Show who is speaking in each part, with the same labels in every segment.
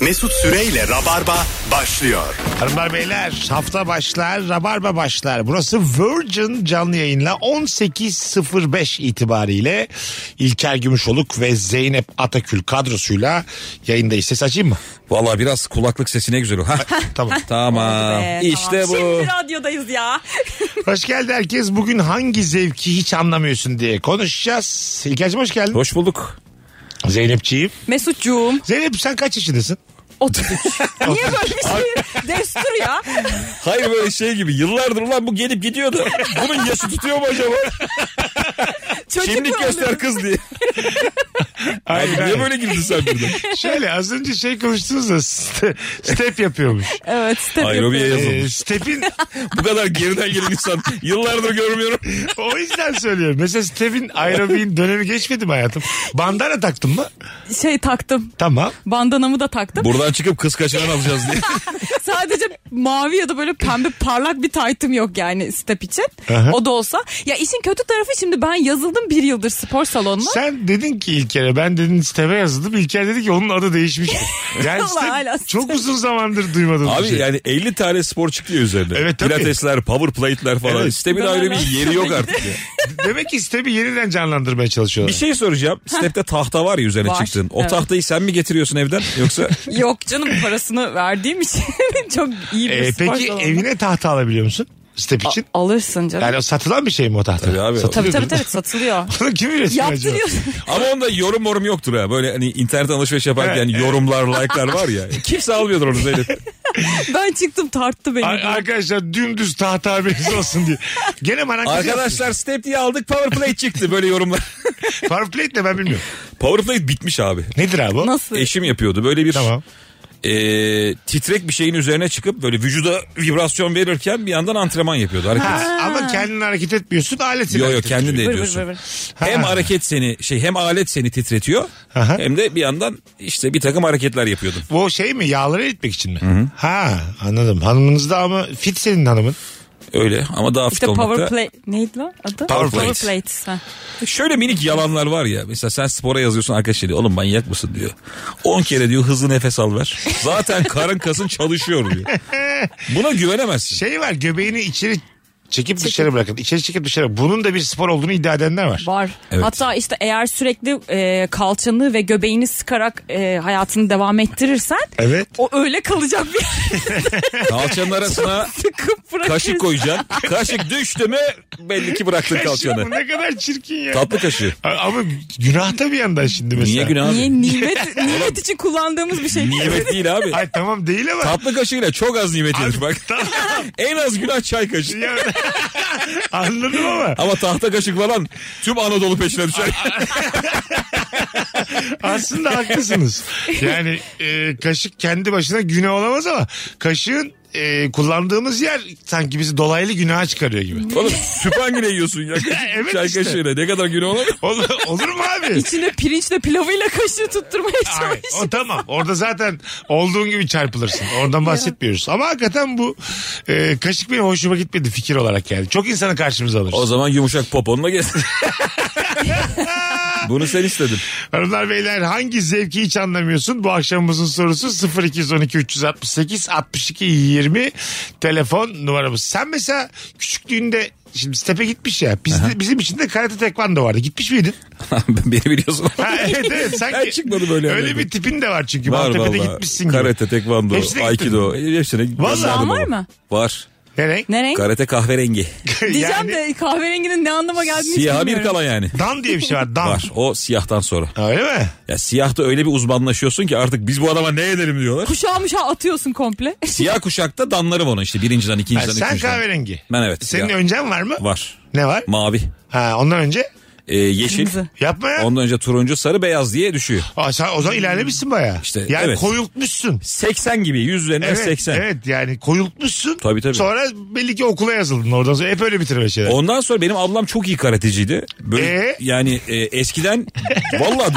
Speaker 1: Mesut Süreyle Rabarba başlıyor.
Speaker 2: Hanımlar beyler hafta başlar, rabarba başlar. Burası Virgin canlı yayınla 18.05 itibariyle İlker Gümüşoluk ve Zeynep Atakül kadrosuyla yayındayız. Ses açayım mı?
Speaker 3: Valla biraz kulaklık sesine güzel o. Ha,
Speaker 2: tamam.
Speaker 3: tamam.
Speaker 4: Ee,
Speaker 3: işte
Speaker 4: tamam.
Speaker 3: bu.
Speaker 4: Şimdi radyodayız ya.
Speaker 2: Hoş geldi herkes. Bugün hangi zevki hiç anlamıyorsun diye konuşacağız. İlker'cim hoş geldin.
Speaker 3: Hoş bulduk.
Speaker 2: Zeynep'ciğim.
Speaker 4: Mesutcuğum.
Speaker 2: Zeynep sen kaç yaşındasın?
Speaker 4: 33. Niye böyle bir şey? Destur ya.
Speaker 3: Hayır böyle şey gibi yıllardır ulan bu gelip gidiyordu. Bunun yaşı tutuyor mu acaba?
Speaker 4: Çocuk
Speaker 3: Kimlik
Speaker 4: mu
Speaker 3: göster
Speaker 4: oluyor?
Speaker 3: kız diye.
Speaker 2: Hayır,
Speaker 3: Niye böyle girdin sen burada?
Speaker 2: Şöyle az önce şey konuştunuz da st- step yapıyormuş.
Speaker 4: Evet. step
Speaker 3: Aerobiye
Speaker 4: yapıyorum.
Speaker 3: yazılmış.
Speaker 2: Ee, step'in
Speaker 3: Bu kadar geriden gelen insan yıllardır görmüyorum.
Speaker 2: o yüzden söylüyorum. Mesela step'in aerobiğin dönemi geçmedi mi hayatım? Bandana taktın mı?
Speaker 4: Şey taktım.
Speaker 2: Tamam.
Speaker 4: Bandanamı da taktım.
Speaker 3: Buradan çıkıp kız kaçıran alacağız diye.
Speaker 4: Sadece mavi ya da böyle pembe parlak bir taytım yok yani step için.
Speaker 2: Aha.
Speaker 4: O da olsa. Ya işin kötü tarafı şimdi ben yazıldım bir yıldır spor salonuna.
Speaker 2: Sen dedin ki İlker'e ben dedin step'e yazıldım. İlker dedi ki onun adı değişmiş. Yani
Speaker 4: Allah hala
Speaker 2: step
Speaker 4: step.
Speaker 2: çok uzun zamandır şey. duymadım.
Speaker 3: Abi yani 50 tane spor çıktı ya üzerine.
Speaker 2: Evet, tabii.
Speaker 3: Pilatesler, power plate'ler falan.
Speaker 2: Evet.
Speaker 3: Step'in ayrı bir yeri yok artık. ya.
Speaker 2: Demek ki step'i yeniden canlandırmaya
Speaker 3: Bir
Speaker 2: çalışıyorlar.
Speaker 3: şey soracağım. Step'te tahta var ya üzerine
Speaker 4: Var,
Speaker 3: çıktın. O
Speaker 4: evet.
Speaker 3: tahtayı sen mi getiriyorsun evden yoksa?
Speaker 4: Yok canım parasını verdiğim için çok iyi bir
Speaker 2: Ee,
Speaker 4: spor
Speaker 2: peki
Speaker 4: salonu.
Speaker 2: evine tahta alabiliyor musun? Step için.
Speaker 4: Alırsın canım.
Speaker 2: Yani o satılan bir şey mi o tahta?
Speaker 3: Tabii abi.
Speaker 4: tabii
Speaker 2: Satılıyor değil
Speaker 4: tabii tabii
Speaker 2: mi?
Speaker 4: satılıyor.
Speaker 2: Bunu kim üretiyor acaba?
Speaker 4: Yaptırıyorsun.
Speaker 3: Ama onda yorum morum yoktur ha. Böyle hani internet alışveriş yaparken
Speaker 2: Evet.
Speaker 3: yorumlar, like'lar var ya. Kimse almıyordur onu Zeynep.
Speaker 4: Ben çıktım tarttı beni.
Speaker 2: Ar- arkadaşlar dümdüz tahta haberiniz olsun diye. Gene manak
Speaker 3: Arkadaşlar step diye aldık Powerplay çıktı böyle yorumlar.
Speaker 2: Powerplate ne ben bilmiyorum.
Speaker 3: Powerplay bitmiş abi.
Speaker 2: Nedir abi o?
Speaker 4: Nasıl?
Speaker 3: Eşim yapıyordu böyle bir
Speaker 2: Tamam.
Speaker 3: eee, titrek bir şeyin üzerine çıkıp böyle vücuda vibrasyon verirken bir yandan antrenman yapıyordu. Hareket.
Speaker 2: Ha, ama kendin hareket etmiyorsun aletin
Speaker 3: Yo yo
Speaker 2: hareket
Speaker 3: kendin de
Speaker 4: Vır vır vır
Speaker 3: ediyorsun.
Speaker 4: vır.
Speaker 3: Hem hareket seni şey hem alet seni titretiyor
Speaker 2: Aha.
Speaker 3: hem de bir yandan işte bir takım hareketler yapıyordun.
Speaker 2: Bu şey mi yağları eritmek için mi? Ha anladım. Hanımınız da ama fit senin hanımın.
Speaker 3: Öyle ama daha fit
Speaker 4: İşte
Speaker 3: olmakta.
Speaker 4: Powerplay neydi lan adı?
Speaker 3: Powerplate.
Speaker 4: Powerplate, ha.
Speaker 3: Şöyle minik yalanlar var ya. Mesela sen spora yazıyorsun arkadaş şey diyor. Oğlum manyak mısın diyor. 10 kere diyor hızlı nefes al ver. Zaten karın kasın çalışıyor diyor. Buna güvenemezsin.
Speaker 2: Şey var göbeğini içeri çekip dışarı bırakın. İçeri çekip dışarı. Bunun da bir spor olduğunu iddia edenler var.
Speaker 4: Var.
Speaker 3: Evet.
Speaker 4: Hatta işte eğer sürekli e, kalçanı ve göbeğini sıkarak e, hayatını devam ettirirsen
Speaker 2: Evet.
Speaker 4: o öyle kalacak bir yere
Speaker 3: Kalçanın arasına
Speaker 4: sıkıp bırakırsın.
Speaker 3: kaşık koyacaksın. Kaşık düştü mü belli ki bıraktın
Speaker 2: Şimdi bu
Speaker 3: kalçanı.
Speaker 2: ne kadar çirkin ya.
Speaker 3: Tatlı kaşığı.
Speaker 2: A- Ama günah da bir yandan şimdi mesela.
Speaker 3: Niye günah
Speaker 4: Niye
Speaker 3: abi?
Speaker 4: nimet, nimet için kullandığımız bir şey.
Speaker 3: Nimet değil abi.
Speaker 2: Ay tamam değil ama.
Speaker 3: Tatlı kaşığıyla çok az nimet yenir bak.
Speaker 2: Tamam.
Speaker 3: En az günah çay kaşığı.
Speaker 2: Ya- Anladım ama.
Speaker 3: Ama tahta kaşık falan tüm Anadolu peşine düşer.
Speaker 2: Aslında haklısınız. Yani e, kaşık kendi başına günah olamaz ama kaşığın e, kullandığımız yer sanki bizi dolaylı günaha çıkarıyor gibi.
Speaker 3: Oğlum süphan güne yiyorsun ya.
Speaker 2: evet
Speaker 3: çay
Speaker 2: işte.
Speaker 3: kaşığıyla ne kadar günah olur.
Speaker 2: Olur, olur mu abi?
Speaker 4: İçine pirinçle pilavıyla kaşığı tutturmaya
Speaker 2: Ay,
Speaker 4: çalışıyor.
Speaker 2: o tamam. Orada zaten olduğun gibi çarpılırsın. Oradan bahsetmiyoruz. Ama hakikaten bu e, kaşık benim hoşuma gitmedi fikir olarak yani. Çok insanı karşımıza alırız.
Speaker 3: O zaman yumuşak poponla gez. Bunu sen istedin.
Speaker 2: Hanımlar beyler hangi zevki hiç anlamıyorsun? Bu akşamımızın sorusu 0212 368 62 20 telefon numaramız. Sen mesela küçüklüğünde şimdi stepe gitmiş ya. Bizde, bizim için de karate tekvando vardı. Gitmiş miydin?
Speaker 3: Beni biliyorsun.
Speaker 2: Ha, evet evet. Sanki
Speaker 3: Ben çıkmadım
Speaker 2: Öyle
Speaker 3: öyle yerlerde.
Speaker 2: bir tipin de var çünkü.
Speaker 3: Var
Speaker 2: Maltepe'de
Speaker 3: valla.
Speaker 2: gitmişsin gibi.
Speaker 3: Karate, tekvando,
Speaker 2: Hepsine gittin
Speaker 3: aikido. Hepsine
Speaker 2: Valla.
Speaker 3: gönderdim
Speaker 4: Var
Speaker 3: ama.
Speaker 4: mı?
Speaker 3: Var.
Speaker 2: Ne renk?
Speaker 4: Ne renk?
Speaker 3: Karate kahverengi.
Speaker 4: Diyeceğim
Speaker 2: Yani
Speaker 4: de kahverenginin ne anlama geldiğini
Speaker 3: Siyaha bir
Speaker 4: bilmiyorum.
Speaker 3: kala yani.
Speaker 2: Dan diye bir şey var. Dan.
Speaker 3: Var. O siyahtan sonra.
Speaker 2: Ha, Öyle mi?
Speaker 3: Ya siyahta öyle bir uzmanlaşıyorsun ki artık biz bu adama ne edelim diyorlar.
Speaker 4: Kuşağı muşağı atıyorsun komple.
Speaker 3: Siyah kuşakta danlarım ona işte birinciden,
Speaker 2: Ha,
Speaker 3: ikinciden,
Speaker 2: sen
Speaker 3: üçüncüden.
Speaker 2: kahverengi.
Speaker 3: Ben evet.
Speaker 2: Senin
Speaker 3: siyah.
Speaker 2: öncen var mı?
Speaker 3: Var.
Speaker 2: Ne var?
Speaker 3: Mavi.
Speaker 2: Ha, ondan önce?
Speaker 3: e, yeşil.
Speaker 4: Kırmızı.
Speaker 2: Yapma ya.
Speaker 3: Ondan önce turuncu, sarı, beyaz diye düşüyor.
Speaker 2: Aa, sen o zaman ilerlemişsin baya.
Speaker 3: Hmm. İşte,
Speaker 2: yani
Speaker 3: evet.
Speaker 2: koyultmuşsun.
Speaker 3: 80 gibi yüzlerine
Speaker 2: Evet,
Speaker 3: 80.
Speaker 2: evet yani koyultmuşsun.
Speaker 3: Tabii, tabii.
Speaker 2: Sonra belli ki okula yazıldın oradan sonra. Hep öyle bitir öyle şeyler.
Speaker 3: Ondan sonra benim ablam çok iyi karateciydi. Böyle
Speaker 2: Ee?
Speaker 3: yani e, eskiden vallahi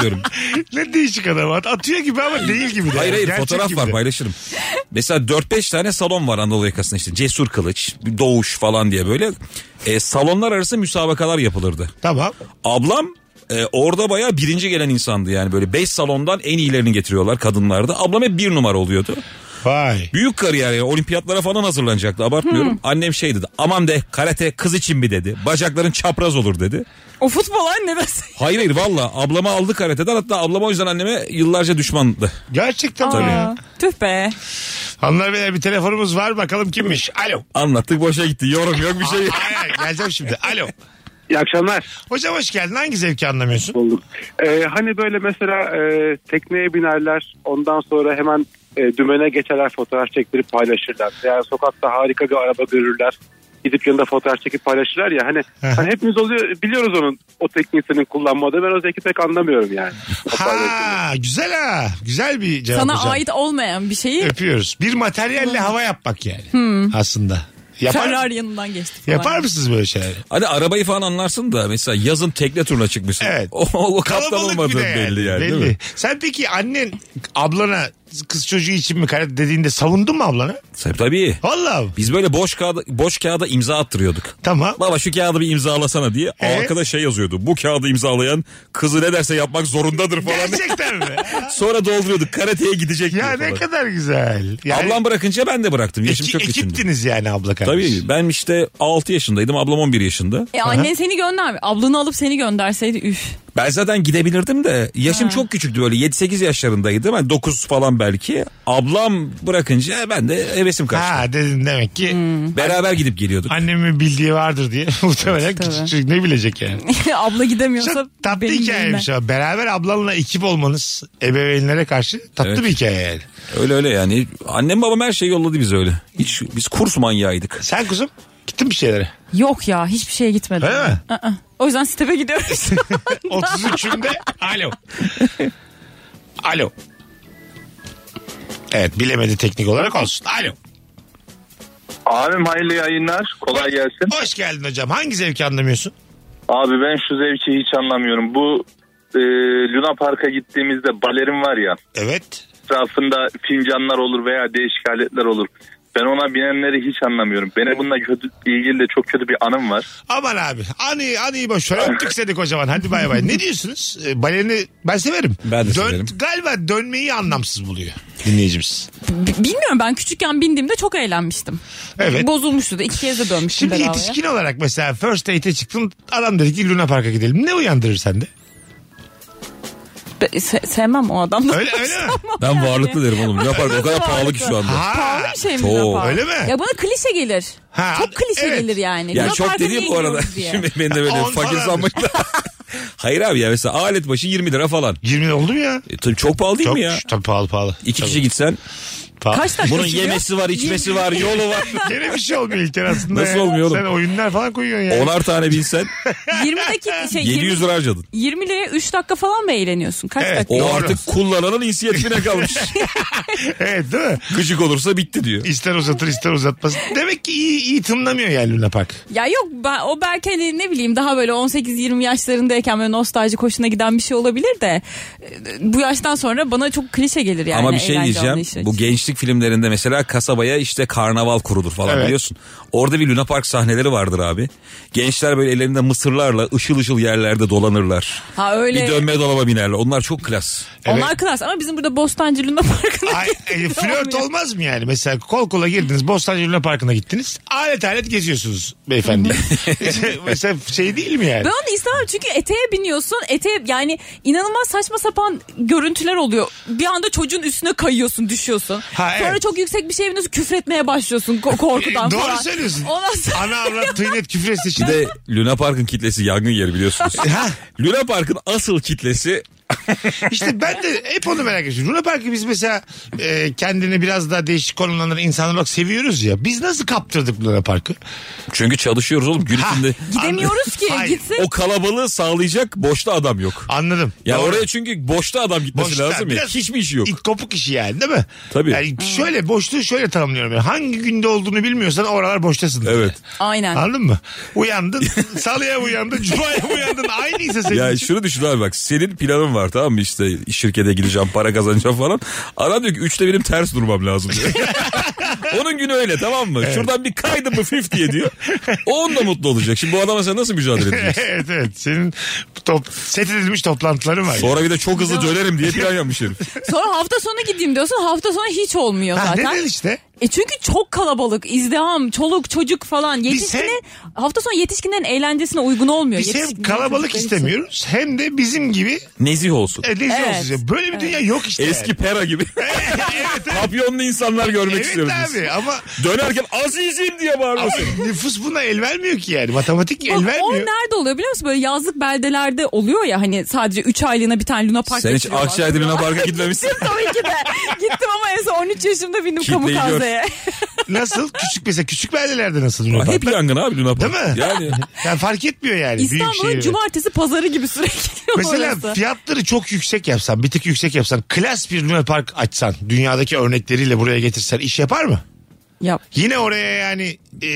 Speaker 3: diyorum.
Speaker 2: ne değişik adam. At- Atıyor gibi ama değil gibi. de.
Speaker 3: Hayır hayır
Speaker 2: Gerçek
Speaker 3: fotoğraf
Speaker 2: gibi
Speaker 3: var
Speaker 2: de.
Speaker 3: paylaşırım. Mesela 4-5 tane salon var Anadolu yakasında işte. Cesur kılıç, doğuş falan diye böyle. E, salonlar arası müsabakalar yapılırdı.
Speaker 2: Tamam.
Speaker 3: Ablam e, orada bayağı birinci gelen insandı yani böyle 5 salondan en iyilerini getiriyorlar kadınlarda. Ablam hep bir numara oluyordu.
Speaker 2: Vay.
Speaker 3: Büyük kariyer yani olimpiyatlara falan hazırlanacaktı abartmıyorum. Annem şey dedi aman de karate kız için mi dedi. Bacakların çapraz olur dedi.
Speaker 4: O futbol anne ben-
Speaker 3: Hayır hayır valla ablama aldı karateden hatta ablama o yüzden anneme yıllarca düşmandı.
Speaker 2: Gerçekten mi
Speaker 4: Aa,
Speaker 2: ya?
Speaker 4: Tüh be.
Speaker 2: Hanımlar beyler bir telefonumuz var bakalım kimmiş? Alo.
Speaker 3: Anlattık boşa gitti yorum yok bir şey yok.
Speaker 2: Ay, ay, geleceğim şimdi. Alo.
Speaker 5: İyi akşamlar.
Speaker 2: Hocam hoş geldin. Hangi zevki anlamıyorsun?
Speaker 5: Bulduk. Ee, hani böyle mesela e, tekneye binerler ondan sonra hemen e, dümene geçerler fotoğraf çektirip paylaşırlar. Yani sokakta harika bir araba görürler. Gidip yanında fotoğraf çekip paylaşırlar ya hani,
Speaker 2: Aha.
Speaker 5: hani hepimiz oluyor biliyoruz onun o teknisinin kullanmadığı ben o zeki pek anlamıyorum yani. O paylaşımı.
Speaker 2: Ha güzel ha. Güzel bir cevap
Speaker 4: Sana
Speaker 2: hocam.
Speaker 4: ait olmayan bir şeyi
Speaker 2: Öpüyoruz. Bir materyalle hava yapmak yani.
Speaker 4: Hmm.
Speaker 2: Aslında. Yapar,
Speaker 4: Ferrari yanından geçti falan.
Speaker 2: yapar mısınız böyle şeyler?
Speaker 3: Hadi Hani arabayı falan anlarsın da mesela yazın tekne turuna çıkmışsın.
Speaker 2: Evet.
Speaker 3: O, o kaptan
Speaker 2: Kalabalık bir
Speaker 3: olmadığın
Speaker 2: de yani.
Speaker 3: belli yani değil mi?
Speaker 2: Sen peki annen ablana kız çocuğu için mi karar dediğinde savundun mu ablana?
Speaker 3: Tabii, tabii.
Speaker 2: Vallahi mi?
Speaker 3: Biz böyle boş kağıda, boş kağıda imza attırıyorduk.
Speaker 2: Tamam.
Speaker 3: Baba şu kağıdı bir imzalasana diye.
Speaker 2: Ee?
Speaker 3: Arkada şey yazıyordu. Bu kağıdı imzalayan kızı ne derse yapmak zorundadır falan.
Speaker 2: Gerçekten mi?
Speaker 3: Sonra dolduruyorduk. Karateye gidecek
Speaker 2: ya
Speaker 3: diye
Speaker 2: ne
Speaker 3: falan.
Speaker 2: kadar güzel. Yani
Speaker 3: Ablam bırakınca ben de bıraktım. Yaşım
Speaker 2: eki-
Speaker 3: çok küçüktü.
Speaker 2: ekiptiniz yani abla kardeş.
Speaker 3: Tabii ben işte 6 yaşındaydım ablam 11 yaşında.
Speaker 4: E annen seni göndermiyor. Ablanı alıp seni gönderseydi üf.
Speaker 3: Ben zaten gidebilirdim de yaşım çok küçüktü böyle 7-8 yaşlarındaydım. Hani 9 falan belki. Ablam bırakınca ben de hevesim kaçtı.
Speaker 2: Ha dedin demek ki
Speaker 4: Hmm.
Speaker 3: Beraber gidip geliyorduk.
Speaker 2: annemin bildiği vardır diye. Muhtemelen
Speaker 4: Tabii.
Speaker 2: küçük çocuk ne bilecek yani.
Speaker 4: Abla gidemiyorsa
Speaker 2: Çok tatlı şey.
Speaker 4: benim
Speaker 2: hikayeymiş ama beraber ablanla ekip olmanız ebeveynlere karşı tatlı
Speaker 3: Evet.
Speaker 2: bir hikaye yani.
Speaker 3: Öyle öyle yani. Annem babam her şeyi yolladı bize öyle. Hiç biz kurs manyağıydık.
Speaker 2: Sen kuzum gittin bir şeylere.
Speaker 4: Yok ya hiçbir şeye gitmedim.
Speaker 2: Öyle mi?
Speaker 4: Aa, o yüzden step'e gidiyoruz.
Speaker 2: 33'ünde alo. alo. Evet bilemedi teknik olarak olsun. Alo.
Speaker 6: Abim hayırlı yayınlar. Kolay gelsin.
Speaker 2: Hoş geldin hocam. Hangi zevki anlamıyorsun?
Speaker 6: Abi ben şu zevki hiç anlamıyorum. Bu e, Luna Park'a gittiğimizde balerin var ya.
Speaker 2: Evet.
Speaker 6: Etrafında fincanlar olur veya değişik aletler olur. Ben ona binenleri hiç anlamıyorum. Benim bununla kötü, ilgili de çok kötü bir anım var.
Speaker 2: Aman abi. Anıyı anıyı boş ver. Öptük seni kocaman. Hadi bay bay. Ne diyorsunuz? E, balerini ben severim.
Speaker 3: Ben de severim.
Speaker 2: Galiba dönmeyi anlamsız buluyor. Dinleyicimiz.
Speaker 4: B- Bilmiyorum ben küçükken bindiğimde çok eğlenmiştim.
Speaker 2: Evet.
Speaker 4: Bozulmuştu da iki kez de dönmüştüm
Speaker 2: Şimdi
Speaker 4: bedavaya.
Speaker 2: yetişkin olarak mesela first date'e çıktın adam dedi ki Luna Park'a gidelim. Ne uyandırır sende?
Speaker 4: Be- se- sevmem o adamı.
Speaker 2: Öyle öyle mi?
Speaker 3: Ben varlıklı derim oğlum. Luna Park o kadar
Speaker 4: Nasıl
Speaker 3: pahalı ki şu anda.
Speaker 2: Ha.
Speaker 4: Pahalı bir şey mi
Speaker 3: Çok.
Speaker 4: Luna Park?
Speaker 2: Öyle mi?
Speaker 4: Ya bana klişe gelir.
Speaker 2: Ha,
Speaker 4: çok klişe
Speaker 2: evet.
Speaker 4: gelir yani.
Speaker 3: Ya
Speaker 4: Luna
Speaker 3: çok
Speaker 4: Park'a
Speaker 3: dediğim
Speaker 4: niye
Speaker 3: bu arada.
Speaker 4: gidiyoruz diye.
Speaker 3: Şimdi beni de böyle
Speaker 2: On
Speaker 3: fakir
Speaker 2: falandır.
Speaker 3: sanmayın. Hayır abi ya mesela alet başı 20 lira falan.
Speaker 2: 20 oldu mu ya?
Speaker 3: E, tabii çok pahalı değil
Speaker 2: Çok
Speaker 3: mi ya?
Speaker 2: tabii pahalı pahalı.
Speaker 3: İki
Speaker 2: Tabii.
Speaker 3: kişi gitsen
Speaker 2: Pahalı.
Speaker 4: Kaç dakika
Speaker 3: bunun
Speaker 4: sürüyor?
Speaker 3: yemesi var, içmesi var, yolu var.
Speaker 2: Gene bir şey olmuyor İlker aslında.
Speaker 3: Nasıl
Speaker 2: ya.
Speaker 3: olmuyor oğlum?
Speaker 2: Sen oyunlar falan koyuyorsun yani.
Speaker 3: Onar tane binsen
Speaker 4: 20 dakika şey
Speaker 3: 700 lira harcadın.
Speaker 4: 20 liraya 3 dakika falan mı eğleniyorsun? Kaç
Speaker 2: Evet.
Speaker 4: dakika?
Speaker 3: O
Speaker 2: Doğru.
Speaker 3: artık kullananın inisiyatifine kalmış.
Speaker 2: Evet değil mi?
Speaker 3: Gıcık olursa bitti diyor.
Speaker 2: İster uzatır ister uzatmaz. Demek ki iyi, iyi tınlamıyor yani Luna Park.
Speaker 4: Ya yok ben, o belki hani ne bileyim daha böyle 18-20 yaşlarındayken böyle nostalji hoşuna giden bir şey olabilir de e, bu yaştan sonra bana çok klişe gelir yani.
Speaker 3: Ama bir şey
Speaker 4: eğlence
Speaker 3: diyeceğim.
Speaker 4: anlayışı
Speaker 3: Bu
Speaker 4: açısından.
Speaker 3: gençlik filmlerinde mesela kasabaya işte karnaval kurulur falan
Speaker 2: Evet.
Speaker 3: biliyorsun. Orada bir Luna Park sahneleri vardır abi. Gençler böyle ellerinde mısırlarla ışıl ışıl yerlerde dolanırlar.
Speaker 4: Ha öyle.
Speaker 3: Bir dönme dolaba binerler. Onlar çok klas.
Speaker 4: Onlar klas ama bizim burada Bostancı Luna Parkı'na
Speaker 2: Ay, e, flört olmaz mı yani? Mesela kol kola girdiniz. Bostancı Luna Parkı'na gittiniz. Alet alet geziyorsunuz beyefendi. Mesela şey değil mi yani?
Speaker 4: Ben onu istemem çünkü eteğe biniyorsun. Eteğe yani inanılmaz saçma sapan görüntüler oluyor. Bir anda çocuğun üstüne kayıyorsun, düşüyorsun.
Speaker 2: Ha, evet.
Speaker 4: Sonra çok yüksek bir şey biniyorsun, küfretmeye başlıyorsun ko- korkudan
Speaker 2: E, doğru
Speaker 4: falan.
Speaker 2: söylüyorsun.
Speaker 4: Ondan sonra-
Speaker 2: Ana avrat tıynet küfür etsin
Speaker 3: Bir
Speaker 2: şimdi.
Speaker 3: de Luna Park'ın kitlesi yangın yeri biliyorsunuz.
Speaker 2: Ha.
Speaker 3: Luna Park'ın asıl kitlesi
Speaker 2: İşte ben de hep onu merak ediyorum. Luna Park'ı biz mesela e, kendini biraz daha değişik konumlandıran insanlar olarak seviyoruz ya. Biz nasıl kaptırdık Luna Park'ı?
Speaker 3: Çünkü çalışıyoruz oğlum. Gün
Speaker 2: Ha.
Speaker 3: içinde
Speaker 4: Gidemiyoruz ki.
Speaker 2: Hayır.
Speaker 4: Gitsin.
Speaker 3: o kalabalığı sağlayacak boşta adam yok.
Speaker 2: Anladım.
Speaker 3: Ya
Speaker 2: Doğru.
Speaker 3: oraya çünkü boşta adam gitmesi
Speaker 2: Boşta,
Speaker 3: lazım ya.
Speaker 2: biraz
Speaker 3: Hiçbir işi yok.
Speaker 2: İt kopuk işi yani değil mi?
Speaker 3: Tabii.
Speaker 2: Yani şöyle boşluğu şöyle tanımlıyorum. Yani. Hangi günde olduğunu bilmiyorsan oralar boştasın.
Speaker 3: Evet.
Speaker 4: Aynen.
Speaker 2: Anladın mı? Uyandın. Salıya mı uyandın. Cuma'ya mı uyandın. Aynıysa senin
Speaker 3: Ya
Speaker 2: için.
Speaker 3: şunu düşün abi bak senin planın var tamam mı işte şirkete gideceğim para kazanacağım falan. Adam diyor ki üçte benim ters durmam lazım diyor. Onun günü öyle tamam mı? Şuradan bir kaydı mı fif diye diyor. O onunla mutlu olacak. Şimdi bu adama sen nasıl mücadele edeceksin?
Speaker 2: evet evet. Senin top, set edilmiş toplantıların var.
Speaker 3: Sonra bir de çok hızlı dönerim diye plan yapmış herif.
Speaker 4: Sonra hafta sonu gideyim diyorsun. Hafta sonu hiç olmuyor
Speaker 2: Ha,
Speaker 4: zaten.
Speaker 2: neden işte?
Speaker 4: E çünkü çok kalabalık, izdiham, çoluk, çocuk falan. Yetişkinin, hafta sonu yetişkinlerin eğlencesine uygun olmuyor.
Speaker 2: Biz hem
Speaker 4: Yetişkinlerin
Speaker 2: kalabalık
Speaker 4: çocukları için.
Speaker 2: istemiyoruz hem de bizim gibi
Speaker 3: Nezih olsun.
Speaker 2: e, rezil
Speaker 4: Evet.
Speaker 2: olsun istiyoruz. Böyle bir dünya yok işte.
Speaker 3: Eski pera gibi. Papyonlu insanlar görmek
Speaker 2: Evet
Speaker 3: istiyoruz biz.
Speaker 2: abi ama
Speaker 3: Dönerken azizim diye
Speaker 2: ama
Speaker 3: bağırıyorsun.
Speaker 2: nüfus buna el vermiyor ki yani. Matematik el
Speaker 4: Bak, o
Speaker 2: vermiyor.
Speaker 4: nerede oluyor biliyor musun? Böyle yazlık beldelerde oluyor ya hani sadece 3 aylığına bir tane Luna Park
Speaker 3: Sen hiç
Speaker 4: getiriyorlar.
Speaker 3: Akşehir'de Luna Park'a gitmemişsin.
Speaker 4: Tabii ki de. Gittim ama en son 13 yaşımda bindim
Speaker 3: Kitleyi gör.
Speaker 4: kamikazeye.
Speaker 2: Nasıl? Küçük mesela küçük beldelerde nasıl? Luna Park?
Speaker 3: Hep yangın abi Luna Park.
Speaker 2: Değil mi?
Speaker 3: Yani
Speaker 2: Yani fark etmiyor yani. büyük
Speaker 4: İstanbul'un
Speaker 2: şehirde.
Speaker 4: cumartesi pazarı gibi sürekli
Speaker 2: Mesela
Speaker 4: orası.
Speaker 2: fiyatları çok yüksek yapsan, bir tık yüksek yapsan, klas bir Luna Park açsan, dünyadaki örnekleriyle buraya getirsen iş yapar mı?
Speaker 4: Yap.
Speaker 2: Yine oraya yani... e,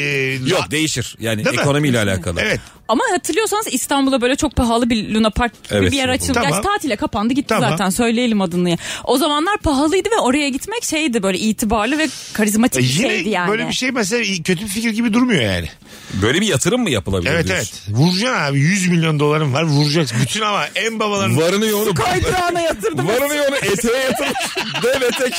Speaker 3: yok
Speaker 2: la-
Speaker 3: değişir. Yani
Speaker 2: Değil mi?
Speaker 3: ekonomiyle alakalı.
Speaker 2: Evet.
Speaker 4: Ama hatırlıyorsanız İstanbul'a böyle çok pahalı bir Luna Park gibi
Speaker 3: Evet,
Speaker 4: bir yer açıldı.
Speaker 2: Tamam.
Speaker 4: Gerçi tatile kapandı gitti
Speaker 2: Tamam.
Speaker 4: zaten söyleyelim adını. ya. O zamanlar pahalıydı ve oraya gitmek şeydi böyle itibarlı ve karizmatik
Speaker 2: E,
Speaker 4: bir
Speaker 2: yine
Speaker 4: şeydi yani.
Speaker 2: böyle bir şey mesela i- kötü bir fikir gibi durmuyor yani.
Speaker 3: Böyle bir yatırım mı yapılabilir
Speaker 2: Evet
Speaker 3: diyorsun?
Speaker 2: evet. Vuracaksın abi 100 milyon doların var vuracaksın. Bütün ama en babaların...
Speaker 3: Varını yoğunu
Speaker 4: Kaydırağına yatırdım.
Speaker 3: Varını yoğunu eteğe yatırmış. Dev etek.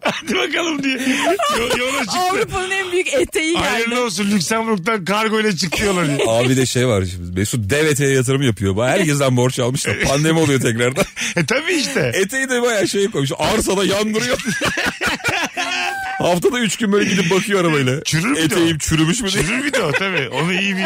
Speaker 2: Hadi bakalım diye. Yo- Yola çıktı.
Speaker 4: Avrupa'nın en büyük eteği
Speaker 2: Hayırlı
Speaker 4: geldi.
Speaker 2: olsun Lüksemburg'dan kargo ile çıktı yola diye.
Speaker 3: Abi de şey var şimdi. Mesut dev eteğe yatırım yapıyor. Baya herkesten borç almış da pandemi oluyor tekrardan.
Speaker 2: E tabii işte.
Speaker 3: Eteği de baya şey koymuş. Arsada yandırıyor. Haftada üç gün böyle gidip bakıyor arabayla.
Speaker 2: Çürür mü de
Speaker 3: Eteğim
Speaker 2: o?
Speaker 3: çürümüş mü diye.
Speaker 2: Çürür bir de o tabii. Onu iyi bir...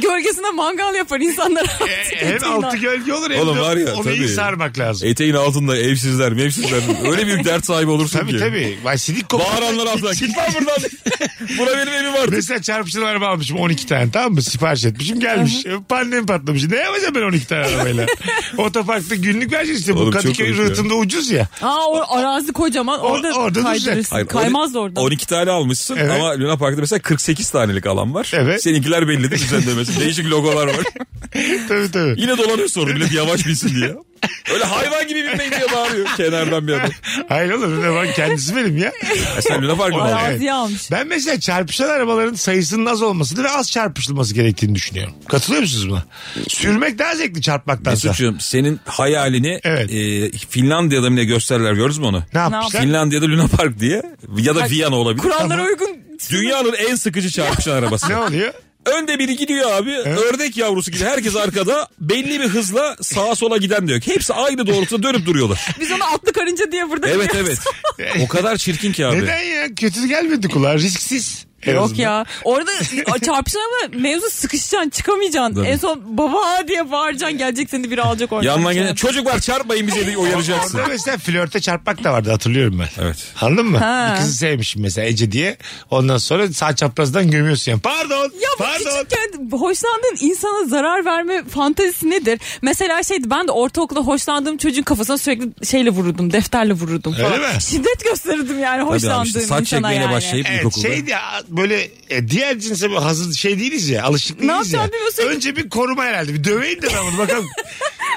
Speaker 4: Gölgesinde mangal yapar insanlar.
Speaker 2: E, hem altı gölge olur hem
Speaker 3: Oğlum
Speaker 2: de
Speaker 3: var ya,
Speaker 2: onu iyi
Speaker 3: tabii. E,
Speaker 2: sarmak lazım.
Speaker 3: Eteğin altında evsizler mevsizler. Öyle büyük dert sahibi olursun
Speaker 2: Tabii
Speaker 3: ki.
Speaker 2: tabii. Vay sidik kokusu.
Speaker 3: Bağıranlar altına. Git lan buradan. Bura benim evim artık.
Speaker 2: Mesela çarpışan araba almışım 12 tane tamam mı? Sipariş etmişim gelmiş. E, Pandemi patlamış. Ne yapacağım ben 12 tane arabayla? Otoparkta günlük vereceğiz işte. Bu
Speaker 3: Oğlum çok
Speaker 2: Kadıköy
Speaker 3: komik ya.
Speaker 2: rıhtımda ucuz ya.
Speaker 4: Aa o arazi kocaman orada,
Speaker 2: orada şey- duracak.
Speaker 4: kaydırırsın.
Speaker 3: Hayır,
Speaker 4: Kaymaz da
Speaker 3: on-
Speaker 4: orada.
Speaker 3: 12 tane almışsın
Speaker 2: Evet.
Speaker 3: ama Luna Park'ta mesela 48 tanelik alan var.
Speaker 2: Evet.
Speaker 3: Seninkiler belli değil düzenlemesi. Değişik logolar var.
Speaker 2: Tabii tabii.
Speaker 3: Yine dolanıyor sonra millet yavaş bilsin diye. Öyle hayvan gibi binmeyin diye bağırıyor kenardan bir adam.
Speaker 2: Hayır oğlum ne var kendisi benim ya.
Speaker 3: Ya sen Luna Park'ı mı
Speaker 2: Bayağı-
Speaker 3: aldın?
Speaker 4: Araziye almış.
Speaker 2: Ben mesela çarpışan arabaların sayısının az olmasını ve az çarpışılması gerektiğini düşünüyorum. Katılıyor musunuz buna?
Speaker 3: Ee,
Speaker 2: Sürmek daha zevkli çarpmaktansa.
Speaker 3: Mesut'cum senin hayalini
Speaker 2: Evet.
Speaker 3: e, Finlandiya'da bile gösterirler gördünüz mü onu?
Speaker 2: Ne yapmışlar?
Speaker 3: Finlandiya'da Luna Park diye ya da Viyana olabilir.
Speaker 4: Kurallara uygun.
Speaker 3: Dünyanın en sıkıcı çarpışan arabası.
Speaker 2: Ne oluyor?
Speaker 3: Önde biri gidiyor abi. Ördek yavrusu gibi. Herkes arkada. Belli bir hızla sağa sola giden diyor. Hepsi aynı doğrultuda dönüp duruyorlar.
Speaker 4: Biz ona atlı karınca diye burada
Speaker 3: Evet
Speaker 4: biliyoruz.
Speaker 3: evet. O kadar çirkin ki abi.
Speaker 2: Neden ya? Kötü gelmedi kulağa. Risksiz. En
Speaker 4: Yok
Speaker 2: azından.
Speaker 4: ya. Orada çarpışan ama mevzu sıkışacaksın çıkamayacaksın.
Speaker 3: Tabii.
Speaker 4: En son baba diye bağıracaksın gelecek seni biri alacak oradan.
Speaker 3: Yandan gelen çocuk var çarpmayın bizi diye uyaracaksın.
Speaker 2: Orada mesela flörte çarpmak da vardı hatırlıyorum ben.
Speaker 3: Evet.
Speaker 2: Anladın mı?
Speaker 4: Ha.
Speaker 2: Bir kızı sevmişim mesela Ece diye. Ondan sonra sağ çaprazdan gömüyorsun yani. Pardon.
Speaker 4: Ya bu
Speaker 2: pardon.
Speaker 4: küçükken hoşlandığın insana zarar verme fantezisi nedir? Mesela şeydi ben de ortaokulda hoşlandığım çocuğun kafasına sürekli şeyle vururdum, defterle vururdum falan.
Speaker 2: Öyle mi?
Speaker 4: Şiddet gösterirdim yani
Speaker 3: Tabii
Speaker 4: hoşlandığım
Speaker 3: abi işte saç
Speaker 4: insana
Speaker 3: çekmeyle
Speaker 4: yani.
Speaker 3: başlayıp
Speaker 2: Evet
Speaker 3: ilkokulda.
Speaker 2: şey diye böyle e, diğer cinse bir hazır şey değiliz ya alışık değiliz ya.
Speaker 4: yapacağım bilmiyorsun.
Speaker 2: Önce bir koruma herhalde bir döveyim de ben bunu bakalım.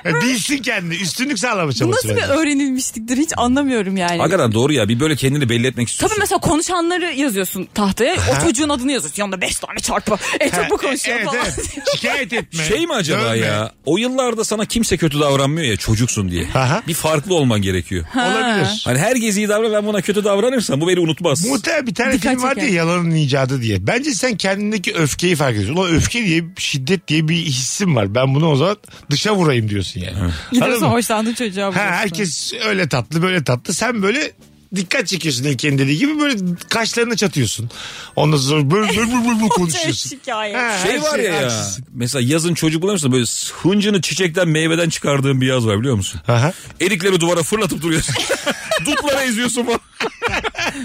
Speaker 2: Ya Bilsin kendini üstünlük sağlama
Speaker 4: Bu
Speaker 2: çabası.
Speaker 4: nasıl bir
Speaker 2: bence.
Speaker 4: öğrenilmişliktir hiç anlamıyorum yani.
Speaker 3: Hakikaten doğru ya bir böyle kendini belli etmek istiyorsun.
Speaker 4: Tabii mesela konuşanları yazıyorsun tahtaya. O çocuğun adını yazıyorsun. Yanında beş tane çarpı. E
Speaker 2: Ha,
Speaker 4: çok bu konuşuyor
Speaker 2: evet,
Speaker 4: falan.
Speaker 2: evet. Şikayet etme.
Speaker 3: Şey mi acaba
Speaker 2: dövme.
Speaker 3: ya o yıllarda sana kimse kötü davranmıyor ya çocuksun diye.
Speaker 2: Aha.
Speaker 3: Bir farklı olman gerekiyor.
Speaker 2: Olabilir.
Speaker 3: Hani herkes iyi davran ben buna kötü davranırsam bu beni unutmaz.
Speaker 2: Muhtemelen bir tane
Speaker 4: Dikkat
Speaker 2: film vardı ya
Speaker 4: çeken.
Speaker 2: yalanın icadı diye. Bence sen kendindeki öfkeyi fark ediyorsun. Ulan öfke diye şiddet diye bir hissim var. Ben bunu o zaman dışa vurayım diyorsun yani. Anladın
Speaker 4: Gidiyorsun
Speaker 2: mı?
Speaker 4: hoşlandığın çocuğa
Speaker 2: Ha,
Speaker 4: vuruyorsun.
Speaker 2: herkes öyle tatlı böyle tatlı. Sen böyle dikkat çekiyorsun Elke'nin dediği gibi böyle kaşlarını çatıyorsun. Ondan sonra böyle böyle böyle, böyle konuşuyorsun.
Speaker 4: şikayet.
Speaker 2: Ha, her
Speaker 3: Şey var ya, ya
Speaker 2: haksız.
Speaker 3: mesela yazın çocuk bulamıyor musun? Böyle hıncını çiçekten meyveden çıkardığın bir yaz var biliyor musun?
Speaker 2: Aha.
Speaker 3: Erikleri duvara fırlatıp duruyorsun. Dutlara eziyorsun falan.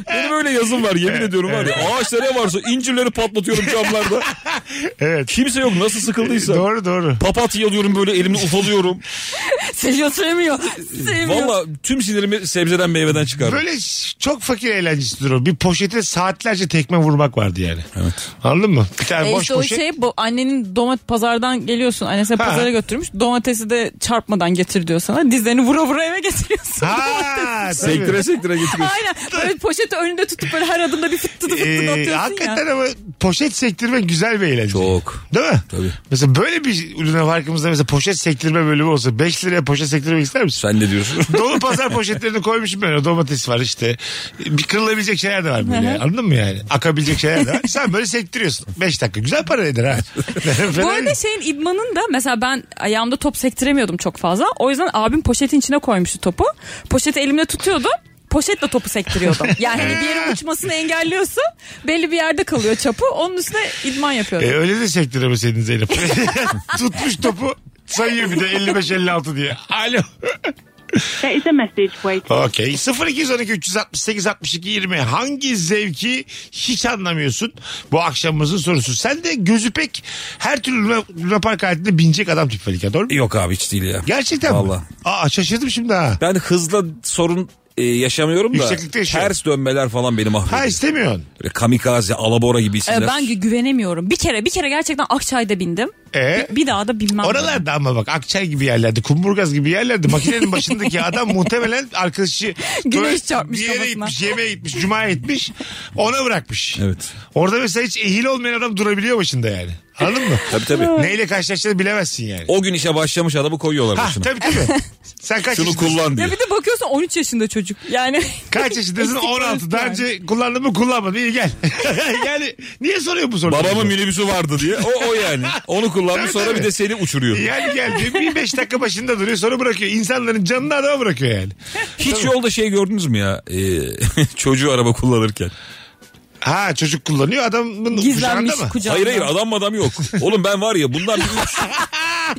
Speaker 3: Benim öyle yazım var yemin ediyorum var ya. Ağaçlar ne varsa incirleri patlatıyorum camlarda.
Speaker 2: Evet.
Speaker 3: Kimse yok nasıl sıkıldıysa.
Speaker 2: Doğru doğru.
Speaker 3: Papatya alıyorum böyle elimle ufalıyorum.
Speaker 4: Seviyor sevmiyor. Sevmiyor.
Speaker 3: Valla tüm sinirimi sebzeden meyveden çıkardım.
Speaker 2: Böyle ş- çok fakir eğlencesidir o. Bir poşete saatlerce tekme vurmak vardı yani.
Speaker 3: Evet.
Speaker 2: Anladın mı? Bir tane
Speaker 4: E
Speaker 2: boş
Speaker 4: işte o
Speaker 2: poşet.
Speaker 4: şey bu annenin domat pazardan geliyorsun annesine
Speaker 2: Ha.
Speaker 4: pazara götürmüş domatesi de çarpmadan getir diyor sana dizlerini vura vura eve getiriyorsun.
Speaker 2: Ha, tabii.
Speaker 3: Sektire sektire getiriyorsun.
Speaker 4: Aynen böyle poşeti önünde tutup böyle her adımda bir fıttı fıttı
Speaker 2: Ee,
Speaker 4: atıyorsun ya.
Speaker 2: hakikaten ama poşet sektirme güzel bir eğlence.
Speaker 3: Çok.
Speaker 2: Değil mi?
Speaker 3: Tabii.
Speaker 2: Mesela böyle bir ürüne farkımızda mesela poşet sektirme bölümü olsa 5 liraya poşet sektirmek ister misin?
Speaker 3: Sen ne diyorsun?
Speaker 2: Dolu pazar poşetlerini koymuşum ben. Domates var işte. Bir kırılabilecek şeyler de var böyle. Anladın mı yani? Akabilecek şeyler de var. Sen böyle sektiriyorsun. 5 dakika. Güzel para eder ha. Fena
Speaker 4: Bu arada
Speaker 2: değil.
Speaker 4: şeyin idmanın da mesela ben ayağımda top sektiremiyordum çok fazla. O yüzden abim poşetin içine koymuştu topu. Poşeti elimle tutuyordum. Poşetle topu sektiriyordum. Yani hani bir yerin uçmasını engelliyorsun. Belli bir yerde kalıyor çapı. Onun üstüne idman yapıyordum.
Speaker 2: E, öyle de sektiremeseydin Zeynep. Tutmuş topu sayıyor bir de 55-56 diye. Alo.
Speaker 7: There is a message waiting.
Speaker 2: Okey. 0212 368 62 20 hangi zevki hiç anlamıyorsun? Bu akşamımızın sorusu. Sen de gözü pek her türlü luna, luna park aletinde binecek adam tipi Felika doğru mu?
Speaker 3: Yok abi hiç değil ya.
Speaker 2: Gerçekten mi?
Speaker 3: Vallahi.
Speaker 2: Aa şaşırdım şimdi ha.
Speaker 3: Ben hızla sorun e, yaşamıyorum da
Speaker 2: Yükseklikte yaşıyor.
Speaker 3: ters dönmeler falan beni mahvediyor.
Speaker 2: Ha istemiyorsun.
Speaker 3: Böyle kamikaze, alabora gibi
Speaker 4: Ee,
Speaker 3: isimler.
Speaker 4: ben gü- güvenemiyorum. Bir kere bir kere gerçekten Akçay'da bindim.
Speaker 2: Ee?
Speaker 4: Bir, bir daha da binmem.
Speaker 2: Oralarda ama bak Akçay gibi yerlerde, Kumburgaz gibi yerlerde makinenin başındaki adam muhtemelen arkadaşı
Speaker 4: Güneş
Speaker 2: böyle
Speaker 4: çarpmış
Speaker 2: bir yere
Speaker 4: kafasına.
Speaker 2: gitmiş, yemeğe gitmiş, cumaya gitmiş. Ona bırakmış.
Speaker 3: Evet.
Speaker 2: Orada mesela hiç ehil olmayan adam durabiliyor başında yani. Anladın mı?
Speaker 3: Tabii tabii.
Speaker 2: Neyle karşılaştığını bilemezsin yani.
Speaker 3: O gün işe başlamış adamı koyuyorlar
Speaker 2: Ha
Speaker 3: başına.
Speaker 2: tabii tabii. Sen kaç
Speaker 3: Şunu
Speaker 2: yaşındasın?
Speaker 3: kullan diye.
Speaker 4: Ya bir de bakıyorsun 13 yaşında çocuk. Yani
Speaker 2: Kaç yaşındasın?
Speaker 4: İstikrar
Speaker 2: 16. Daha
Speaker 4: yani.
Speaker 2: önce kullandın mı kullanmadın. İyi gel. yani niye soruyor bu soruyu?
Speaker 3: Babamın minibüsü vardı diye. O, o yani. Onu kullanmış
Speaker 2: Tabii,
Speaker 3: sonra
Speaker 2: tabii.
Speaker 3: bir de seni uçuruyor.
Speaker 2: Yani gel diyor. Bir beş dakika başında duruyor sonra bırakıyor. İnsanların canını adama bırakıyor yani.
Speaker 3: Hiç yolda şey gördünüz mü ya? Ee, çocuğu araba kullanırken.
Speaker 2: Ha çocuk kullanıyor adamın
Speaker 4: gizlenmiş
Speaker 2: kucağında mı?
Speaker 4: kucağında.
Speaker 3: Hayır hayır adam adam yok. Oğlum ben var ya bundan bir üç...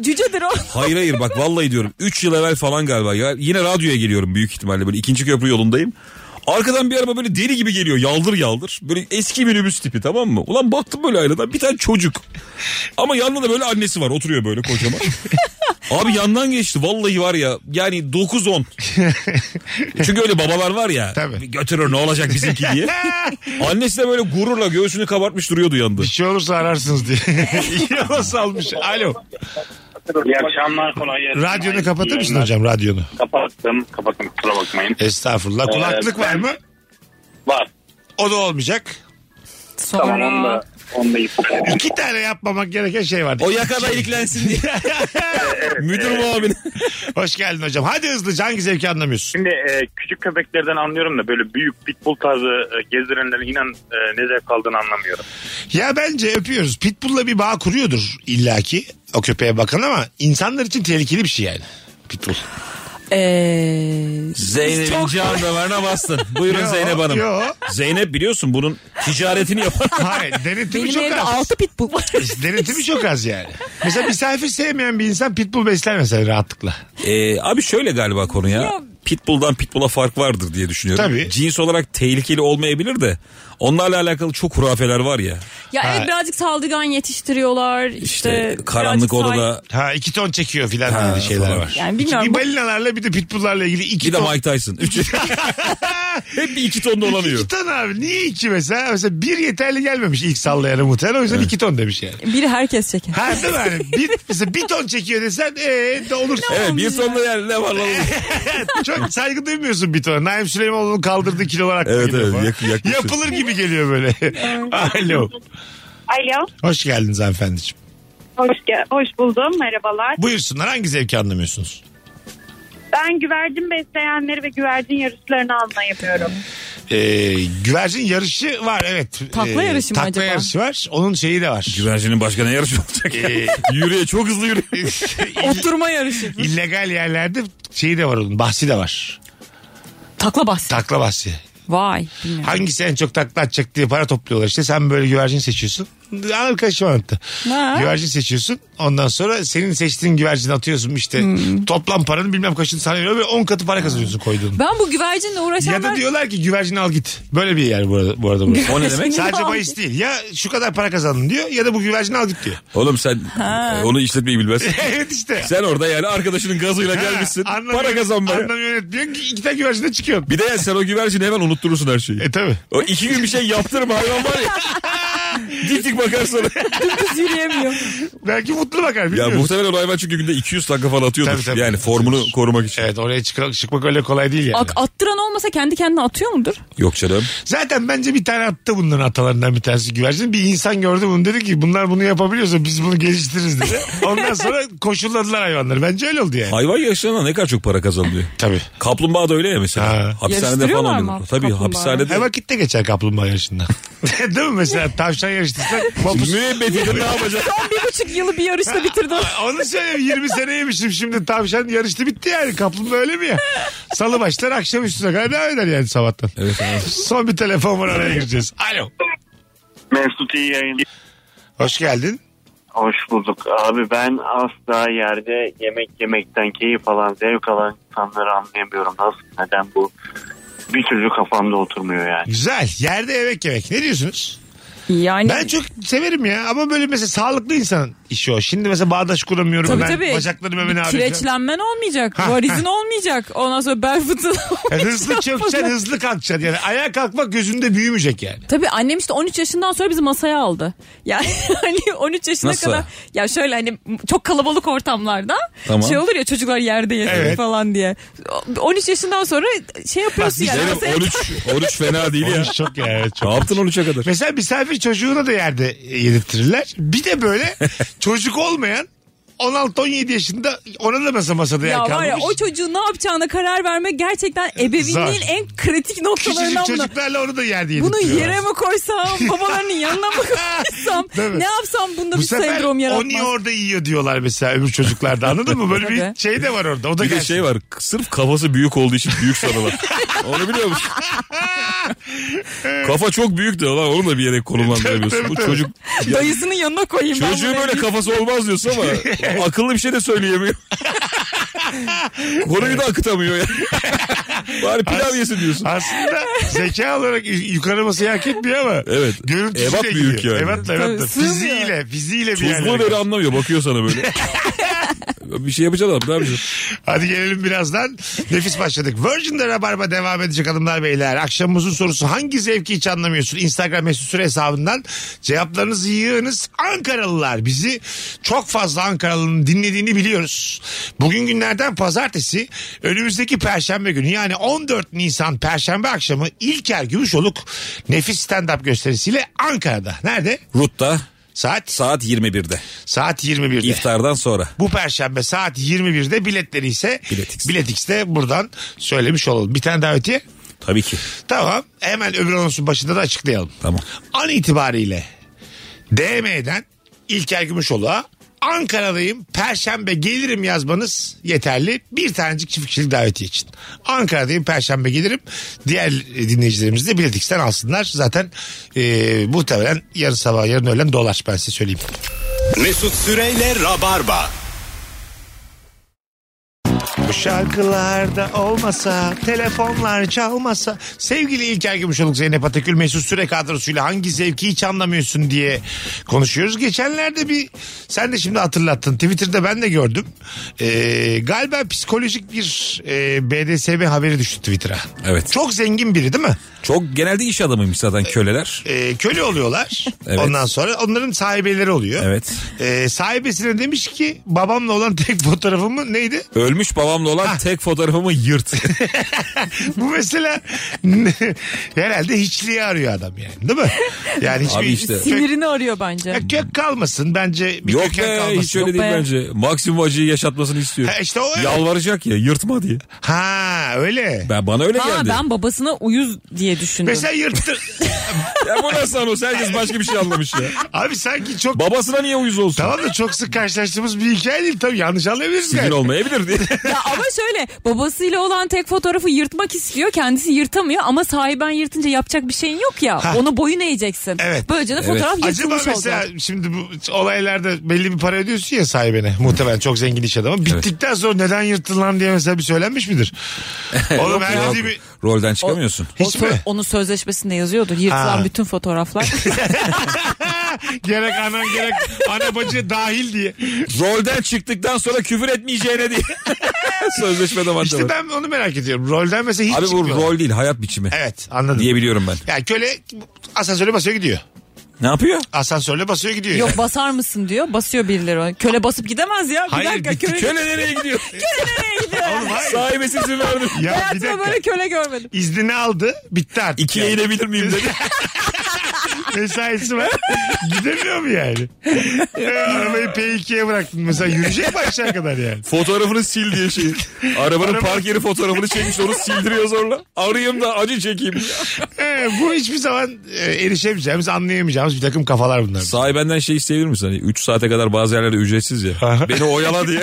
Speaker 4: Cücedir o.
Speaker 3: Hayır hayır bak vallahi diyorum. 3 yıl evvel falan galiba. Ya, yine radyoya geliyorum büyük ihtimalle böyle ikinci köprü yolundayım. Arkadan bir araba böyle deli gibi geliyor yaldır yaldır. Böyle eski minibüs tipi tamam mı? Ulan baktım böyle aynadan bir tane çocuk. Ama yanında da böyle annesi var oturuyor böyle kocaman. Abi yandan geçti vallahi var ya yani 9-10. Çünkü öyle babalar var ya
Speaker 2: Tabii.
Speaker 3: götürür ne olacak bizimki diye. Annesi de böyle gururla göğsünü kabartmış duruyordu yanında.
Speaker 2: Bir şey olursa ararsınız diye. Yola salmış. Alo.
Speaker 8: İyi akşamlar kolay gelsin.
Speaker 2: Radyonu
Speaker 8: Ay,
Speaker 2: kapatır
Speaker 8: iyi
Speaker 2: mısın
Speaker 8: yayınlar.
Speaker 2: hocam radyonu?
Speaker 8: Kapattım. Kapattım kusura bakmayın.
Speaker 2: Estağfurullah. Kulaklık
Speaker 8: Ee,
Speaker 2: var
Speaker 8: ben-
Speaker 2: mı?
Speaker 8: Var.
Speaker 2: O da olmayacak.
Speaker 4: Sonra.
Speaker 8: Tamam onu da, onu da yapıp-
Speaker 2: İki tane yapmamak gereken şey var.
Speaker 3: O yakada iliklensin diye. Müdür muavini.
Speaker 2: Hoş geldin hocam. Hadi hızlıca hangi zevki anlamıyorsun?
Speaker 8: Şimdi e, küçük köpeklerden anlıyorum da böyle büyük pitbull tarzı e, gezdirenlerin inan e, ne zevk aldığını anlamıyorum.
Speaker 2: Ya bence öpüyoruz. Pitbull'la bir bağ kuruyordur illaki o köpeğe bakan ama insanlar için tehlikeli bir şey yani. Pitbull.
Speaker 4: e, Ee,
Speaker 3: Zeynep'in can damarına bastın. Buyurun
Speaker 2: Yo,
Speaker 3: Zeynep Hanım.
Speaker 2: yo.
Speaker 3: Zeynep biliyorsun bunun ticaretini yapar.
Speaker 2: Hayır denetimi
Speaker 4: benim
Speaker 2: çok
Speaker 4: evde
Speaker 2: az.
Speaker 4: 6 pitbull var.
Speaker 2: Denetimi çok az yani. Mesela misafir sevmeyen bir insan pitbull besler mesela rahatlıkla.
Speaker 3: Ee, abi şöyle galiba konu ya.
Speaker 4: Ya-
Speaker 3: Pitbull'dan pitbull'a fark vardır diye düşünüyorum.
Speaker 2: Tabii.
Speaker 3: Cins olarak tehlikeli olmayabilir de onlarla alakalı çok hurafeler var ya.
Speaker 4: Ya
Speaker 2: Ha.
Speaker 4: evet birazcık saldırgan yetiştiriyorlar. İşte,
Speaker 3: İşte karanlık
Speaker 4: birazcık
Speaker 3: odada
Speaker 4: sahip-
Speaker 2: Ha iki ton çekiyor filan
Speaker 3: Ha,
Speaker 2: dediği şeyler
Speaker 3: falan.
Speaker 2: var.
Speaker 4: Yani bilmiyorum,
Speaker 2: Bir
Speaker 4: bu-
Speaker 2: balinalarla bir de pitbulllarla ilgili iki
Speaker 3: bir de
Speaker 2: ton.
Speaker 3: Mike Tyson. Üç- Hep bir iki tonda olamıyor.
Speaker 2: İki ton abi. Niye iki mesela? Mesela bir yeterli gelmemiş ilk sallayana muhtemelen. O yüzden iki ton demiş yani.
Speaker 4: Biri herkes çeker.
Speaker 2: Ha değil mi? Hani bir, mesela bir ton çekiyor desen ee, de olur.
Speaker 3: Evet bir tonda yani ne var lan? oğlum?
Speaker 2: Çok saygı duymuyorsun bir tona. Naim Süleymanoğlu'nun kaldırdığı kilolar hakkında
Speaker 3: Evet,
Speaker 2: geliyor
Speaker 3: evet.
Speaker 2: falan.
Speaker 3: Yak- yaklaşık.
Speaker 2: Yapılır gibi geliyor böyle. Alo.
Speaker 7: Alo.
Speaker 2: Hoş geldiniz hanımefendiciğim.
Speaker 7: Hoş, ge- hoş buldum. Merhabalar.
Speaker 2: Buyursunlar hangi zevki anlamıyorsunuz?
Speaker 7: Ben güvercin besleyenleri ve güvercin yarışlarını anlayamıyorum.
Speaker 2: Ee, güvercin yarışı var evet.
Speaker 4: Takla
Speaker 2: Ee,
Speaker 4: yarışı mı
Speaker 2: takla
Speaker 4: acaba?
Speaker 2: yarışı var. Onun şeyi de var.
Speaker 3: Güvercinin başka ne yarışı olacak?
Speaker 2: Ee,
Speaker 3: Yürüye çok hızlı yürüyor.
Speaker 4: Oturma yarışı.
Speaker 2: şey illegal yerlerde şeyi de var onun bahsi de var.
Speaker 4: Takla bahsi.
Speaker 2: Takla bahsi.
Speaker 4: Vay. bilmiyorum.
Speaker 2: Hangisi en çok takla atacak diye para topluyorlar işte. Sen böyle güvercin seçiyorsun. Arkadaşım anlattı.
Speaker 4: Ha.
Speaker 2: Güvercin seçiyorsun. Ondan sonra senin seçtiğin güvercini atıyorsun işte. Toplam paranın bilmem kaçını sana veriyor ve 10 katı para kazanıyorsun koyduğun.
Speaker 4: Ben bu güvercinle
Speaker 2: Ya da
Speaker 4: uğraşanlar...
Speaker 2: diyorlar ki güvercini al git. Böyle bir yer bu arada, bu arada burası.
Speaker 3: O ne demek?
Speaker 2: Sadece bahis değil. Ya şu kadar para kazandın diyor ya da bu güvercini al git diyor.
Speaker 3: Oğlum sen e, onu işletmeyi bilmezsin.
Speaker 2: evet işte.
Speaker 3: sen orada yani arkadaşının gazıyla
Speaker 2: Ha,
Speaker 3: gelmişsin.
Speaker 2: anlamıyor-
Speaker 3: Para kazanmaya.
Speaker 2: Anlamıyor yönetmiyor. İki tane güvercin de çıkıyorsun.
Speaker 3: Bir de yani sen o güvercini hemen unutturursun her şeyi.
Speaker 2: E tabi.
Speaker 3: O iki gün bir şey yaptırma hayvan var ya. dik dik bakar sana.
Speaker 4: Dümdüz yürüyemiyor.
Speaker 2: Belki mutlu bakar.
Speaker 3: ya
Speaker 2: Bilmiyoruz.
Speaker 3: muhtemelen o hayvan çünkü günde 200 dakika falan atıyordur.
Speaker 2: Tabii, tabii.
Speaker 3: yani formunu korumak için.
Speaker 2: Evet oraya çıkmak, çıkmak öyle kolay değil yani.
Speaker 4: Ak- attıran olmasa kendi kendine atıyor mudur?
Speaker 3: Yok canım.
Speaker 2: Zaten bence bir tane attı bunların atalarından bir tanesi güvercin. Bir insan gördü bunu dedi ki bunlar bunu yapabiliyorsa biz bunu geliştiririz dedi. Ondan sonra koşulladılar hayvanları. Bence öyle oldu yani.
Speaker 3: Hayvan yaşlarına ne kadar çok para kazanıyor.
Speaker 2: Tabii.
Speaker 3: Kaplumbağa da öyle ya mesela.
Speaker 2: Ha.
Speaker 3: Hapishanede
Speaker 4: Yarıştırıyorlar
Speaker 3: falan
Speaker 4: mı
Speaker 3: oynuyor. Tabii
Speaker 4: kaplumbağayı?
Speaker 3: hapishanede.
Speaker 2: Her vakitte geçer kaplumbağa yarışında. Değil mi mesela tavşan yarıştırsak mapus.
Speaker 3: Müebbetinde ne yapacak?
Speaker 4: Son bir buçuk yılı bir yarışta bitirdim.
Speaker 2: Onu söyleyeyim 20 seneymişim şimdi tavşan yarıştı bitti yani kaplumbağa öyle mi ya? Salı başlar akşam üstüne kadar devam eder yani sabahtan.
Speaker 3: Evet, evet.
Speaker 2: Son bir telefon var araya gireceğiz. Alo.
Speaker 9: Mesut iyi yayın.
Speaker 2: Hoş geldin.
Speaker 9: Hoş bulduk. Abi ben asla yerde yemek yemekten keyif alan, zevk alan insanları anlayamıyorum. Nasıl, neden bu? Bir türlü kafamda oturmuyor yani.
Speaker 2: Güzel. Yerde yemek yemek. Ne diyorsunuz?
Speaker 4: Yani
Speaker 2: Ben çok severim ya ama böyle mesela sağlıklı insanın işi o. Şimdi mesela bağdaş kuramıyorum
Speaker 4: tabii
Speaker 2: ben.
Speaker 4: tabii.
Speaker 2: Bacaklarım hemen ağrıyor.
Speaker 4: Kireçlenmen olmayacak.
Speaker 2: Ha,
Speaker 4: Varizin
Speaker 2: ha.
Speaker 4: olmayacak. Ondan sonra bel fıtığı
Speaker 2: Yani
Speaker 4: olmayacak.
Speaker 2: hızlı çökeceksin hızlı kalkacaksın yani. Ayağa kalkmak gözünde büyümeyecek yani.
Speaker 4: Tabii annem işte 13 yaşından sonra bizi masaya aldı. Yani hani 13 yaşına
Speaker 3: Nasıl?
Speaker 4: kadar ya şöyle hani çok kalabalık ortamlarda
Speaker 3: Tamam.
Speaker 4: şey olur ya çocuklar yerde yesin
Speaker 2: Evet.
Speaker 4: falan diye. 13 yaşından sonra şey yapıyorsun yani.
Speaker 3: Zeynep
Speaker 4: masaya-
Speaker 3: 13, 13 fena değil ya.
Speaker 2: Oğlum çok ya evet, çok.
Speaker 3: Ne yaptın 13'e kadar?
Speaker 2: Mesela misafir çocuğuna da yerde yedirtirler. Bir de böyle çocuk olmayan 16-17 yaşında ona da masa masada yer
Speaker 4: Ya var
Speaker 2: kalmış.
Speaker 4: ya o çocuğun ne yapacağına karar vermek gerçekten ebeveynliğin
Speaker 2: Zor.
Speaker 4: en kritik
Speaker 2: Küçücük
Speaker 4: noktalarından biri.
Speaker 2: çocuklarla onu da yerde
Speaker 4: Bunu
Speaker 2: yedirtiyorlar.
Speaker 4: yere mi koysam, babalarının yanına mı koysam?
Speaker 2: Değil mi?
Speaker 4: ne yapsam bunda
Speaker 2: Bu
Speaker 4: bir
Speaker 2: sefer
Speaker 4: sendrom
Speaker 2: o
Speaker 4: yaratmaz.
Speaker 2: niye orada yiyor diyorlar mesela öbür çocuklarda anladın mı? Böyle bir
Speaker 4: Tabii.
Speaker 2: şey de var orada. O da
Speaker 3: Bir de
Speaker 2: gelsin.
Speaker 3: şey var. Sırf kafası büyük olduğu için büyük sanırlar. Onu biliyor musun? Kafa çok büyük diyor lan. Onu da bir yere konumlandıramıyorsun. Bu çocuk
Speaker 4: Dayısının yanına koyayım ben
Speaker 3: Çocuğu
Speaker 4: bunu
Speaker 3: böyle
Speaker 4: evliyim.
Speaker 3: kafası olmaz diyorsun ama o akıllı bir şey de söyleyemiyor. Konuyu da akıtamıyor ya. Bari pilav yesin diyorsun.
Speaker 2: Aslında zeka olarak y- yukarı masayı hak etmiyor ama.
Speaker 3: Evet.
Speaker 2: Görüntüsüyle
Speaker 3: Ebat
Speaker 2: gidiyor.
Speaker 3: büyük yani.
Speaker 2: Ebat da ebat da.
Speaker 4: Tabii, sığmıyor.
Speaker 2: Fiziğiyle, fiziğile bir
Speaker 3: Tuzluğu böyle
Speaker 2: yerde.
Speaker 3: anlamıyor. Bakıyor sana böyle. bir şey yapacağım abi ne yapacağım?
Speaker 2: Hadi gelelim birazdan. Nefis başladık. Virgin'de Rabarba devam edecek hanımlar beyler. Akşamımızın sorusu hangi zevki hiç anlamıyorsun? Instagram mesut süre hesabından cevaplarınızı yığınız. Ankaralılar bizi çok fazla Ankaralı'nın dinlediğini biliyoruz. Bugün günlerden pazartesi önümüzdeki perşembe günü yani 14 Nisan perşembe akşamı İlker Gümüşoluk nefis stand-up gösterisiyle Ankara'da. Nerede?
Speaker 3: Rutta
Speaker 2: Saat
Speaker 3: saat 21'de.
Speaker 2: saat 21'de.
Speaker 3: İftardan sonra.
Speaker 2: Bu perşembe saat 21'de biletleri ise
Speaker 3: Bilet X'te.
Speaker 2: Bilet X'te buradan söylemiş olalım. Bir tane davetiye.
Speaker 3: Tabii ki.
Speaker 2: Tamam. Hemen öbür anonsun başında da açıklayalım.
Speaker 3: Tamam.
Speaker 2: An itibariyle DM'den İlker Gümüşoğlu'na Ankara'dayım perşembe gelirim yazmanız yeterli. Bir tanecik çift kişilik davetiye için. Ankara'dayım perşembe gelirim. Diğer e, dinleyicilerimiz de Bilet X'ten alsınlar. Zaten e, muhtemelen yarın sabah yarın öğlen dolar ben size söyleyeyim.
Speaker 1: Mesut Süreyle Rabarba.
Speaker 2: Bu şarkılarda olmasa, telefonlar çalmasa. Sevgili İlker Gümüşoluk, Zeynep Atakül, Mesut Süre kadrosuyla hangi zevki hiç anlamıyorsun diye konuşuyoruz. Geçenlerde bir, sen de şimdi hatırlattın. Twitter'da ben de gördüm. Ee, galiba psikolojik bir e, BDSM haberi düştü Twitter'a.
Speaker 3: Evet.
Speaker 2: Çok zengin biri değil mi?
Speaker 3: Çok genelde iş adamıymış zaten köleler.
Speaker 2: Ee, köle oluyorlar.
Speaker 3: Evet.
Speaker 2: Ondan sonra onların sahibeleri oluyor.
Speaker 3: Evet.
Speaker 2: Ee, sahibesine demiş ki babamla olan tek fotoğrafımı neydi?
Speaker 3: Ölmüş babamla olan tek fotoğrafımı yırt.
Speaker 2: Bu mesela herhalde hiçliği arıyor adam yani değil mi? Yani hiçbir
Speaker 3: Abi işte.
Speaker 4: Sinirini arıyor bence.
Speaker 2: Ya kök kalmasın bence. Bir
Speaker 3: Yok
Speaker 2: köken
Speaker 3: be
Speaker 2: kalmasın.
Speaker 3: hiç öyle
Speaker 4: Yok
Speaker 3: değil
Speaker 4: be.
Speaker 3: bence. Maksimum acıyı yaşatmasını istiyor.
Speaker 2: Ha, işte o öyle.
Speaker 3: Yalvaracak ya yırtma diye.
Speaker 2: Ha öyle.
Speaker 3: Ben bana öyle
Speaker 4: Ha
Speaker 3: geldi.
Speaker 4: ben babasına uyuz diye düşündüm.
Speaker 2: Mesela yırttır.
Speaker 3: Ya bu nasıl anons? Herkes başka bir şey anlamış ya.
Speaker 2: Abi sanki çok
Speaker 3: Babasına niye uyuz olsun?
Speaker 2: tamam da çok sık karşılaştığımız bir hikaye değil. Tabii yanlış anlayabiliriz.
Speaker 3: Sizin
Speaker 2: galiba.
Speaker 3: olmayabilir diye.
Speaker 4: Ya Ama şöyle babasıyla olan tek fotoğrafı yırtmak istiyor. Kendisi yırtamıyor ama sahiben yırtınca yapacak bir şeyin yok ya.
Speaker 2: Ha.
Speaker 4: Onu boyun eğeceksin.
Speaker 2: Evet.
Speaker 4: Böylece de fotoğraf
Speaker 2: Acaba
Speaker 4: yırtılmış
Speaker 2: mesela
Speaker 4: olacak.
Speaker 2: şimdi bu olaylarda belli bir para ödüyorsun ya sahibine. Muhtemelen çok zengin iş adamı. Bittikten sonra neden yırttın lan diye mesela bir söylenmiş midir? Oğlum her şey
Speaker 3: Ya,
Speaker 2: dediğimi...
Speaker 3: rolden çıkamıyorsun.
Speaker 4: O
Speaker 2: Hiç
Speaker 4: sö-
Speaker 2: mi?
Speaker 4: Onun sözleşmesinde yazıyordu. Yırtılan
Speaker 2: Ha.
Speaker 4: bütün fotoğraflar.
Speaker 2: gerek anan gerek ana bacı dahil diye.
Speaker 3: Rolden çıktıktan sonra küfür etmeyeceğine diye. Sözleşmede madde
Speaker 2: İşte
Speaker 3: var.
Speaker 2: ben onu merak ediyorum. Rolden mesela hiç
Speaker 3: Abi bu
Speaker 2: çıkmıyor.
Speaker 3: rol değil hayat biçimi
Speaker 2: Evet anladım.
Speaker 3: diyebiliyorum ben.
Speaker 2: Yani köle asansöre basıyor gidiyor.
Speaker 3: Ne yapıyor?
Speaker 2: Asansörle basıyor gidiyor.
Speaker 4: Yok basar mısın diyor. Basıyor birileri ona. Köle basıp gidemez ya. Bir
Speaker 3: Hayır
Speaker 4: dakika
Speaker 3: bitti.
Speaker 4: köle,
Speaker 3: Köle, nereye gidiyor?
Speaker 4: nereye gidiyor?
Speaker 2: Oğlum hayır.
Speaker 3: Sahibesiz izin verdim.
Speaker 2: Ya bir
Speaker 4: Hayatımda
Speaker 2: dakika.
Speaker 4: böyle köle görmedim.
Speaker 2: İznini aldı. Bitti artık.
Speaker 3: İkiye
Speaker 2: yani.
Speaker 3: inebilir miyim dedi.
Speaker 2: Mesaisi var. Gidemiyor mu yani? Ee, Arabayı P2'ye bıraktın mesela. Yürüyecek mi aşağı kadar yani?
Speaker 3: Fotoğrafını sil diye şey. Arabanın park yeri fotoğrafını çekmiş onu sildiriyor zorla. Arayayım da acı çekeyim.
Speaker 2: Ee, bu hiçbir zaman e, erişemeyeceğimiz, anlayamayacağız bir takım kafalar bunlar.
Speaker 3: Sahibenden şey isteyebilir misin? Hani 3 saate kadar bazı yerlerde ücretsiz ya. Beni oyala diye.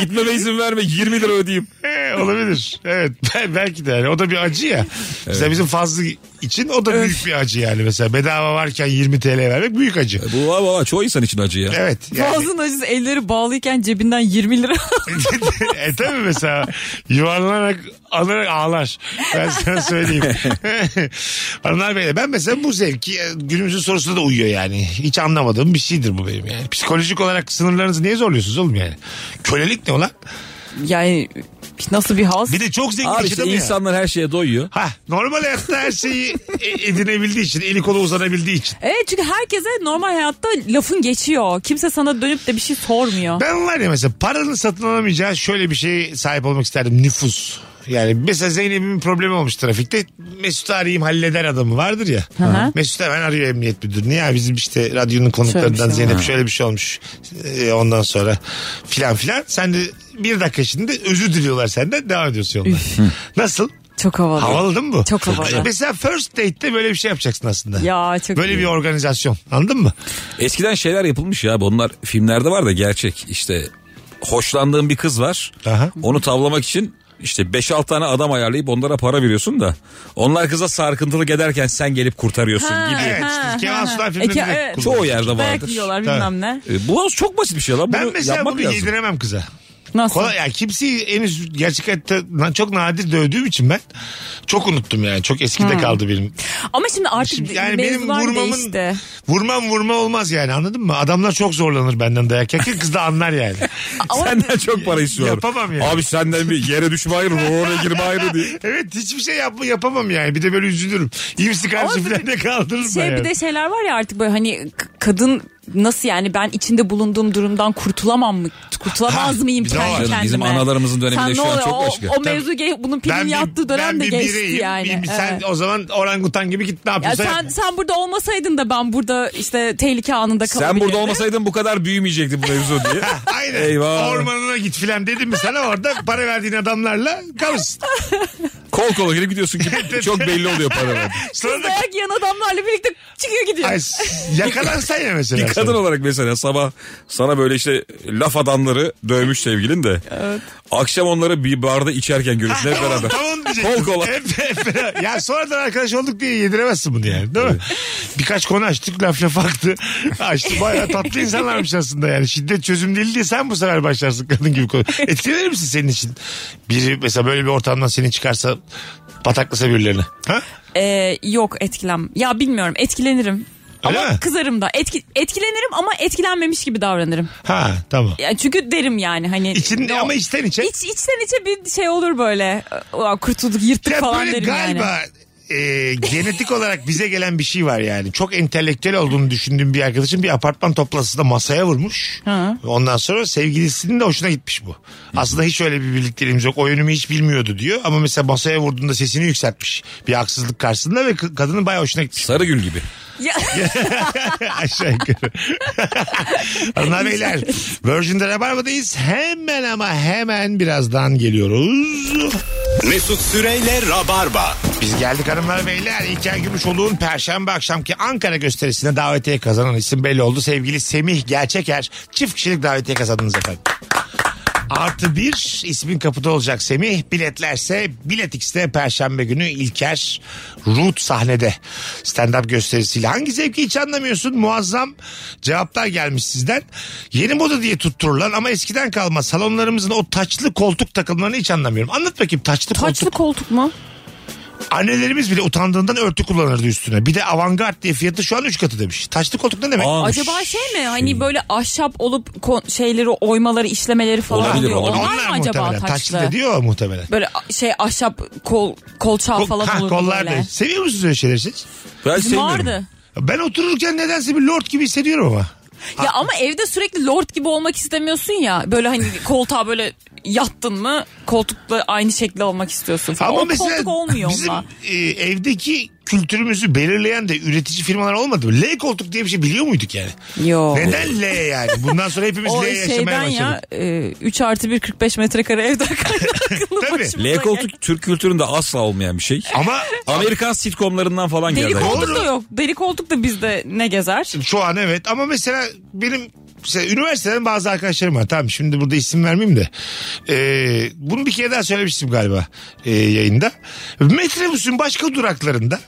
Speaker 3: Gitmeme izin verme 20 lira ödeyeyim.
Speaker 2: Ee, olabilir. Evet. Bel- Belki de yani. O da bir acı ya. Mesela bizim fazla için o da büyük bir acı yani. Mesela bedava varken 20 TL vermek büyük acı.
Speaker 3: Bu valla çoğu insan için acı ya.
Speaker 2: Evet. Yani.
Speaker 4: Fazlın acısı elleri bağlıyken cebinden 20 lira.
Speaker 2: e tabii mesela yuvarlanarak anarak ağlar. Ben sana söyleyeyim. Hanımlar beyler ben mesela bu zevki e, günümüzün sorusuna da uyuyor yani. Hiç anlamadığım bir şeydir bu benim yani. Psikolojik olarak sınırlarınızı niye zorluyorsunuz oğlum yani? Kölelik ne ulan?
Speaker 4: yani nasıl bir haz?
Speaker 2: Bir şey de çok zengin
Speaker 3: Abi
Speaker 2: Abi
Speaker 3: işte insanlar her şeye doyuyor.
Speaker 2: Ha, normal hayatta her şeyi e- edinebildiği için, eli kolu uzanabildiği için.
Speaker 4: Evet çünkü herkese normal hayatta lafın geçiyor. Kimse sana dönüp de bir şey sormuyor.
Speaker 2: Ben var ya mesela paranın satın alamayacağı şöyle bir şeye sahip olmak isterdim. Nüfus. Yani mesela Zeynep'in bir problemi olmuş trafikte. Mesut arayayım halleder adamı vardır ya.
Speaker 4: hı.
Speaker 2: Mesut hemen arıyor emniyet müdürünü. Ya bizim işte radyonun konuklarından
Speaker 4: Şöyle bir şey
Speaker 2: Zeynep şöyle bir şey olmuş. Ee, ondan sonra filan filan. Sen de bir dakika şimdi özür diliyorlar senden. Devam ediyorsun yoluna. Nasıl?
Speaker 4: Çok havalı.
Speaker 2: Havalı değil mi bu?
Speaker 4: Çok havalı.
Speaker 2: Mesela first date'te böyle bir şey yapacaksın aslında.
Speaker 4: Ya çok
Speaker 2: Böyle
Speaker 4: iyi.
Speaker 2: bir organizasyon anladın mı?
Speaker 3: Eskiden şeyler yapılmış ya. Bunlar filmlerde var da gerçek. İşte hoşlandığın bir kız var.
Speaker 2: Aha.
Speaker 3: Onu tavlamak için işte 5-6 tane adam ayarlayıp onlara para veriyorsun da onlar kıza sarkıntılık ederken sen gelip kurtarıyorsun gibi.
Speaker 2: Evet.
Speaker 4: Ha,
Speaker 2: işte Kemal
Speaker 4: ha,
Speaker 2: Sunal
Speaker 4: ha.
Speaker 2: filminde
Speaker 4: E, ke-
Speaker 2: direkt
Speaker 4: evet.
Speaker 2: kullanıyor.
Speaker 3: Çoğu yerde
Speaker 4: Dayak
Speaker 3: vardır.
Speaker 4: yiyorlar
Speaker 2: Tabii.
Speaker 4: bilmem ne.
Speaker 3: E, Bu çok basit bir şey lan.
Speaker 2: Ben
Speaker 3: Bunu
Speaker 2: mesela
Speaker 3: yapmak
Speaker 2: bunu
Speaker 3: lazım.
Speaker 2: yediremem kıza.
Speaker 4: Nasıl?
Speaker 2: Kolay, yani kimseyi en üst gerçek hayatta na- çok nadir dövdüğüm için ben çok unuttum yani. Çok eskide kaldı benim.
Speaker 4: Ama şimdi artık
Speaker 2: Şimdi yani benim
Speaker 4: Hmm. mevzular
Speaker 2: vurmamın
Speaker 4: değişti.
Speaker 2: vurmam vurma olmaz yani anladın mı? Adamlar çok zorlanır benden dayak yerken kız da anlar yani.
Speaker 4: Ama
Speaker 3: Senden çok para istiyorlar.
Speaker 2: Yapamam yani.
Speaker 3: Abi senden bir yere düşme ayrı, oraya girme ayrı diye.
Speaker 2: evet hiçbir şey yapma, yapamam yani. Bir de böyle üzülürüm. İmsi karşı
Speaker 4: Ama bir-
Speaker 2: falan ne kaldırırım ben
Speaker 4: şey bir
Speaker 2: yani.
Speaker 4: de şeyler var ya artık böyle hani k- kadın nasıl yani ben içinde bulunduğum durumdan kurtulamam mı? Kurtulamaz
Speaker 2: Ha,
Speaker 4: mıyım
Speaker 2: bir de
Speaker 4: kendi
Speaker 2: o var.
Speaker 4: kendime?
Speaker 3: Canım, bizim analarımızın döneminde
Speaker 4: Sen
Speaker 3: şu
Speaker 4: ne
Speaker 3: an
Speaker 4: oluyor?
Speaker 3: çok
Speaker 4: o,
Speaker 3: başka.
Speaker 4: O mevzu ge- bunun pilin
Speaker 2: bir-
Speaker 4: yattığı dönem de
Speaker 2: bir
Speaker 4: geçti
Speaker 2: bireyim,
Speaker 4: yani.
Speaker 2: bir- sen
Speaker 4: Evet.
Speaker 2: o zaman orangutan gibi git ne
Speaker 4: Ya
Speaker 2: yapıyorsan
Speaker 4: sen
Speaker 2: yap.
Speaker 4: sen burada olmasaydın da ben burada işte tehlike anında kalabilirdim.
Speaker 3: Sen burada olmasaydın bu kadar büyümeyecekti bu mevzu diye.
Speaker 2: Aynen.
Speaker 3: Eyvah.
Speaker 2: Ormanına git filan dedim mi sana orada para verdiğin adamlarla kalırsın.
Speaker 3: Kol kola girip gidiyorsun ki çok belli oluyor para verdi.
Speaker 2: Sonra da
Speaker 4: Dayak yiyen adamlarla birlikte çıkıyor gidiyor.
Speaker 2: Ay, yakalansan ya mesela.
Speaker 3: Bir kadın
Speaker 2: sonra.
Speaker 3: olarak mesela sabah sana böyle işte laf adamları dövmüş sevgilin de. Akşam onları bir barda içerken görürsün hep
Speaker 2: Tamam,
Speaker 3: beraber.
Speaker 2: tamam diyecektim.
Speaker 3: Kol kola.
Speaker 2: Hep, hep beraber. ya sonradan arkadaş olduk diye yediremezsin bunu yani değil mi? Birkaç konu açtık laf laf aktı. Açtı bayağı tatlı insanlarmış aslında yani. Şiddet çözüm değil diye sen bu sefer başlarsın kadın gibi konu. Etkilenir misin senin için? Biri mesela böyle bir ortamdan seni çıkarsa pataklasa birilerini. Ha?
Speaker 4: Ee, yok etkilen. Ya bilmiyorum etkilenirim.
Speaker 2: Öyle
Speaker 4: ama
Speaker 2: mi?
Speaker 4: kızarım da. Etki, etkilenirim ama etkilenmemiş gibi davranırım.
Speaker 2: Ha tamam.
Speaker 4: Yani çünkü derim yani hani.
Speaker 2: İçinde
Speaker 4: Ya,
Speaker 2: ama içten içe.
Speaker 4: iç, içten içe bir şey olur böyle. Ee, Ulan kurtulduk yırttık
Speaker 2: Ya
Speaker 4: falan
Speaker 2: böyle
Speaker 4: derim yani.
Speaker 2: galiba e, genetik olarak bize gelen bir şey var yani. Çok entelektüel olduğunu düşündüğüm bir arkadaşım bir apartman toplantısında masaya vurmuş. Ondan sonra sevgilisinin de hoşuna gitmiş bu. Aslında hiç öyle bir birlikteliğimiz yok. O yönümü hiç bilmiyordu diyor ama mesela masaya vurduğunda sesini yükseltmiş. Bir haksızlık karşısında ve k- kadının bayağı hoşuna gitmiş.
Speaker 3: Sarı gül gibi.
Speaker 4: Ya,
Speaker 2: Aşağı yukarı. Hanımlar beyler Virgin'de Rabarba'dayız. Hemen ama hemen birazdan geliyoruz.
Speaker 1: Mesut Süreyle Rabarba.
Speaker 2: Biz geldik hanımlar beyler. İlker Gümüşoğlu'nun Perşembe akşamki Ankara gösterisine davetiye kazanan isim belli oldu. Sevgili Semih Gerçeker çift kişilik davetiye kazandınız efendim. Artı bir ismin kapıda olacak Semih. Biletlerse Bilet X'te Perşembe günü İlker Root sahnede stand-up gösterisiyle. Hangi zevki hiç anlamıyorsun muazzam cevaplar gelmiş sizden. Yeni moda diye tutturulan ama eskiden kalma salonlarımızın o taçlı koltuk takımlarını hiç anlamıyorum. Anlat bakayım taçlı,
Speaker 4: Taçlı
Speaker 2: koltuk.
Speaker 4: koltuk mu?
Speaker 2: Annelerimiz bile utandığından örtü kullanırdı üstüne. Bir de avantgard diye fiyatı şu an 3 katı demiş. Taçlı koltuk ne demek?
Speaker 3: Aa,
Speaker 4: Acaba şey mi hani böyle ahşap olup ko- şeyleri oymaları işlemeleri falan
Speaker 3: Olabilir,
Speaker 4: oluyor.
Speaker 3: olabilir.
Speaker 4: Onlar mı acaba
Speaker 2: muhtemelen.
Speaker 4: taçlı?
Speaker 2: Taçlı diyor o muhtemelen.
Speaker 4: Böyle a- şey ahşap kol kolçağı
Speaker 2: Kol-
Speaker 4: falan
Speaker 2: ha,
Speaker 4: olurdu
Speaker 2: kollar
Speaker 4: böyle.
Speaker 2: da. Seviyor musunuz öyle şeyleri siz?
Speaker 3: Ben
Speaker 4: Bizim
Speaker 3: sevmiyorum.
Speaker 4: vardı.
Speaker 2: Ben otururken nedense bir lord gibi hissediyorum ama.
Speaker 4: Ya ama evde sürekli lord gibi olmak istemiyorsun ya. Böyle hani koltuğa böyle yattın mı koltukla aynı şekilde olmak istiyorsun. Falan.
Speaker 2: Ama
Speaker 4: o
Speaker 2: mesela
Speaker 4: koltuk olmuyor
Speaker 2: bizim
Speaker 4: onunla.
Speaker 2: e, evdeki kültürümüzü belirleyen de üretici firmalar olmadı mı? L koltuk diye bir şey biliyor muyduk yani?
Speaker 4: Yok.
Speaker 2: Neden L yani? Bundan sonra hepimiz
Speaker 4: O
Speaker 2: L yaşamaya
Speaker 4: şeyden ya
Speaker 2: başladık.
Speaker 4: e, 3 artı 1 45 metrekare evde
Speaker 2: Tabii.
Speaker 3: L koltuk Türk kültüründe asla olmayan bir şey.
Speaker 2: Ama
Speaker 3: Amerikan sitcomlarından falan
Speaker 4: Deli
Speaker 3: geldi.
Speaker 4: koltuk
Speaker 2: Doğru.
Speaker 4: da yok. Deli koltuk da bizde ne gezer?
Speaker 2: şu an evet ama mesela benim mesela üniversiteden bazı arkadaşlarım var. Tamam şimdi burada isim vermeyeyim de. Ee, bunu bir kere daha söylemiştim galiba e, yayında. Metrobüsün başka duraklarında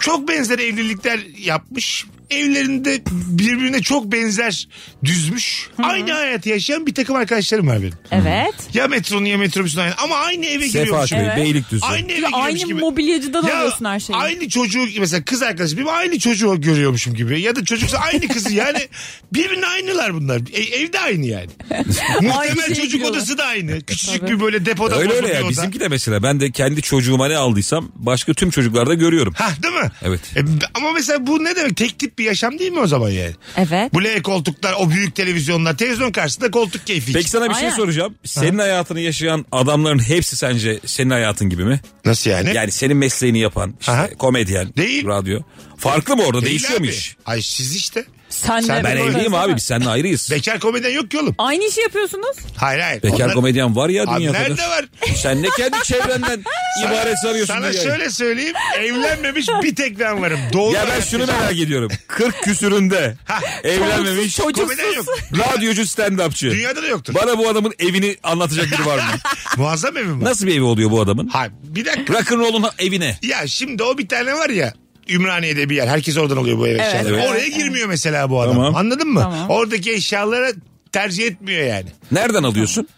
Speaker 2: çok benzer evlilikler yapmış. Evlerinde birbirine çok benzer düzmüş. Aynı hayatı yaşayan bir takım arkadaşlarım var benim.
Speaker 4: Evet.
Speaker 2: Ya metronun ya metrobüsün aynı ama aynı eve giriyormuş
Speaker 3: Sefahat Bey,
Speaker 2: gibi.
Speaker 4: Evet.
Speaker 3: Beylikdüzü.
Speaker 2: Aynı eve
Speaker 4: Ve
Speaker 2: giriyormuş
Speaker 4: aynı
Speaker 2: gibi.
Speaker 4: mobilyacıdan
Speaker 2: Ya
Speaker 4: alıyorsun her şeyi.
Speaker 2: Aynı çocuğu mesela kız arkadaşım benim aynı çocuğu görüyormuşum gibi. Ya da çocuksa aynı kızı yani birbirine aynılar bunlar. E, evde aynı yani.
Speaker 4: Aynı
Speaker 2: Muhtemel
Speaker 4: şeye
Speaker 2: çocuk
Speaker 4: giriyorlar.
Speaker 2: odası da aynı. Küçücük
Speaker 4: Tabii.
Speaker 2: bir böyle depoda.
Speaker 3: Öyle
Speaker 2: kocaman
Speaker 3: öyle
Speaker 2: bir
Speaker 3: ya
Speaker 2: oda.
Speaker 3: bizimki de mesela ben de kendi çocuğuma ne aldıysam başka tüm çocuklarda görüyorum.
Speaker 2: Hah değil mi?
Speaker 3: Evet.
Speaker 2: E, ama mesela bu ne demek? Tek tip bir yaşam değil mi o zaman yani?
Speaker 4: Evet.
Speaker 2: Bu L koltuklar, o büyük televizyonlar, televizyon karşısında koltuk keyfi.
Speaker 3: Peki sana bir şey
Speaker 4: Aynen.
Speaker 3: soracağım. Senin hayatını yaşayan adamların hepsi sence senin hayatın gibi mi?
Speaker 2: Nasıl yani?
Speaker 3: Yani senin mesleğini yapan, işte
Speaker 2: Aha.
Speaker 3: komedyen,
Speaker 2: Değil.
Speaker 3: radyo. Farklı mı orada?
Speaker 2: Değil
Speaker 3: Değişiyor mu
Speaker 2: abi.
Speaker 3: iş?
Speaker 2: Ay siz işte.
Speaker 4: Sen,
Speaker 2: Sen-
Speaker 4: de
Speaker 3: Ben
Speaker 2: Değil mi?
Speaker 3: evliyim abi biz seninle ayrıyız.
Speaker 2: Bekar komedyen yok ki oğlum.
Speaker 4: Aynı işi yapıyorsunuz.
Speaker 2: Hayır hayır.
Speaker 3: Bekar
Speaker 2: Onlar-
Speaker 3: komedyen var ya
Speaker 2: Abi
Speaker 3: dünyada.
Speaker 2: nerede var?
Speaker 3: Sen ne kendi çevrenden ibaret sanıyorsun
Speaker 2: Sana
Speaker 3: dünyayı?
Speaker 2: şöyle söyleyeyim. Evlenmemiş bir tek ben varım. Doğru
Speaker 3: Ya ben
Speaker 2: hayat
Speaker 3: şunu
Speaker 2: yaşayan.
Speaker 3: merak ediyorum. 40 küsüründe evlenmemiş
Speaker 2: Komedyen yok.
Speaker 3: radyocu stand-upçı.
Speaker 2: Dünyada da yoktur.
Speaker 3: Bana bu adamın evini anlatacak biri var mı?
Speaker 2: Muazzam evim var.
Speaker 3: Nasıl bir evi oluyor bu adamın?
Speaker 2: Hayır bir dakika.
Speaker 3: Rock'n'roll'un evine.
Speaker 2: Ya şimdi o bir tane var ya. Ümraniye'de bir yer. Herkes oradan alıyor bu ev eşyaları.
Speaker 3: evet.
Speaker 2: Oraya girmiyor mesela bu adam.
Speaker 3: Tamam.
Speaker 2: Anladın mı?
Speaker 4: Tamam.
Speaker 2: Oradaki eşyalara tercih etmiyor yani.
Speaker 3: Nereden alıyorsun?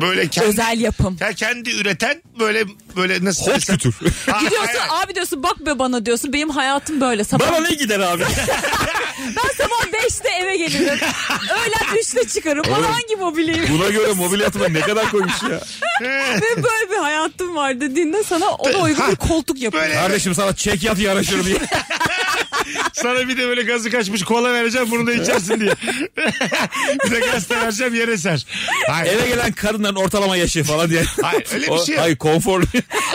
Speaker 2: Böyle kendi,
Speaker 4: Özel yapım.
Speaker 2: Ya kendi üreten böyle böyle nasıl
Speaker 3: Hoş
Speaker 2: desem-
Speaker 3: kütür.
Speaker 2: Ha,
Speaker 4: Gidiyorsun
Speaker 2: hayır.
Speaker 4: abi diyorsun bak be bana diyorsun benim hayatım böyle. Sabah,
Speaker 3: Bana ne gider abi?
Speaker 4: ben sabah 5'te eve gelirim. Öğlen 3'te çıkarım. Bana hangi mobilyayı?
Speaker 3: Buna göre mobilyatına ne kadar koymuş ya.
Speaker 4: Ve böyle bir hayatım var dediğinde sana ona uygun bir koltuk yapıyor.
Speaker 2: Böyle
Speaker 3: Kardeşim sana çek yat yaraşır diye.
Speaker 2: sana bir de böyle gazı kaçmış kola vereceğim bunu da içersin diye. bir de gaz da vereceğim yere ser. Hayır.
Speaker 3: Eve gelen kadınların ortalama yaşı falan diye.
Speaker 2: Hayır, öyle bir
Speaker 3: O-
Speaker 2: şey yok.
Speaker 3: Hayır konforlu.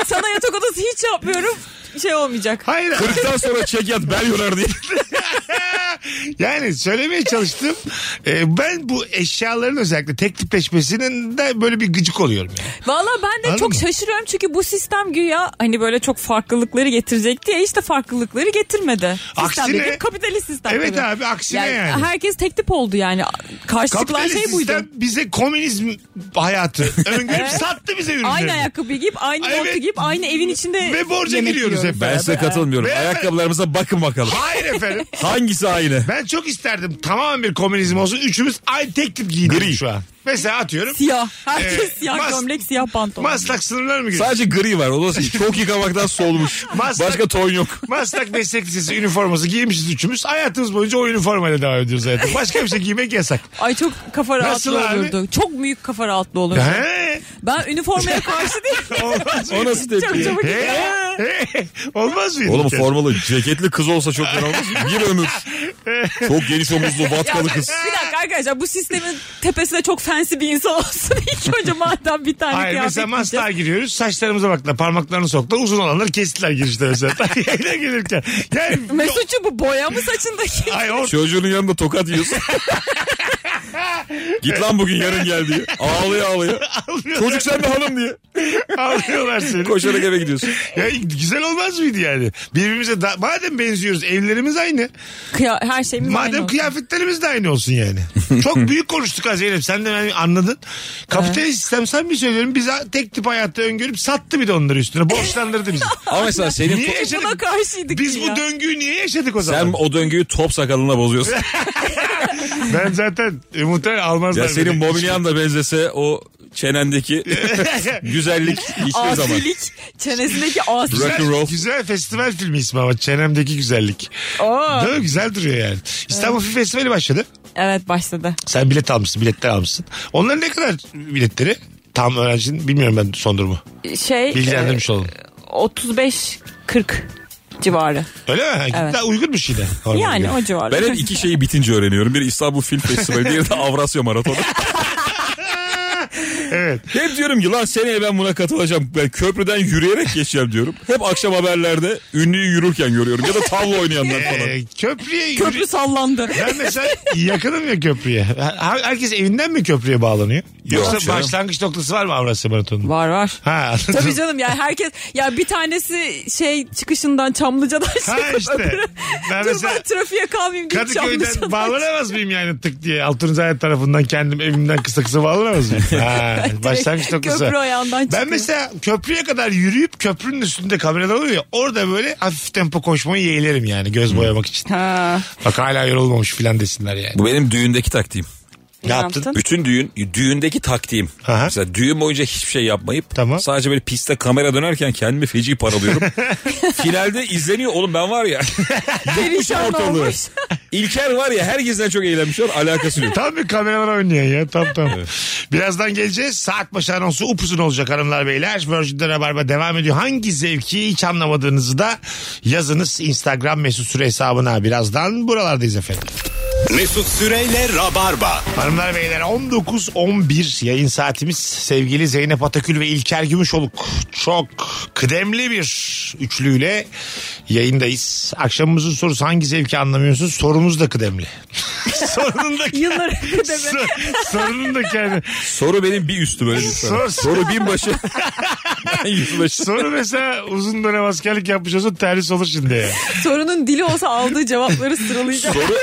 Speaker 4: Sana yatak odası hiç yapmıyorum. Şey olmayacak.
Speaker 2: Hayır.
Speaker 3: 40'tan sonra çek yat bel yorar diye.
Speaker 2: yani söylemeye çalıştım. Ee, ben bu eşyaların özellikle tek tipleşmesinin de böyle bir gıcık oluyorum. Yani.
Speaker 4: Valla ben de
Speaker 2: Anladın
Speaker 4: çok
Speaker 2: mı?
Speaker 4: şaşırıyorum çünkü bu sistem güya hani böyle çok farklılıkları getirecekti ya işte farklılıkları getirmedi. Sistem
Speaker 2: Aksine-
Speaker 4: dediğim kapitalist sistem.
Speaker 2: Evet
Speaker 4: tabii.
Speaker 2: abi, aksine yani.
Speaker 4: Herkes tek tip oldu yani. Karşılıklar
Speaker 2: Kapitalist
Speaker 4: şey buydu.
Speaker 2: sistem bize komünizm hayatı öngörüp
Speaker 4: Evet.
Speaker 2: sattı bize ürünleri.
Speaker 4: Aynı ayakkabı giyip aynı
Speaker 2: Evet.
Speaker 4: montu giyip aynı evin içinde
Speaker 2: Ve borca
Speaker 4: yemek
Speaker 2: giriyoruz
Speaker 4: yiyoruz.
Speaker 2: hep.
Speaker 3: Ben size katılmıyorum.
Speaker 2: Beyefendi.
Speaker 3: Ayakkabılarımıza bakın bakalım.
Speaker 2: Hayır efendim.
Speaker 3: Hangisi aynı?
Speaker 2: Ben çok isterdim tamamen bir komünizm olsun. Üçümüz aynı tek tip giyinelim
Speaker 3: Gri.
Speaker 2: şu an. Mesela atıyorum.
Speaker 4: Siyah. Herkes
Speaker 2: Ee,
Speaker 4: siyah
Speaker 2: mas-
Speaker 4: gömlek siyah pantolon.
Speaker 2: Maslak sınırlar mı giriyor?
Speaker 3: Sadece gri var. O da çok yıkamaktan solmuş.
Speaker 2: Maslak-
Speaker 3: Başka ton yok.
Speaker 2: Maslak Meslek Lisesi üniforması giymişiz üçümüz. Hayatımız boyunca o üniformayla devam ediyoruz hayatım. Başka bir şey giymek yasak.
Speaker 4: Ay çok kafa
Speaker 2: Nasıl
Speaker 4: rahatlığı
Speaker 2: abi?
Speaker 4: olurdu. Çok büyük kafa rahatlığı olurdu.
Speaker 2: He?
Speaker 4: Ben üniformaya karşı değilim.
Speaker 2: Olmaz mı?
Speaker 3: O nasıl tepki?
Speaker 4: çok çabuk.
Speaker 2: He? He? Olmaz mıydı?
Speaker 3: Oğlum
Speaker 2: bir kere?
Speaker 3: formalı ceketli kız olsa çok güzel olmaz. mı? Bir ömür. Çok geniş omuzlu vatkalı kız.
Speaker 4: Bir dakika arkadaşlar bu sistemin tepesine çok fensi bir insan olsun. İlk önce madem bir tane
Speaker 2: Hayır
Speaker 4: kıyafet
Speaker 2: mesela
Speaker 4: giyeceğiz.
Speaker 2: maslara giriyoruz. Saçlarımıza baktılar. Parmaklarını soktular. Uzun olanları kestiler girişte mesela. Yayına gelirken. Yani
Speaker 4: Mesut'cu bu boya mı saçındaki?
Speaker 2: Ay or-
Speaker 3: Çocuğunun yanında tokat yiyorsun. Git lan bugün yarın gel diye. Ağlıyor ağlıyor.
Speaker 2: Alıyorlar,
Speaker 3: Çocuk sen de hanım diye.
Speaker 2: alıyorlar seni.
Speaker 3: Koşarak eve gidiyorsun.
Speaker 2: Ya, güzel olmaz mıydı yani? Birbirimize da- madem benziyoruz evlerimiz aynı.
Speaker 4: Kıya- her şeyimiz
Speaker 2: Madem
Speaker 4: aynı olsun.
Speaker 2: kıyafetlerimiz de aynı olsun yani. Çok büyük konuştuk ha Zeynep. Sen de beni anladın. Kapitalist sistem sen bir söylüyorum. Biz tek tip hayatta öngörüp sattı bir de onları üstüne. Borçlandırdı bizi.
Speaker 3: Ama mesela senin
Speaker 2: niye
Speaker 3: to-
Speaker 4: Buna
Speaker 2: yaşadık?
Speaker 4: karşıydık
Speaker 2: Biz
Speaker 4: ya.
Speaker 2: bu döngüyü niye yaşadık o
Speaker 3: sen
Speaker 2: zaman?
Speaker 3: o döngüyü top sakalına bozuyorsun.
Speaker 2: Ben zaten e, muhtemelen almazlar.
Speaker 3: ya senin
Speaker 2: beni.
Speaker 3: mobilyan da benzese o çenendeki güzellik hiçbir zaman.
Speaker 4: Asilik. Çenesindeki asilik.
Speaker 3: Rock and
Speaker 2: Güzel,
Speaker 3: roll.
Speaker 2: güzel festival filmi ismi ama çenemdeki güzellik.
Speaker 4: Oo.
Speaker 2: Değil mi? Güzel duruyor yani. İstanbul Film Festivali başladı.
Speaker 4: Evet başladı.
Speaker 2: Sen bilet almışsın, biletler almışsın. Onların ne kadar biletleri? Tam öğrencinin bilmiyorum ben son durumu.
Speaker 4: Şey
Speaker 2: Bilgilendirmiş olalım.
Speaker 4: 35 40 civarı.
Speaker 2: Öyle mi? Ha,
Speaker 4: Evet.
Speaker 2: Daha uygunmuş yine. Normal
Speaker 4: Yani
Speaker 2: göre.
Speaker 4: o civarı.
Speaker 3: Ben hep iki şeyi bitince öğreniyorum. Bir İstanbul Film Festivali, diğeri de Avrasya Maratonu.
Speaker 2: Evet.
Speaker 3: Hep diyorum ki lan seneye ben buna katılacağım. Ben köprüden yürüyerek geçeceğim diyorum. Hep akşam haberlerde ünlüyü yürürken görüyorum. Ya da tavla oynayanlar falan.
Speaker 2: Ee, köprüye yürü-
Speaker 4: Köprü sallandı.
Speaker 2: Ben mesela yakınım ya köprüye. Ha- Herkes evinden mi köprüye bağlanıyor? Yoksa
Speaker 3: canım.
Speaker 2: başlangıç noktası var mı Avrasya Maratonu'nun?
Speaker 4: Var var.
Speaker 2: Ha, anladım.
Speaker 4: Tabii canım ya herkes ya bir tanesi şey çıkışından Çamlıca'dan
Speaker 2: Ha
Speaker 4: çıkıp
Speaker 2: işte.
Speaker 4: öbürü
Speaker 2: Ben
Speaker 4: dur
Speaker 2: mesela
Speaker 4: ben trafiğe kalmayayım diye
Speaker 2: Kadıköy'den
Speaker 4: Çamlıca'dan.
Speaker 2: bağlanamaz mıyım yani tık diye? Altıncı tarafından kendim evimden kısa kısa bağlanamaz mıyım? Ha,
Speaker 4: Direkt
Speaker 2: başlangıç noktası.
Speaker 4: Köprü ayağından çıkıyor.
Speaker 2: Ben mesela köprüye kadar yürüyüp köprünün üstünde kameralar oluyor ya orada böyle hafif tempo koşmayı yeğlerim yani göz boyamak için.
Speaker 4: Ha,
Speaker 2: Bak hala yorulmamış filan desinler yani.
Speaker 3: Bu benim düğündeki taktiğim.
Speaker 2: Ne yaptın?
Speaker 3: Bütün düğün, düğündeki taktiğim.
Speaker 2: Aha.
Speaker 3: Mesela düğün boyunca hiçbir şey yapmayıp
Speaker 2: Tamam.
Speaker 3: sadece böyle piste kamera dönerken kendimi feci paralıyorum. Finalde izleniyor oğlum ben var ya.
Speaker 4: Perişan
Speaker 3: ortalığı.
Speaker 4: olmuş.
Speaker 3: İlker var ya herkesten çok eğlenmişler alakası yok.
Speaker 2: Tam bir kameralar oynuyor ya. Tam tam. Birazdan geleceğiz. Saat başı anonsu upuzun olacak hanımlar beyler. Virgin'de Rabarba devam ediyor. Hangi zevki hiç anlamadığınızı da yazınız Instagram mesut süre hesabına. Birazdan buralardayız efendim.
Speaker 1: Mesut Süreyle Rabarba.
Speaker 2: Hanımlar beyler 19.11 yayın saatimiz sevgili Zeynep Atakül ve İlker Gümüşoluk çok kıdemli bir üçlüyle yayındayız. Akşamımızın sorusu hangi zevki anlamıyorsunuz sorumuz da kıdemli. sorunun da
Speaker 4: Yıllar
Speaker 2: Sor- sorunun da kendi.
Speaker 3: Soru benim bir üstü böyle bir soru.
Speaker 2: Sor-
Speaker 3: Soru binbaşı. Ben yüzbaşı.
Speaker 2: Soru mesela uzun dönem askerlik yapmış olsa terhis olur şimdi. ya.
Speaker 4: sorunun dili olsa aldığı cevapları sıralayacağım.
Speaker 3: Soru,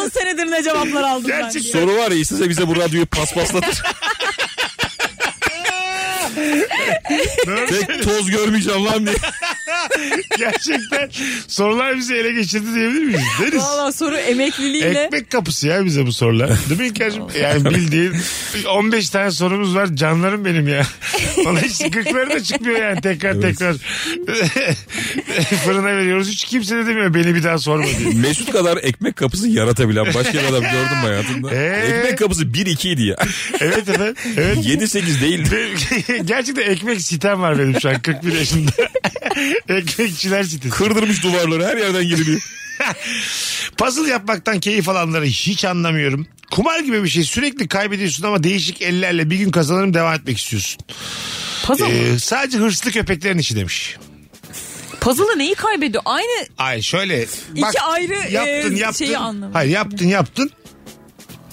Speaker 4: 10 senedir ne cevaplar aldım ben.
Speaker 2: Gerçek-
Speaker 4: diye.
Speaker 3: soru var ya istese bize bu radyoyu paspaslatır. Tek toz görmeyeceğim lan diye.
Speaker 2: Gerçekten sorular bizi ele geçirdi diyebilir miyiz? Deriz.
Speaker 4: Valla soru emekliliğiyle.
Speaker 2: Ekmek kapısı ya bize bu sorular. Değil mi İlker'cim? Yani bildiğin 15 tane sorumuz var. Canlarım benim ya. Bana hiç gıkları da çıkmıyor yani tekrar tekrar. Fırına veriyoruz. Hiç kimse de demiyor beni bir daha sorma diye.
Speaker 3: Mesut kadar ekmek kapısı yaratabilen başka bir adam gördüm hayatımda.
Speaker 2: Ee?
Speaker 3: Ekmek kapısı 1-2 idi ya.
Speaker 2: Evet efendim. Evet.
Speaker 3: 7-8 değildi.
Speaker 2: Benim- Gerçekten ekmek sitem var benim şu an 41 yaşında. Ekmekçiler sitesi.
Speaker 3: Kırdırmış duvarları her yerden giriliyor.
Speaker 2: Puzzle yapmaktan keyif alanları hiç anlamıyorum. Kumar gibi bir şey sürekli kaybediyorsun ama değişik ellerle bir gün kazanırım devam etmek istiyorsun.
Speaker 4: Puzzle,
Speaker 2: Ee, sadece hırslı köpeklerin işi demiş.
Speaker 4: puzzle'ı neyi kaybediyor? Aynı
Speaker 2: Ay şöyle.
Speaker 4: İki ayrı, e, şeyi anlamadım.
Speaker 2: Hayır yaptın yaptın.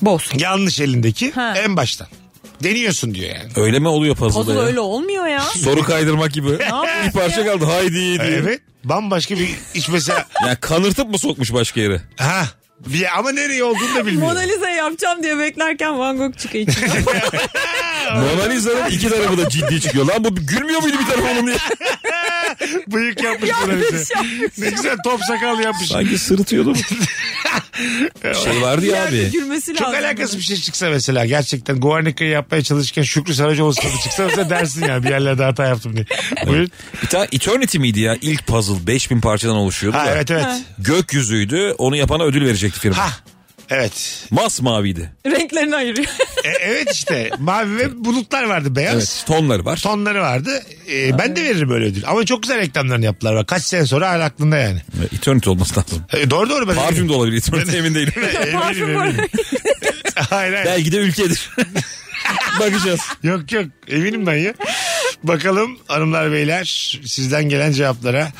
Speaker 4: boss.
Speaker 2: Yanlış elindeki
Speaker 4: Ha.
Speaker 2: en baştan. Deniyorsun diyor yani.
Speaker 3: Öyle mi oluyor puzzle'da
Speaker 4: Puzzle
Speaker 3: ya?
Speaker 4: öyle olmuyor ya.
Speaker 3: Soru kaydırmak gibi. bir parça kaldı haydi diye.
Speaker 2: Evet. Bambaşka bir iş mesela.
Speaker 3: Yani kanırtıp mı sokmuş başka yere?
Speaker 2: ha. Bir, ama nereye olduğunu da bilmiyor.
Speaker 4: Mona Lisa yapacağım diye beklerken Van Gogh çıkıyor içinden.
Speaker 3: Mona Lisa'nın iki tarafı da ciddi çıkıyor. Lan bu gülmüyor muydu bir tarafı onun diye?
Speaker 2: Bıyık yapmış Mona
Speaker 4: Yanlış
Speaker 2: Lisa.
Speaker 4: yapmış.
Speaker 2: Ne güzel top sakal yapmış.
Speaker 3: Sanki sırıtıyordu. şey vardı ya abi.
Speaker 4: Gülmesi
Speaker 2: Çok
Speaker 4: lazım.
Speaker 2: alakasız bir şey çıksa mesela gerçekten Guarnica'yı yapmaya çalışırken Şükrü Saracoğlu'su gibi çıksa mesela dersin ya bir yerlerde hata yaptım diye. Buyur.
Speaker 3: Bir tane Eternity miydi ya? İlk puzzle 5000 parçadan oluşuyordu
Speaker 2: Ha
Speaker 3: da.
Speaker 2: evet evet.
Speaker 3: Gökyüzüydü. Onu yapana ödül verecekti firma.
Speaker 2: Ha evet.
Speaker 3: Masmaviydi.
Speaker 4: Renklerini ayırıyor.
Speaker 2: E, evet işte mavi ve bulutlar vardı beyaz.
Speaker 3: Evet. Tonları var.
Speaker 2: Tonları vardı. E, ben de veririm öyle ödül. Ama çok güzel reklamlarını yaptılar. Bak, kaç sene sonra hala aklında yani.
Speaker 3: Eternity olması lazım.
Speaker 2: E, doğru doğru ben.
Speaker 3: Parfüm de olabilir. Eternity emin değilim.
Speaker 2: Eminim,
Speaker 4: Parfüm
Speaker 2: eminim.
Speaker 4: var.
Speaker 2: hayır hayır.
Speaker 3: Belki de ülkedir. Bakacağız.
Speaker 2: Yok yok eminim ben ya. Bakalım hanımlar beyler sizden gelen cevaplara.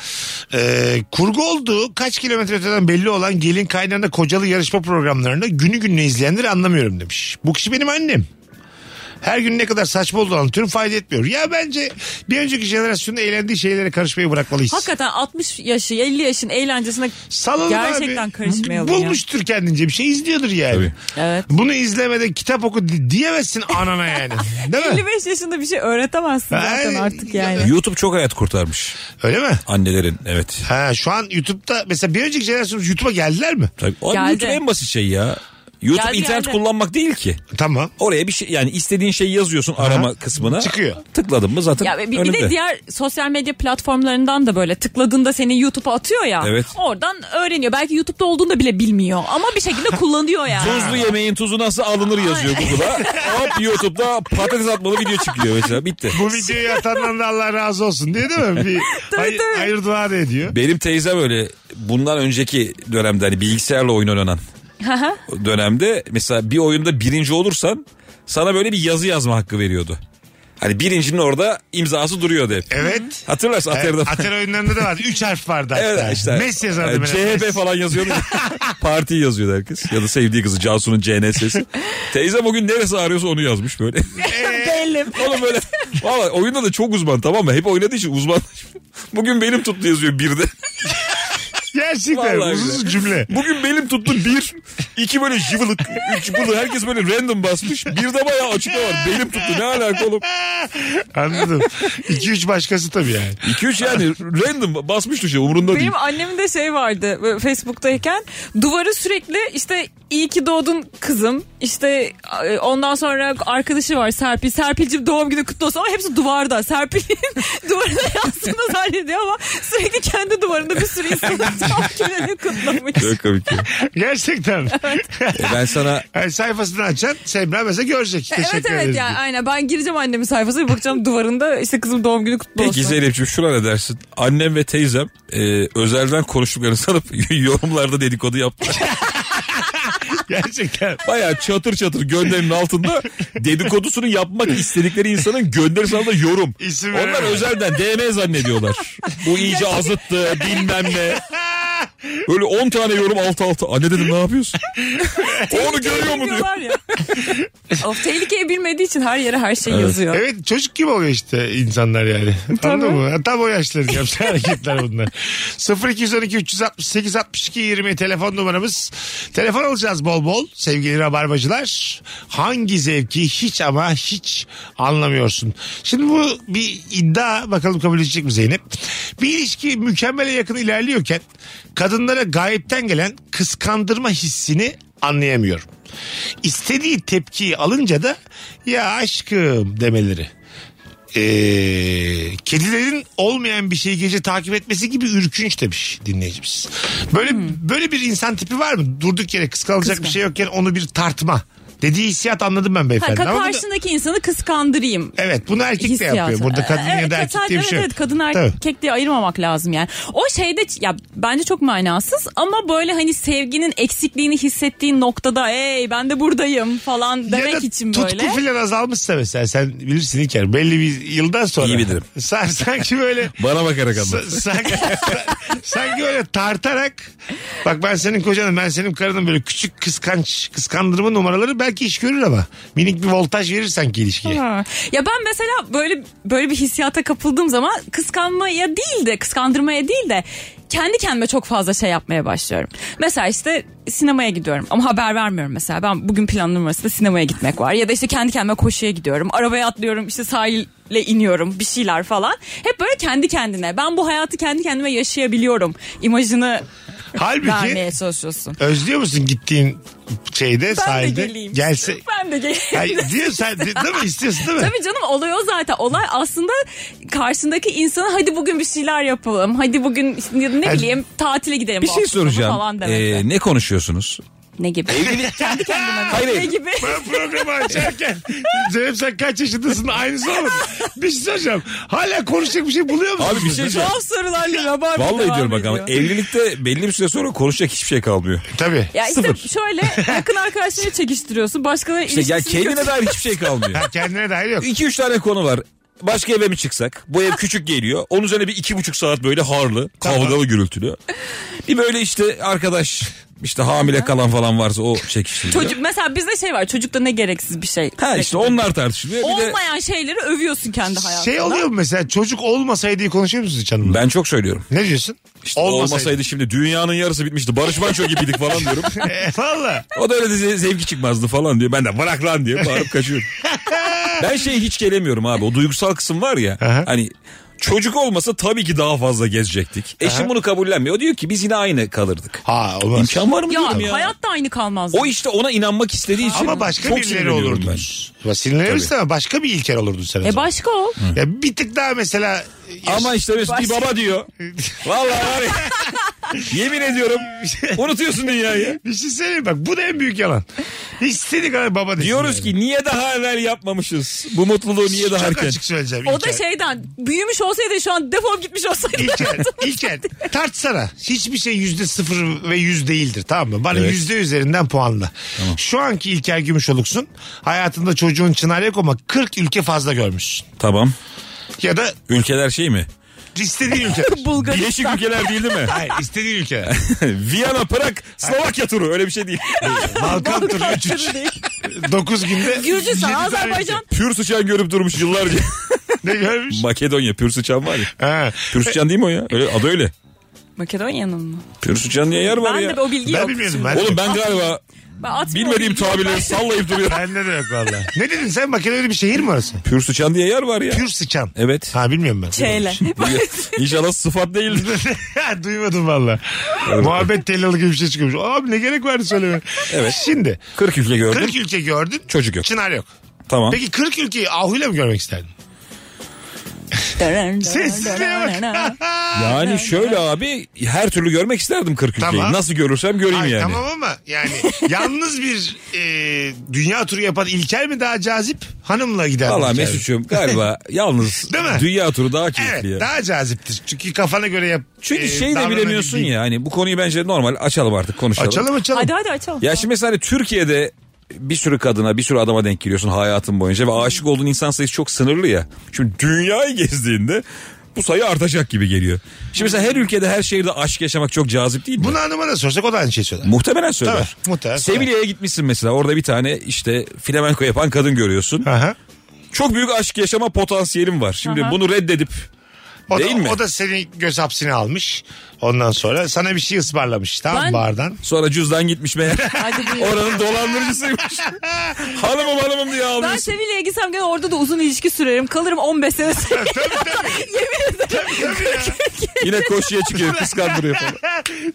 Speaker 2: Ee, kurgu olduğu kaç kilometre öteden belli olan gelin kaynağında kocalı yarışma programlarını günü gününe izleyenleri anlamıyorum demiş. Bu kişi benim annem. Her gün ne kadar saçma olduğunu anlatıyorum fayda etmiyor. Ya bence bir önceki jenerasyonun eğlendiği şeylere karışmayı bırakmalıyız.
Speaker 4: Hakikaten 60 yaşı 50 yaşın eğlencesine
Speaker 2: Salalım
Speaker 4: gerçekten
Speaker 2: abi.
Speaker 4: karışmayalım ya.
Speaker 2: Bulmuştur kendince bir şey izliyordur yani.
Speaker 3: Tabii.
Speaker 4: Evet.
Speaker 2: Bunu izlemeden kitap oku di- diyemezsin anana yani. Değil mi?
Speaker 4: 55 yaşında bir şey öğretemezsin zaten
Speaker 2: Ay,
Speaker 4: artık yani.
Speaker 3: YouTube çok hayat kurtarmış
Speaker 2: Öyle mi?
Speaker 3: annelerin evet.
Speaker 2: Ha şu an YouTube'da mesela bir önceki jenerasyonumuz YouTube'a geldiler mi?
Speaker 3: Tabii. Abi
Speaker 4: Geldi.
Speaker 3: YouTube en basit şey ya. YouTube
Speaker 4: Geldi,
Speaker 3: internet
Speaker 4: geldi.
Speaker 3: kullanmak değil ki.
Speaker 2: Tamam.
Speaker 3: Oraya bir şey yani istediğin şeyi yazıyorsun arama kısmına.
Speaker 2: Çıkıyor.
Speaker 3: Tıkladın mı zaten
Speaker 4: Ya bir, bir
Speaker 3: önünde.
Speaker 4: de diğer sosyal medya platformlarından da böyle tıkladığında seni YouTube'a atıyor ya.
Speaker 3: Evet.
Speaker 4: Oradan öğreniyor. Belki YouTube'da olduğunu da bile bilmiyor ama bir şekilde kullanıyor yani.
Speaker 3: Tuzlu yemeğin tuzu nasıl alınır yazıyor Google'a. Hop YouTube'da patates atmalı video çıkıyor mesela bitti.
Speaker 2: Bu videoyu atandan da Allah razı olsun diye değil mi? Bir hay- hayır dua da ediyor.
Speaker 3: Benim teyzem öyle bundan önceki dönemde hani bilgisayarla oyun oynanan dönemde mesela bir oyunda birinci olursan sana böyle bir yazı yazma hakkı veriyordu. Hani birincinin orada imzası duruyordu hep.
Speaker 2: Evet.
Speaker 3: Hatırlarsın Atari'de.
Speaker 2: Evet, Atari oyunlarında da vardı. Üç harf vardı hatta.
Speaker 3: Evet işte.
Speaker 2: Messi yazardı.
Speaker 3: Yani
Speaker 2: böyle.
Speaker 3: CHP falan yazıyordu. Parti yazıyordu herkes. Ya da sevdiği kızı Cansu'nun CNS'si. Teyzem o gün neresi ağrıyorsa onu yazmış böyle.
Speaker 4: Belim.
Speaker 3: Oğlum böyle valla oyunda da çok uzman tamam mı? Hep oynadığı için uzman. Bugün benim tuttu yazıyor bir de.
Speaker 2: Gerçekten
Speaker 3: Vallahi
Speaker 2: uzun
Speaker 3: billahi.
Speaker 2: cümle.
Speaker 3: Bugün belim tuttu bir. iki böyle jıvılık. Üç bılı herkes böyle random basmış. Bir de bayağı açıklama var. Belim tuttu ne alaka oğlum.
Speaker 2: Anladım. İki üç başkası tabii yani.
Speaker 3: İki üç yani random basmış düşe umurunda değil.
Speaker 4: Benim annemin de şey vardı böyle Facebook'tayken duvarı sürekli işte iyi ki doğdun kızım işte e, ondan sonra arkadaşı var Serpil Serpil'cim doğum günü kutlu olsun ama hepsi duvarda Serpil'in duvarına yazdığını zannediyor ama sürekli kendi duvarında bir sürü insanın doğum gününü kutlamış.
Speaker 3: Çok komik ya.
Speaker 2: Gerçekten.
Speaker 3: E ben sana
Speaker 2: Yani sayfasını açan Semra mesela görecek. Teşekkür
Speaker 4: E, Evet
Speaker 2: ederiz
Speaker 4: evet
Speaker 2: diye.
Speaker 4: yani aynen ben gireceğim annemin sayfasına bir bakacağım duvarında işte kızım doğum günü kutlu olsun.
Speaker 3: peki Zeynep'ciğim şuna ne dersin? Annem ve teyzem e, özelden konuştuklarını sanıp yorumlarda dedikodu yaptılar.
Speaker 2: Gerçekten.
Speaker 3: Bayağı çatır çatır gönderinin altında dedikodusunu yapmak istedikleri insanın gönderisi altında yorum.
Speaker 2: İsim
Speaker 3: Onlar
Speaker 2: veremem.
Speaker 3: özelden DM zannediyorlar. Bu iyice azıttı bilmem ne. Böyle 10 tane yorum alt alta. Anne dedim ne yapıyorsun? Onu görüyor mu diyor.
Speaker 4: Diyorlar ya. of tehlikeyi bilmediği için her yere her şey yazıyor.
Speaker 2: Evet çocuk gibi oluyor işte insanlar yani. Anladın mı? Tam o yaşların yaptığı hareketler bunlar. 0212 368 62 20 telefon numaramız. Telefon alacağız bol bol sevgili rabarbacılar. Hangi zevki hiç ama hiç anlamıyorsun. Şimdi bu bir iddia bakalım kabul edecek mi Zeynep? Bir ilişki mükemmele yakın ilerliyorken kadınlara gayipten gelen kıskandırma hissini anlayamıyorum. İstediği tepkiyi alınca da ya aşkım demeleri. Ee, kedilerin olmayan bir şeyi gece takip etmesi gibi ürkünç demiş dinleyicimiz. Böyle böyle bir insan tipi var mı? Durduk yere kıskanılacak bir şey yokken onu bir tartma. Dediği hissiyat anladım ben
Speaker 4: Ha,
Speaker 2: beyefendi.
Speaker 4: ka-
Speaker 2: ama bunu-
Speaker 4: karşındaki insanı kıskandırayım.
Speaker 2: evet bunu erkek de yapıyor.
Speaker 4: hissiyatı.
Speaker 2: Burada kadın ya da
Speaker 4: Ee, Evet,
Speaker 2: erkek diye bir
Speaker 4: evet,
Speaker 2: şey yok.
Speaker 4: Evet kadın
Speaker 2: Tabii.
Speaker 4: erkek diye ayırmamak lazım yani. O şeyde ya bence çok manasız ama böyle hani sevginin eksikliğini hissettiğin noktada ey ben de buradayım falan demek
Speaker 2: ya da
Speaker 4: için
Speaker 2: tutku
Speaker 4: böyle.
Speaker 2: filan azalmışsa mesela sen bilirsin İlker belli bir yıldan sonra.
Speaker 3: İyi bilirim.
Speaker 2: Sen, sanki böyle
Speaker 3: Bana bakarak anlat.
Speaker 2: S- sanki, sanki böyle tartarak bak ben senin kocanım ben senin karınım böyle küçük kıskanç kıskandırma numaraları belki iş görür ama minik bir voltaj verir sanki ilişkiye.
Speaker 4: Ha. Ya ben mesela böyle böyle bir hissiyata kapıldığım zaman kıskanmaya değil de kıskandırmaya değil de kendi kendime çok fazla şey yapmaya başlıyorum. Mesela işte sinemaya gidiyorum ama haber vermiyorum mesela. Ben bugün planım arasında sinemaya gitmek var. Ya da işte kendi kendime koşuya gidiyorum. Arabaya atlıyorum işte sahile iniyorum bir şeyler falan. Hep böyle kendi kendine. Ben bu hayatı kendi kendime yaşayabiliyorum. imajını vermeye
Speaker 2: Halbuki
Speaker 4: çalışıyorsun.
Speaker 2: özlüyor musun gittiğin şeyde
Speaker 4: Ben
Speaker 2: sahilde?
Speaker 4: de geleyim.
Speaker 2: Gelse.
Speaker 4: Ben de geleyim.
Speaker 2: Hayır, diyor sen de- değil mi istiyorsun değil mi?
Speaker 4: Tabii canım olay o zaten. Olay aslında karşındaki insana hadi bugün bir şeyler yapalım. Hadi bugün işte ne
Speaker 2: Yani-
Speaker 4: bileyim tatile gidelim.
Speaker 3: Bir
Speaker 4: bu
Speaker 3: şey
Speaker 4: hafta sonu
Speaker 3: soracağım.
Speaker 4: Falan demesi.
Speaker 3: Ee, ne konuşuyorsunuz?
Speaker 4: Ne gibi? Kendi kendime.
Speaker 3: Hayır,
Speaker 4: Ne
Speaker 3: hayır.
Speaker 4: gibi?
Speaker 2: Ben programı açarken Zeynep sen kaç yaşındasın aynısı olmadı. Bir şey soracağım. Hala konuşacak bir şey buluyor musun?
Speaker 3: Abi bir şey diyeceğim.
Speaker 4: Tuhaf sorularla rabarba
Speaker 3: Vallahi
Speaker 4: devam
Speaker 3: diyorum bak ama
Speaker 4: ediyor.
Speaker 3: evlilikte belli bir süre sonra konuşacak hiçbir şey kalmıyor.
Speaker 2: Tabii.
Speaker 4: Ya işte
Speaker 3: Sıfır.
Speaker 4: şöyle yakın arkadaşlarını çekiştiriyorsun. Başkaları
Speaker 3: İşte ya
Speaker 4: ilişkisini
Speaker 3: kendine dair hiçbir şey kalmıyor.
Speaker 2: Ha, kendine dair yok.
Speaker 3: İki üç tane konu var. Başka eve mi çıksak? Bu ev küçük geliyor. Onun üzerine bir iki buçuk saat böyle harlı, kavgalı gürültülü. Bir böyle işte arkadaş işte hamile kalan falan varsa o çekiştiriyor.
Speaker 4: Çocuk mesela bizde şey var. Çocukta ne gereksiz bir şey.
Speaker 3: Ha işte onlar tartışılıyor. Bir de
Speaker 4: Olmayan şeyleri övüyorsun kendi hayatında.
Speaker 2: Şey oluyor mu mesela çocuk olmasaydı diye konuşuyor musunuz hiç hanımla?
Speaker 3: ben çok söylüyorum.
Speaker 2: Ne diyorsun?
Speaker 3: İşte olmasaydı. şimdi dünyanın yarısı bitmişti. Barış Manço gibiydik falan diyorum.
Speaker 2: E, Valla.
Speaker 3: O da öyle de zevki çıkmazdı falan diyor. Ben de bırak lan diye bağırıp kaçıyorum. ben şey hiç gelemiyorum abi. O duygusal kısım var ya.
Speaker 2: Aha.
Speaker 3: Hani çocuk olmasa tabii ki daha fazla gezecektik. Eşim bunu kabullenmiyor. O diyor ki biz yine aynı kalırdık.
Speaker 2: Ha olmaz.
Speaker 3: İmkan var mı
Speaker 4: Ya,
Speaker 3: diyorum ya.
Speaker 4: hayat da aynı kalmaz.
Speaker 3: O işte ona inanmak istediği için
Speaker 2: Ama başka
Speaker 3: çok
Speaker 2: birileri
Speaker 3: sinirleniyorum ben.
Speaker 2: olurdunuz. Ya Sinirlenirsin ama başka bir İlker olurdun sen. o
Speaker 4: E
Speaker 2: zaman.
Speaker 4: başka ol.
Speaker 2: Ya bir tık daha mesela
Speaker 3: Ama işte Mesut bir baba diyor. Vallahi var ya. Yemin ediyorum unutuyorsun dünyayı.
Speaker 2: bir şey söyleyeyim bak bu da en büyük yalan. İstediği kadar baba desin.
Speaker 3: Diyoruz
Speaker 2: yani.
Speaker 3: ki niye daha evvel yapmamışız? Bu mutluluğu niye daha
Speaker 2: Çok
Speaker 3: erken?
Speaker 2: açık söyleyeceğim.
Speaker 4: O da şey
Speaker 2: İlker.
Speaker 4: şeyden büyümüş olsaydı şu an defol gitmiş olsaydı.
Speaker 2: İlker, İlker tartsana. Hiçbir şey yüzde sıfır ve yüz değildir tamam mı? Bana
Speaker 3: Evet.
Speaker 2: yüzde üzerinden puanla. Şu anki İlker Gümüşoluk'sun. Hayatında çocuğun çınar yok ama 40 ülke fazla görmüşsün.
Speaker 3: Tamam.
Speaker 2: Ya da
Speaker 3: Ülkeler şey mi?
Speaker 2: istediğin ülke.
Speaker 4: Bulgaristan.
Speaker 3: Birleşik ülkeler değil değil mi?
Speaker 2: Hayır istediğin ülke.
Speaker 3: Viyana, Prag, Slovakya turu öyle bir şey değil.
Speaker 2: Balkan turu
Speaker 4: Balkan
Speaker 2: 3
Speaker 4: turu değil.
Speaker 2: 9 günde.
Speaker 4: Gürcistan,
Speaker 2: yedi tane
Speaker 4: Azerbaycan.
Speaker 3: Pür sıçan görüp durmuş yıllarca.
Speaker 2: ülke. Ne görmüş?
Speaker 3: Makedonya pür sıçan var ya.
Speaker 2: Ha.
Speaker 3: Pür sıçan değil mi o ya? Öyle, adı öyle.
Speaker 4: Makedonya'nın mı?
Speaker 3: Pür sıçan diye yer var
Speaker 4: Ben
Speaker 3: ya.
Speaker 4: de o bilgi
Speaker 2: Ben
Speaker 4: yok.
Speaker 2: bilmiyordum. Ben
Speaker 3: Oğlum ben galiba
Speaker 4: Ben atmıyorum
Speaker 3: bilmediğim
Speaker 4: bilgiyi.
Speaker 3: tabirleri sallayıp duruyorum.
Speaker 2: Bende de yok valla. Ne dedin sen? Makedonya'da bir şehir mi orası?
Speaker 3: Pür sıçan diye yer var ya.
Speaker 2: Pür sıçan.
Speaker 3: Evet.
Speaker 2: Ha bilmiyorum ben.
Speaker 4: Şeyle.
Speaker 3: İnşallah sıfat değildir.
Speaker 2: Duymadım valla. Muhabbet tellalı gibi bir şey çıkıyormuş. Abi ne gerek vardı söyleme. Evet. Şimdi
Speaker 3: 40 ülke gördüm.
Speaker 2: 40 ülke gördün.
Speaker 3: Çocuk yok.
Speaker 2: Çınar yok.
Speaker 3: Tamam.
Speaker 2: Peki 40 ülkeyi ahuyla mı görmek isterdin? Sessizliğe bak.
Speaker 3: Yani şöyle abi her türlü görmek isterdim 40 ülkeyi.
Speaker 2: Tamam.
Speaker 3: Nasıl görürsem göreyim
Speaker 2: Ay,
Speaker 3: yani.
Speaker 2: Tamam ama yani yalnız bir e, dünya turu yapan İlker mi daha cazip? Hanımla gider.
Speaker 3: Valla Mesut'cum galiba yalnız
Speaker 2: Değil mi?
Speaker 3: dünya turu daha keyifli
Speaker 2: Evet
Speaker 3: ya.
Speaker 2: daha caziptir. Çünkü kafana göre yap.
Speaker 3: Çünkü
Speaker 2: e,
Speaker 3: şey de
Speaker 2: davranabildiğin-
Speaker 3: bilemiyorsun ya hani bu konuyu bence normal açalım artık konuşalım.
Speaker 2: Açalım açalım.
Speaker 4: Hadi hadi açalım.
Speaker 3: Ya şimdi mesela hani Türkiye'de bir sürü kadına bir sürü adama denk geliyorsun hayatın boyunca ve aşık olduğun insan sayısı çok sınırlı ya. Şimdi dünyayı gezdiğinde bu sayı artacak gibi geliyor. Şimdi mesela her ülkede her şehirde aşk yaşamak çok cazip değil mi?
Speaker 2: Bunu hanıma da sorsak o da aynı şey söyler.
Speaker 3: Muhtemelen söyler.
Speaker 2: Tabii, muhtemelen söyler.
Speaker 3: Sevilla'ya gitmişsin mesela orada bir tane işte flamenko yapan kadın görüyorsun.
Speaker 2: Aha.
Speaker 3: Çok büyük aşk yaşama potansiyelim var. Şimdi bunu reddedip
Speaker 2: O
Speaker 3: Değil
Speaker 2: da,
Speaker 3: mi?
Speaker 2: O da seni göz hapsine almış. Ondan sonra sana bir şey ısmarlamış tamam
Speaker 4: Ben-
Speaker 2: mı bardan.
Speaker 3: sonra cüzdan gitmiş meğer.
Speaker 4: Hadi buyurun.
Speaker 3: Oranın dolandırıcısıymış. hanımım hanımım diye
Speaker 2: şey-
Speaker 4: Ben
Speaker 3: ağlıyorsun.
Speaker 4: Sevilla'ya gitsem gene orada da uzun ilişki sürerim. Kalırım 15 sene.
Speaker 2: tabii tabii.
Speaker 4: Yemin ederim.
Speaker 2: Tabii ya.
Speaker 3: Yine koşuya çıkıyor kıskandırıyor falan.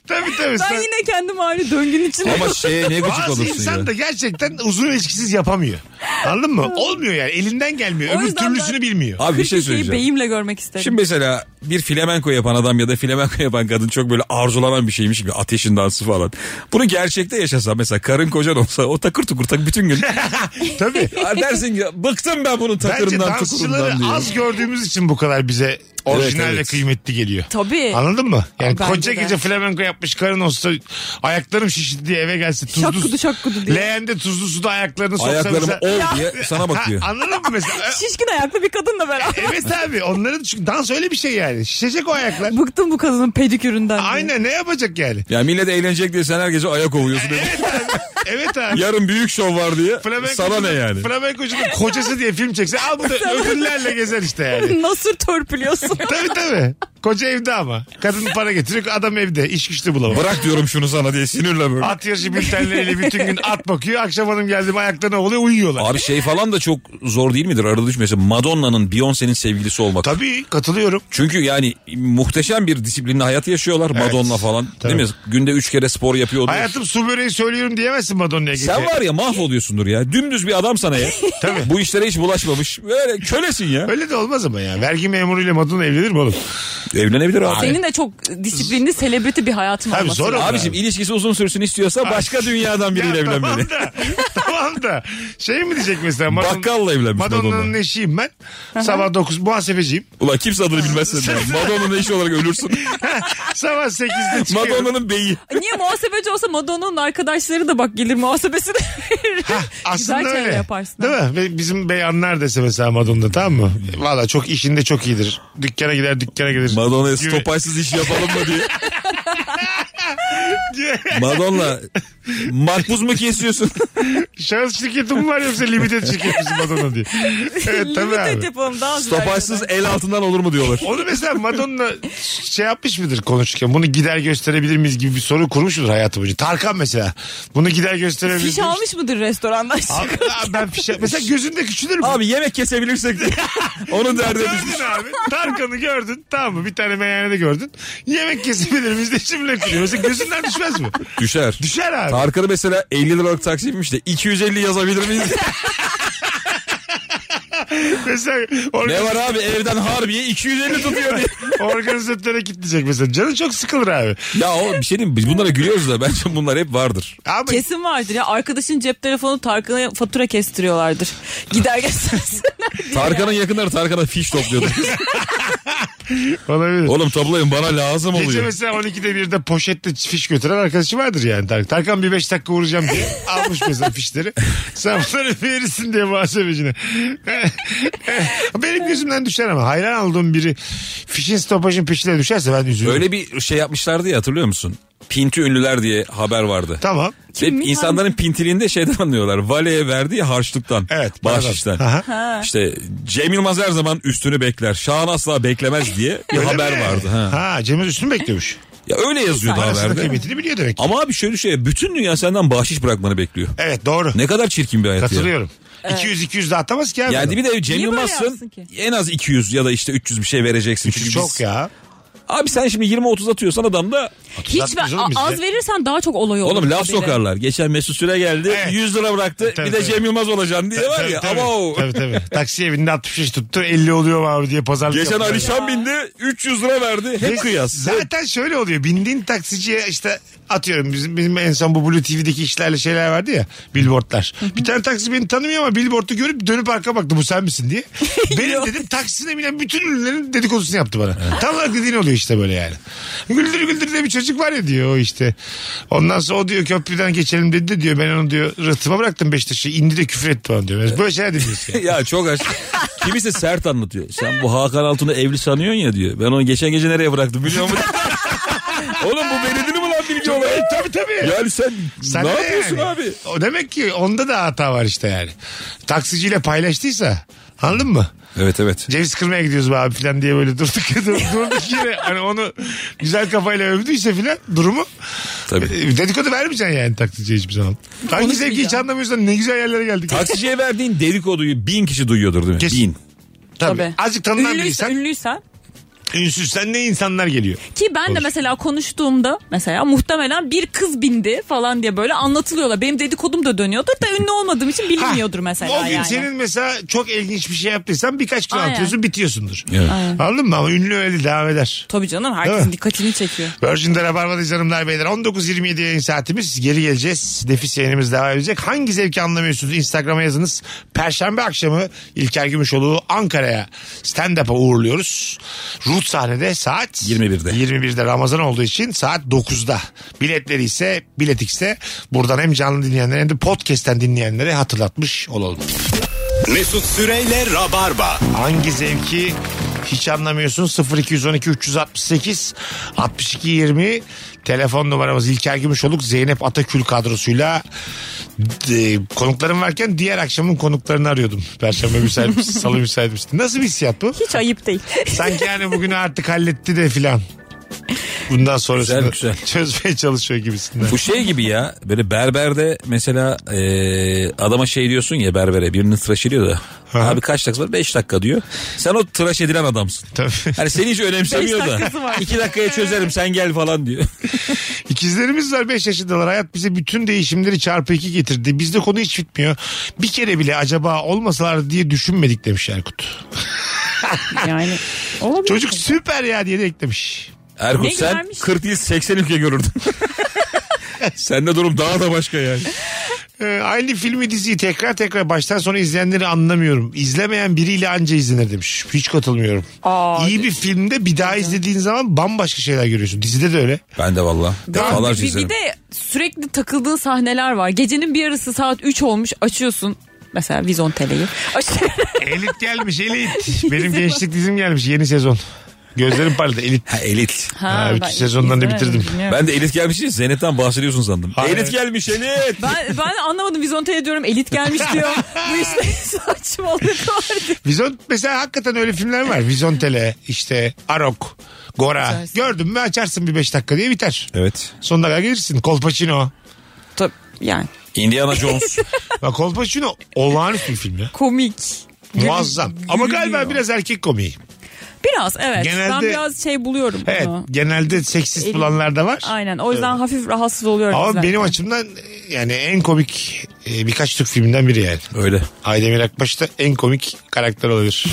Speaker 2: tabii tabii.
Speaker 4: Ben
Speaker 2: Sen-
Speaker 4: yine kendimi aynı döngünün içine
Speaker 3: Ama şeye ne gıcık
Speaker 2: Bazı
Speaker 3: olursun
Speaker 2: insan
Speaker 3: ya.
Speaker 2: da gerçekten uzun ilişkisiz yapamıyor. Anladın mı? Olmuyor yani. Elinden gelmiyor.
Speaker 4: O
Speaker 2: Öbür
Speaker 4: yüzden
Speaker 2: türlüsünü
Speaker 4: ben-
Speaker 2: bilmiyor.
Speaker 3: Abi bir şey
Speaker 4: şeyi
Speaker 3: söyleyeceğim.
Speaker 4: beyimle görmek isterim.
Speaker 3: Şimdi mesela bir flamenko yapan adam ya da flamenko yapan kadın çok böyle arzulanan bir şeymiş gibi ateşin dansı falan. Bunu gerçekte yaşasa mesela karın kocan olsa o takır tukur tak bütün gün.
Speaker 2: Tabii.
Speaker 3: Ya dersin ki bıktım ben bunun
Speaker 2: Bence
Speaker 3: takırından tukurundan
Speaker 2: dansçıları
Speaker 3: diye.
Speaker 2: az gördüğümüz için bu kadar bize orijinal ve
Speaker 3: evet.
Speaker 2: kıymetli geliyor.
Speaker 4: Tabii.
Speaker 2: Anladın mı? Yani
Speaker 4: Bence
Speaker 2: koca
Speaker 4: de.
Speaker 2: gece flamenko yapmış karın olsa ayaklarım şişti diye eve gelse tuzlu
Speaker 4: Şakkudu şakkudu diye.
Speaker 2: Leğende tuzlu suda ayaklarını soksa
Speaker 3: Ayaklarım
Speaker 2: mesela-
Speaker 3: ol diye sana
Speaker 2: Ha,
Speaker 3: bakıyor.
Speaker 2: anladın mı mesela?
Speaker 4: Şişkin ayaklı bir kadınla beraber.
Speaker 2: evet abi onların çünkü dans öyle bir şey yani. Şişecek o ayaklar.
Speaker 4: Bıktım bu kadının pediküründen. diye.
Speaker 2: Aynen ne yapacak yani?
Speaker 3: Ya millet eğlenecek diye sen her gece ayak ovuyorsun.
Speaker 2: Evet abi.
Speaker 3: Yarın büyük şov var diye. Sana ne yani?
Speaker 2: Flamenkocu'nun kocası diye film çekse al bu da ödüllerle gezer işte yani.
Speaker 4: Nasıl törpülüyorsun?
Speaker 2: tabii tabii. Koca evde ama. Kadın para getiriyor adam evde. İş güçlü bulamaz.
Speaker 3: Bırak diyorum şunu sana diye sinirle böyle.
Speaker 2: At yarışı bültenleriyle bütün gün at bakıyor. Akşam hanım geldi mi ayaklarına oluyor uyuyorlar.
Speaker 3: Abi şey falan da çok zor değil midir arada düşmesi? Madonna'nın Beyoncé'nin sevgilisi olmak.
Speaker 2: Tabii katılıyorum.
Speaker 3: Çünkü yani muhteşem bir disiplinli hayat yaşıyorlar Madonna falan.
Speaker 2: Tabii.
Speaker 3: Değil mi? Günde üç kere spor yapıyor. oluyor.
Speaker 2: Hayatım su böreği söylüyorum diyemezsin Madonna'ya gece.
Speaker 3: Sen var ya mahvoluyorsundur ya. Dümdüz bir adam sana ya.
Speaker 2: Tabii.
Speaker 3: Bu işlere hiç bulaşmamış. Böyle kölesin ya.
Speaker 2: Öyle de olmaz ama ya. Vergi memuruyla Madonna evlenir mi oğlum?
Speaker 3: Evlenebilir abi.
Speaker 4: Senin de çok disiplinli, selebriti bir hayatın
Speaker 2: Tabii
Speaker 4: olması.
Speaker 2: zor
Speaker 4: lazım.
Speaker 2: o.
Speaker 3: Abiciğim ilişkisi uzun sürsün istiyorsa başka dünyadan biriyle
Speaker 2: Ya
Speaker 3: evlenmeli.
Speaker 2: Tamam da, tamam da şey mi diyecek mesela? Madonna-
Speaker 3: Bakkalla evlenmiş
Speaker 2: Madonna'nın
Speaker 3: Madonna.
Speaker 2: eşiyim ben. Sabah 9 muhasebeciyim.
Speaker 3: Ulan kimse adını bilmezsin. ya. Madonna'nın eşi olarak ölürsün.
Speaker 2: Sabah 8'de çıkıyorum.
Speaker 3: Madonna'nın beyi.
Speaker 4: Niye muhasebeci olsa Madonna'nın arkadaşları da bak gelir muhasebesini verir.
Speaker 2: Aslında
Speaker 4: Güzel çevre
Speaker 2: öyle.
Speaker 4: yaparsın.
Speaker 2: Değil mi? Ve Bizim beyanlar dese mesela Madonna tamam mı? Valla çok işinde çok iyidir. Dükkana gider dükkana gelir.
Speaker 3: Madonna'ya
Speaker 2: Gibi.
Speaker 3: stopajsız iş yapalım mı diye. Madonna makbuz mu kesiyorsun?
Speaker 2: Şahıs şirketi mi var yoksa limited şirket bizim Madonna diye. Evet tabii
Speaker 4: Limited
Speaker 2: abi.
Speaker 4: yapalım daha güzel.
Speaker 3: Stopajsız el altından olur mu diyorlar.
Speaker 2: Onu mesela Madonna şey yapmış mıdır konuşurken? Bunu gider gösterebilir miyiz gibi bir soru kurmuş mudur hayatı boyunca? Tarkan mesela. Bunu gider gösterebilir
Speaker 4: Fiş
Speaker 2: miyiz?
Speaker 4: almış mıdır restorandan?
Speaker 2: Abi, abi ben fiş Mesela gözünde küçülür mü?
Speaker 3: Abi yemek kesebilirsek diye. Onun derdine düşmüş.
Speaker 2: Gördün abi. Tarkan'ı gördün. Tamam mı? Bir tane meyhanede gördün. Yemek kesebilir miyiz de şimdi kuruyor. Mesela gözünden düşmez mi?
Speaker 3: Düşer.
Speaker 2: Düşer abi.
Speaker 3: Tarkan'ı mesela 50 liralık taksi yapmış da 250 yazabilir miyiz?
Speaker 2: Mesela organ-
Speaker 3: ne var abi evden harbiye 250 tutuyor diye.
Speaker 2: organizatöre kitleyecek mesela. Canı çok sıkılır abi.
Speaker 3: Ya o bir şey diyeyim mi? biz bunlara gülüyoruz da bence bunlar hep vardır.
Speaker 2: Ama
Speaker 4: Kesin vardır ya. Arkadaşın cep telefonu Tarkan'a fatura kestiriyorlardır. Gider göstersinler diye.
Speaker 3: Tarkan'ın yakınları Tarkan'a fiş topluyordu.
Speaker 2: olabilir.
Speaker 3: Oğlum toplayın bana lazım
Speaker 2: Gece
Speaker 3: oluyor.
Speaker 2: mesela 12'de 1'de poşette fiş götüren arkadaşı vardır yani. Tark- Tarkan bir 5 dakika uğrayacağım diye almış mesela fişleri. Sen bunları verirsin diye muhasebecine. Benim gözümden düşer ama hayran olduğum biri fişin stopajın peşine düşerse ben üzülürüm.
Speaker 3: Öyle bir şey yapmışlardı ya hatırlıyor musun? Pinti ünlüler diye haber vardı.
Speaker 2: Tamam.
Speaker 3: Ve insanların pintiliğini de şeyden anlıyorlar. Valeye verdiği harçlıktan.
Speaker 2: Evet.
Speaker 3: Bahşişten.
Speaker 2: Aha.
Speaker 3: İşte Cem Yılmaz her zaman üstünü bekler. Şahan asla beklemez diye bir
Speaker 2: Öyle
Speaker 3: haber
Speaker 2: mi?
Speaker 3: vardı. Ha.
Speaker 2: Ha Cem Yılmaz üstünü bekliyormuş.
Speaker 3: Ya öyle yazıyordu
Speaker 2: Parasının
Speaker 3: haberde.
Speaker 2: kıymetini biliyor demek ki.
Speaker 3: Ama abi şöyle şey bütün dünya senden bahşiş bırakmanı bekliyor.
Speaker 2: Evet doğru.
Speaker 3: Ne kadar çirkin bir hayat ya.
Speaker 2: Katılıyorum. 200-200 de atamaz ki abi.
Speaker 3: Yani
Speaker 2: adam.
Speaker 3: bir de Cem
Speaker 4: Niye böyle
Speaker 3: Yılmaz'sın
Speaker 4: yapsın ki?
Speaker 3: en az 200 ya da işte 300 bir şey vereceksin. Çünkü
Speaker 2: çok
Speaker 3: biz-
Speaker 2: ya.
Speaker 3: Abi sen şimdi 20-30 atıyorsan adam da
Speaker 4: Hiç ve-
Speaker 2: Güzel miyiz
Speaker 4: az
Speaker 2: ya?
Speaker 4: verirsen daha çok olay olur.
Speaker 3: oğlum laf
Speaker 4: Haberi.
Speaker 3: sokarlar. Geçen Mesut Süre geldi
Speaker 2: Evet.
Speaker 3: 100 lira bıraktı
Speaker 2: Tabii,
Speaker 3: bir de
Speaker 2: tabii.
Speaker 3: Cem Yılmaz olacaksın diye var ya.
Speaker 2: tabii,
Speaker 3: Ama o.
Speaker 2: tabii, tabii. Taksi evinde 65 tuttu 50 oluyor mu abi diye pazarlık
Speaker 3: Geçen
Speaker 2: yapıyor.
Speaker 3: Alişan bindi 300 lira verdi. Hep
Speaker 2: Biz-
Speaker 3: kıyas.
Speaker 2: Zaten şöyle oluyor. Bindiğin taksiciye işte atıyorum bizim, bizim en son bu Blue TV'deki işlerle şeyler vardı ya billboardlar. bir tane taksi beni tanımıyor ama billboardu görüp dönüp arka baktı bu sen misin diye. Benim dedim taksisine binen bütün ünlülerin dedikodusunu yaptı bana. Tam olarak dediğin oluyor işte böyle yani. Güldür güldür diye bir çocuk var ya diyor o işte. Ondan sonra o diyor köprüden geçelim dedi de diyor ben onu diyor rıhtıma bıraktım Beşiktaş'ı indi de küfür etti bana diyor. Böyle şeyler dinliyorsun. yani.
Speaker 3: ya çok aç. Kimisi sert anlatıyor. Sen bu Hakan Altun'u evli sanıyorsun ya diyor. Ben onu geçen gece nereye bıraktım biliyor musun? Oğlum bu belediye mi lan bilgi
Speaker 2: E,
Speaker 3: olarak?
Speaker 2: tabii tabii.
Speaker 3: Yani sen,
Speaker 2: Sen
Speaker 3: ne
Speaker 2: de
Speaker 3: yapıyorsun
Speaker 2: yani.
Speaker 3: abi?
Speaker 2: O demek ki onda da hata var işte yani. Taksiciyle paylaştıysa anladın mı?
Speaker 3: Evet evet.
Speaker 2: Ceviz kırmaya gidiyoruz be abi falan diye böyle durduk ya, dur- durduk yere hani onu güzel kafayla övdüyse filan durumu
Speaker 3: Tabii.
Speaker 2: e, dedikodu vermeyeceksin yani taksiciye hiçbir zaman. Hangi sevgi hiç anlamıyorsan ne güzel yerlere geldik.
Speaker 3: Taksiciye verdiğin dedikoduyu bin kişi duyuyordur değil mi?
Speaker 2: Kesin.
Speaker 3: Bin.
Speaker 2: Tabii.
Speaker 4: Tabii.
Speaker 2: Azıcık tanınan
Speaker 4: Ünlüysen,
Speaker 2: biriysen
Speaker 4: ünlüysen
Speaker 2: ünsüzsen ne insanlar geliyor.
Speaker 4: ki ben
Speaker 2: Olur.
Speaker 4: de mesela konuştuğumda mesela muhtemelen bir kız bindi falan diye böyle anlatılıyorlar. Benim dedikodum da dönüyordur da ünlü olmadığım için
Speaker 2: Ha,
Speaker 4: bilinmiyordur mesela
Speaker 2: O gün
Speaker 4: yani.
Speaker 2: senin mesela çok ilginç bir şey yaptıysan birkaç gün
Speaker 4: Aynen.
Speaker 2: anlatıyorsun bitiyorsundur.
Speaker 3: Evet.
Speaker 2: Anladın mı? Ama ünlü öyle devam eder.
Speaker 4: Tabii canım
Speaker 2: Değil
Speaker 4: herkesin
Speaker 2: mi?
Speaker 4: dikkatini çekiyor.
Speaker 2: Virgin'de Rabarba'dayız hanımlar beyler. 19.27 yayın saatimiz. Geri geleceğiz. Nefis yayınımız devam edecek. Hangi zevki anlamıyorsunuz? Instagram'a yazınız. Perşembe akşamı İlker Gümüşoğlu'yu Ankara'ya stand-up'a uğurluyoruz. Rut sahnede saat
Speaker 3: 21'de.
Speaker 2: 21'de Ramazan olduğu için saat 9'da. Biletleri ise Bilet X'te. Buradan hem canlı dinleyenlere hem de podcast'ten dinleyenlere hatırlatmış olalım.
Speaker 1: Mesut Süreyle Rabarba.
Speaker 2: Hangi zevki hiç anlamıyorsun 0212 368 62 20 telefon numaramız İlker Gümüşoluk Zeynep Atakül kadrosuyla e, konuklarım varken diğer akşamın konuklarını arıyordum. Perşembe müsait misin? Salı müsait misin? Nasıl bir hissiyat bu?
Speaker 4: Hiç ayıp değil.
Speaker 2: Sanki yani bugünü artık halletti de filan. Bundan sonrasını
Speaker 3: Güzel, güzel.
Speaker 2: çözmeye çalışıyor gibisinden.
Speaker 3: Bu şey gibi ya böyle berberde mesela e, adama şey diyorsun ya berbere birinin tıraş ediyor da.
Speaker 2: Aha.
Speaker 3: Abi kaç dakika var? 5 dakika diyor. Sen o tıraş edilen adamsın.
Speaker 2: Tabii.
Speaker 3: Hani seni hiç önemsemiyor
Speaker 4: Beş
Speaker 3: da.
Speaker 4: dakikası var.
Speaker 3: 2 dakikaya çözerim sen gel falan diyor.
Speaker 2: İkizlerimiz var 5 yaşındalar. Hayat bize bütün değişimleri çarpı 2 getirdi. Bizde konu hiç bitmiyor. Bir kere bile acaba olmasalar diye düşünmedik demiş Erkut.
Speaker 4: Yani olabilir.
Speaker 2: Çocuk süper ya diye de eklemiş.
Speaker 3: Erkut
Speaker 4: Ne
Speaker 3: sen
Speaker 4: güzelmiş.
Speaker 3: 40 değil 80 ülke görürdün. Sende durum daha da başka yani.
Speaker 2: Ee, aynı filmi diziyi tekrar tekrar baştan sona izleyenleri anlamıyorum. İzlemeyen biriyle anca izlenir demiş. Hiç katılmıyorum.
Speaker 4: Aa,
Speaker 2: İyi bir filmde bir daha izlediğin zaman bambaşka şeyler görüyorsun. Dizide de öyle.
Speaker 3: Ben de valla.
Speaker 4: bir,
Speaker 3: Defalarca
Speaker 4: bir- bir
Speaker 3: izlerim.
Speaker 4: de sürekli takıldığın sahneler var. Gecenin bir yarısı saat 3 olmuş açıyorsun. Mesela Vizon Tele'yi. Aç-
Speaker 2: Elit gelmiş elit. Benim gençlik dizim gelmiş yeni sezon. Gözlerim parladı elit.
Speaker 3: Ha, elit.
Speaker 2: Ha, bütün
Speaker 4: ben
Speaker 2: sezonlarını
Speaker 4: izlemedim,
Speaker 2: bitirdim.
Speaker 4: bilmiyorum.
Speaker 3: Ben de elit gelmiş diye Zeynep'ten bahsediyorsun sandım.
Speaker 2: Hayır.
Speaker 3: Elit gelmiş elit.
Speaker 4: Ben, ben anlamadım vizontele diyorum elit gelmiş diyor. Bu işte saçmalıklar.
Speaker 2: Vizon mesela hakikaten öyle filmler var. Vizon Tele işte Arok. Gora.
Speaker 4: Açarsın.
Speaker 2: Gördün mü açarsın bir beş dakika diye biter.
Speaker 3: Evet.
Speaker 2: Sonuna kadar gelirsin. Kolpaçino.
Speaker 4: Tabii yani
Speaker 3: Indiana Jones.
Speaker 2: Bak Kolpaçino olağanüstü bir film ya.
Speaker 4: komik. Gülü-
Speaker 2: Muazzam. Ama
Speaker 4: gülüyor.
Speaker 2: galiba biraz erkek komiği.
Speaker 4: Biraz evet. Ben
Speaker 2: Genelde-
Speaker 4: biraz şey buluyorum
Speaker 2: Evet
Speaker 4: bunu.
Speaker 2: genelde seksist
Speaker 4: Elim-
Speaker 2: bulanlar da var.
Speaker 4: Aynen o yüzden hafif rahatsız oluyorum.
Speaker 2: Ama
Speaker 4: izlerken.
Speaker 2: benim açımdan yani en komik e, birkaç Türk filminden biri yani.
Speaker 3: Öyle.
Speaker 2: Aydemir Akbaş da en komik karakter olabilir.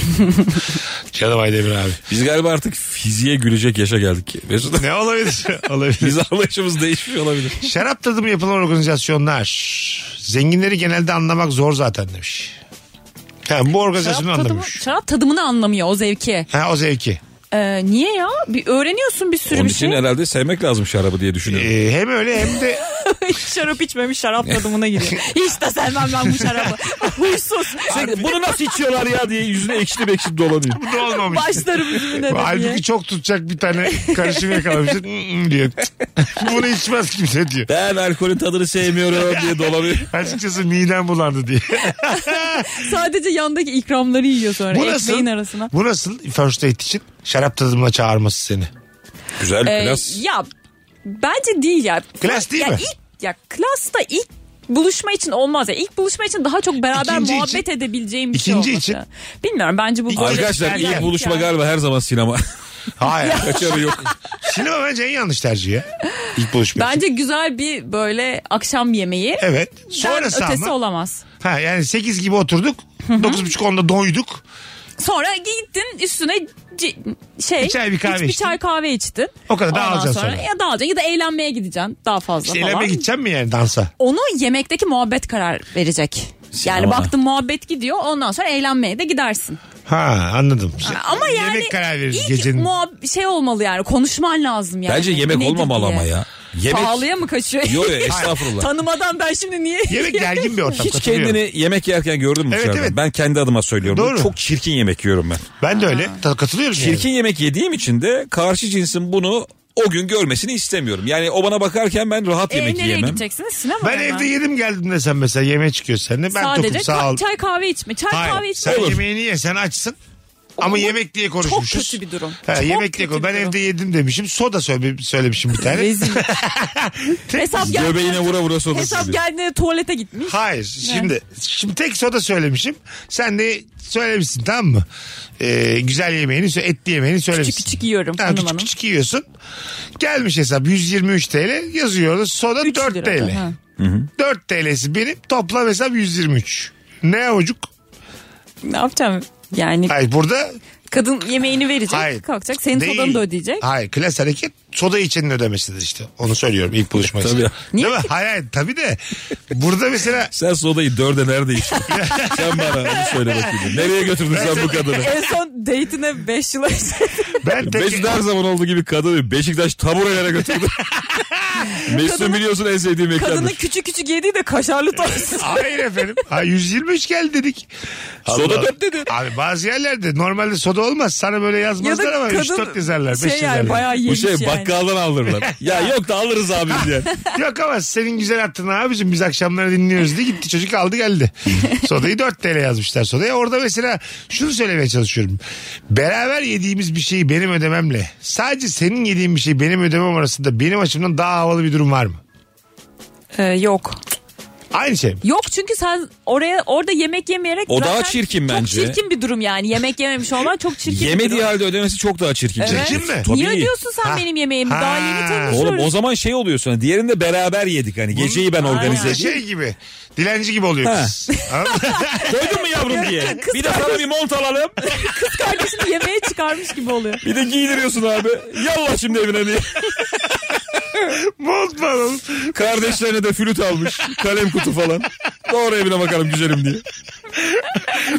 Speaker 2: Canım Aydemir abi.
Speaker 3: Biz galiba artık fiziğe gülecek yaşa geldik. Mesut.
Speaker 2: Ne olabilir? olabilir.
Speaker 3: Mizah anlayışımız değişmiyor olabilir.
Speaker 2: Şarap tadımı yapılan organizasyonlar. Zenginleri genelde anlamak zor zaten demiş. Ha, bu
Speaker 4: şarap,
Speaker 2: organizasyonu
Speaker 4: tadımı,
Speaker 2: anlamış.
Speaker 4: şarap tadımını anlamıyor o zevki.
Speaker 2: Ha o zevki.
Speaker 4: Ee, niye ya? Bir öğreniyorsun bir sürü
Speaker 3: Onun
Speaker 4: bir
Speaker 3: için
Speaker 4: şey.
Speaker 3: herhalde sevmek lazım şarabı diye düşünüyorum.
Speaker 2: Ee, hem öyle hem de
Speaker 4: Hiç şarap içmemiş şarap tadımına giriyor. Hiç de sevmem ben bu şarabı. Huysuz.
Speaker 3: E, bunu nasıl içiyorlar ya diye yüzüne ekşili ekşili dolanıyor.
Speaker 2: bu da olmamış.
Speaker 4: Başlarım yüzüne de diye.
Speaker 2: Halbuki çok tutacak bir tane karışım yakalamış. Mm, mm diyor. Bunu içmez kimse diyor.
Speaker 3: Ben alkolün tadını sevmiyorum diye dolanıyor.
Speaker 2: Açıkçası midem bulandı diye.
Speaker 4: Sadece yandaki ikramları yiyor sonra
Speaker 2: Bu
Speaker 4: ekmeğin
Speaker 2: nasıl?
Speaker 4: arasına.
Speaker 2: Bu nasıl first date için? Şarap tadımına çağırması seni.
Speaker 3: Güzel
Speaker 4: Ee,
Speaker 3: klas.
Speaker 4: Ya bence değil ya.
Speaker 2: Klas değil
Speaker 4: ya
Speaker 2: mi?
Speaker 4: Ilk, ya klas da ilk buluşma için olmaz ya. İlk buluşma için daha çok beraber
Speaker 2: İkinci
Speaker 4: muhabbet
Speaker 2: için-
Speaker 4: edebileceğim bir
Speaker 2: İkinci
Speaker 4: şey olması.
Speaker 2: için-
Speaker 4: Bilmiyorum bence bu böyle
Speaker 3: Arkadaşlar
Speaker 4: şeyler
Speaker 3: ilk
Speaker 4: yok
Speaker 3: buluşma
Speaker 4: ya.
Speaker 3: galiba her zaman sinema.
Speaker 2: Hayır.
Speaker 3: Kaçarı yok.
Speaker 2: Sinema bence en yanlış tercih ya. İlk buluşma. için.
Speaker 4: Bence güzel bir böyle akşam yemeği.
Speaker 2: Evet.
Speaker 4: Ben
Speaker 2: Sonrası
Speaker 4: ötesi
Speaker 2: ama.
Speaker 4: olamaz.
Speaker 2: Ha, yani 8 gibi oturduk. 9.30-10'da doyduk.
Speaker 4: Sonra gittin üstüne c- şey
Speaker 2: Bir çay, bir kahve
Speaker 4: iç- bir
Speaker 2: içtin.
Speaker 4: çay kahve içtin.
Speaker 2: O kadar daha
Speaker 4: Ondan
Speaker 2: alacaksın sonra.
Speaker 4: Ya dağılacaksın ya da eğlenmeye gideceksin daha fazla
Speaker 2: İşte
Speaker 4: falan.
Speaker 2: eleme gideceğim mi yani dansa?
Speaker 4: onu yemekteki muhabbet karar verecek. Yani
Speaker 3: Sinema.
Speaker 4: baktın muhabbet gidiyor ondan sonra eğlenmeye de gidersin.
Speaker 2: Ha anladım. İşte
Speaker 4: Ama yani
Speaker 2: Yemek karar veririz
Speaker 4: ilk
Speaker 2: gecenin.
Speaker 4: muhab- şey olmalı yani konuşman lazım yani.
Speaker 3: Bence yemek
Speaker 4: Nedir
Speaker 3: olmamalı
Speaker 4: diye.
Speaker 3: ama ya. Yemek.
Speaker 4: Pahalıya mı kaçıyor?
Speaker 3: Yo yo estağfurullah.
Speaker 4: Tanımadan ben şimdi niye?
Speaker 2: Yemek gergin bir ortam.
Speaker 3: Hiç
Speaker 2: katılıyorum.
Speaker 3: kendini yemek yerken gördün mü
Speaker 2: Evet,
Speaker 3: dışarıda?
Speaker 2: evet.
Speaker 3: Ben kendi adıma söylüyorum.
Speaker 2: Doğru.
Speaker 3: Çok çirkin yemek yiyorum ben.
Speaker 2: Ben de öyle. Ta- Katılıyorum yani.
Speaker 3: Çirkin yemek yediğim için de karşı cinsin bunu o gün görmesini istemiyorum. Yani o bana bakarken ben rahat
Speaker 4: E,
Speaker 3: yemek
Speaker 4: nereye
Speaker 3: yiyemem.
Speaker 4: gideceksiniz? Sinema
Speaker 2: Ben evde yedim geldim de sen mesela yemeğe çıkıyorsun sen de. Ben
Speaker 4: Sadece
Speaker 2: tokum sağ
Speaker 4: ka-
Speaker 2: ol.
Speaker 4: çay kahve içme. Çay kahve
Speaker 2: Hayır
Speaker 4: içme.
Speaker 2: sen
Speaker 3: Olur.
Speaker 2: yemeğini ye sen açsın. Ama yemek diye konuşmuşuz.
Speaker 4: kötü bir durum.
Speaker 2: Ha,
Speaker 4: Çok
Speaker 2: yemek diye
Speaker 4: kötü bir
Speaker 2: konuşmuşuz. Ben
Speaker 4: durum.
Speaker 2: evde yedim demişim. Soda söyle- söylemişim bir tane.
Speaker 4: Rezil. Hesap
Speaker 3: Göbeğine
Speaker 4: geldi.
Speaker 3: vura vura sonrası
Speaker 4: Hesap geldi tuvalete gitmiş.
Speaker 2: Hayır şimdi şimdi tek soda söylemişim. Sen de söylemişsin tamam mı? Ee, güzel yemeğini sö- etli yemeğini söylemişsin.
Speaker 4: küçük yiyorum,
Speaker 2: Ha,
Speaker 4: hanım
Speaker 2: küçük
Speaker 4: hanım.
Speaker 2: küçük yiyorsun. Gelmiş hesap 123 TL yazıyoruz. Soda
Speaker 4: Üç
Speaker 2: 4
Speaker 4: lira.
Speaker 2: TL.
Speaker 4: Ha.
Speaker 2: 4 TL'si benim toplam hesap 123. Ne yavucuk?
Speaker 4: Ne yapacağım? Yani
Speaker 2: Hayır burada
Speaker 4: kadın yemeğini verecek,
Speaker 2: Hayır.
Speaker 4: kalkacak, senin
Speaker 2: Değil.
Speaker 4: sodanı da ödeyecek.
Speaker 2: Hayır klas hareket soda içenin ödemesidir işte. Onu söylüyorum ilk buluşma için.
Speaker 3: Tabii.
Speaker 2: Değil mi? Hayır, hayır tabii de. Burada mesela
Speaker 3: Sen sodayı dörde nerede içtin? sen bana onu söyle bakayım. Nereye götürdün sen bu kadını?
Speaker 4: En son date'ine 5 yıl önce.
Speaker 2: ben tek...
Speaker 3: Mesut her zaman olduğu gibi kadını Beşiktaş taburelere götürdü. Mesut'u
Speaker 4: Kadını-
Speaker 3: biliyorsun en sevdiğim
Speaker 4: Kadının
Speaker 3: mekandır.
Speaker 4: küçük küçük yediği de kaşarlı tost.
Speaker 2: Hayır efendim. Ha, 123 geldi dedik.
Speaker 3: Soda dört dedi.
Speaker 2: Abi bazı yerlerde normalde soda olmaz. Sana böyle
Speaker 4: ya da
Speaker 2: yazmazlar ama 3-4 yazarlar. 5
Speaker 4: şey yani bayağı
Speaker 3: Bu
Speaker 4: yemiş
Speaker 3: şey
Speaker 4: yani.
Speaker 3: bakkaldan alırlar. ya yok da alırız abi diye.
Speaker 2: Yok ama senin güzel attın abicim biz akşamları dinliyoruz diye gitti çocuk aldı geldi. Sodayı 4 TL yazmışlar sodaya. Orada mesela şunu söylemeye çalışıyorum. Beraber yediğimiz bir şeyi benim ödememle sadece senin yediğin bir şeyi benim ödemem arasında benim açımdan daha havalı bir durum var mı?
Speaker 4: Ee, yok.
Speaker 2: Aynı şey mi?
Speaker 4: Yok çünkü sen oraya orada yemek yemeyerek
Speaker 3: O daha
Speaker 4: zaten
Speaker 3: çirkin bence.
Speaker 4: Çok çirkin bir durum yani. Yemek yememiş olman çok çirkin bir durum.
Speaker 3: Yemediği halde ödemesi çok daha çirkin.
Speaker 4: Evet.
Speaker 2: Çirkin mi?
Speaker 3: Tabii.
Speaker 4: Niye ödüyorsun sen
Speaker 2: Ha.
Speaker 4: benim yemeğimi? Daha
Speaker 2: Ha.
Speaker 4: yeni temizliyoruz.
Speaker 3: Oğlum o zaman şey oluyorsun. Diğerinde beraber yedik hani. Geceyi ben organize
Speaker 2: Organize
Speaker 3: edeyim.
Speaker 2: şey gibi. Dilenci gibi oluyor kız. Anladın mı?
Speaker 4: Şey-
Speaker 3: Doydun mu yavrum diye. Bir de sana bir mont alalım.
Speaker 4: Kız kardeşini yemeğe çıkarmış gibi oluyor.
Speaker 3: Bir de giydiriyorsun abi. Yallah şimdi evine diye.
Speaker 2: Mont var oğlum.
Speaker 3: Kardeşlerine de flüt almış. Kalem kutu falan. Doğru evine bakalım güzelim diye.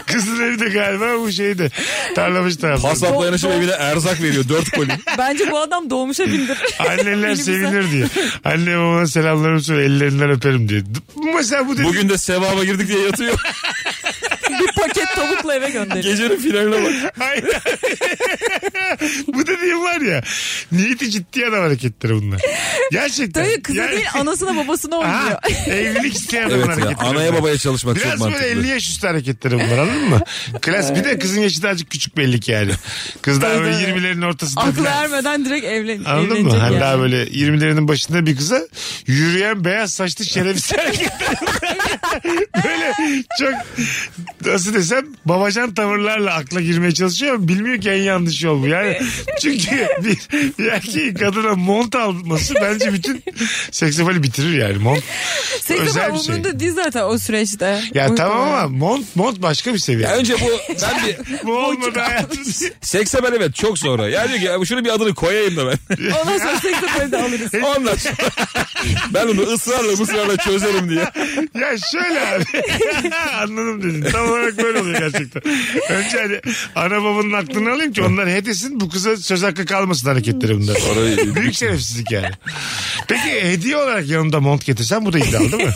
Speaker 2: Kızın evi de galiba bu şeydi. Tarlamış tarafı.
Speaker 3: Pasapla yanaşıp evine erzak veriyor. Dört koli.
Speaker 4: Bence bu adam doğmuşa bindir.
Speaker 2: Anneler
Speaker 4: Elimize.
Speaker 2: sevinir diye. Anne babana selamlarımı söyle ellerinden öperim diye. Bu Mesela bu dedi.
Speaker 3: Bugün de sevaba girdik diye yatıyor.
Speaker 4: Bir paket tavukla eve gönderiyor.
Speaker 3: Gecenin finaline bak.
Speaker 2: Hayır. bu dediğim var ya. Niyeti ciddi adam hareketleri bunlar. Gerçekten.
Speaker 4: Tabii kıza
Speaker 2: Yani-
Speaker 4: değil anasına babasına oynuyor.
Speaker 2: Ha, evlilik isteyen adamın
Speaker 3: Evet ya,
Speaker 2: hareketleri.
Speaker 3: anaya
Speaker 2: bunlar.
Speaker 3: babaya çalışmak çok
Speaker 2: Biraz böyle
Speaker 3: mantıklı.
Speaker 2: 50 yaş üstü hareketleri bunlar anladın mı? Klas bir de kızın yaşı da azıcık küçük belli ki yani. Kız daha
Speaker 4: Tabii,
Speaker 2: böyle
Speaker 4: tabii.
Speaker 2: 20'lerin ortasında.
Speaker 4: Aklı
Speaker 2: falan.
Speaker 4: ermeden direkt evlen
Speaker 2: Anladın mı?
Speaker 4: evlenecek
Speaker 2: Hani
Speaker 4: yani.
Speaker 2: daha böyle 20'lerinin başında bir kıza yürüyen beyaz saçlı şerefsiz hareketler. böyle çok nasıl desem babacan tavırlarla akla girmeye çalışıyor ama bilmiyor ki en yanlış yol bu. Yani çünkü bir, bir erkeğin kadına mont alması bence bütün seksifali bitirir yani. Mont
Speaker 4: Sekiz
Speaker 2: özel
Speaker 4: ama
Speaker 2: bir şey.
Speaker 4: umurunda değil zaten o süreçte.
Speaker 2: ya
Speaker 4: Uyku
Speaker 2: tamam
Speaker 4: var.
Speaker 2: ama mont mont başka bir seviye.
Speaker 3: Ya önce bu ben bir
Speaker 2: bu olmadı hayatım.
Speaker 3: sekse ben evet çok sonra. Ya diyor ki ya şunu bir adını koyayım da ben.
Speaker 4: Ondan sonra sekiz evde alırız.
Speaker 3: Ondan sonra ben onu ısrarla ısrarla çözerim diye.
Speaker 2: Ya şöyle abi. Anladım dedin. Tam olarak böyle oluyor gerçekten. Önce hani ana babanın aklını alayım ki onlar hedesin bu kıza söz hakkı kalmasın hareketleri bunlar.
Speaker 3: Orayı-
Speaker 2: Büyük şerefsizlik yani. Peki hediye olarak yanımda mont getirsen bu da iddialı değil mi?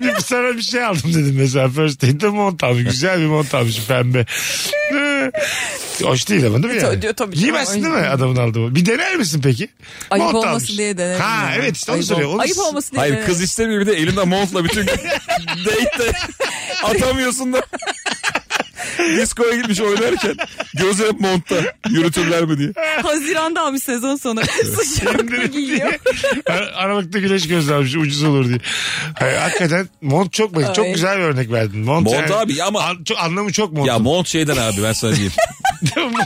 Speaker 2: bir sana bir şey aldım dedim mesela first aid'de mont almış. Güzel bir mont almış pembe. Hoş değil ama değil mi yani?
Speaker 4: E, Tabii, tabii.
Speaker 2: Giymezsin değil mi adamın aldığı mont? Bir dener misin peki?
Speaker 4: Ayıp
Speaker 2: Mont
Speaker 4: olmasın
Speaker 2: almış.
Speaker 4: diye denerim.
Speaker 2: Ha
Speaker 4: yani.
Speaker 2: evet işte onu
Speaker 4: Ayıp ol-
Speaker 2: soruyor. Onu
Speaker 4: Ayıp olmasın diye
Speaker 3: Hayır
Speaker 4: denerim.
Speaker 3: kız istemiyor bir de elinde montla bütün gün date'de atamıyorsun da. Disko'ya gitmiş oynarken gözü hep montta yürütürler mi diye.
Speaker 4: Haziran'da almış sezon sonu. Sıcakta
Speaker 2: İndirim
Speaker 4: giyiyor.
Speaker 2: diye. Ar- Aralıkta güneş gözlenmiş ucuz olur diye. Hayır, hakikaten mont çok bak çok
Speaker 4: Ay.
Speaker 2: güzel bir örnek verdin. Mont,
Speaker 3: Mont
Speaker 2: yani-
Speaker 3: abi ya ama-
Speaker 2: An- çok, anlamı çok mont.
Speaker 3: Ya mont şeyden abi ben sana diyeyim.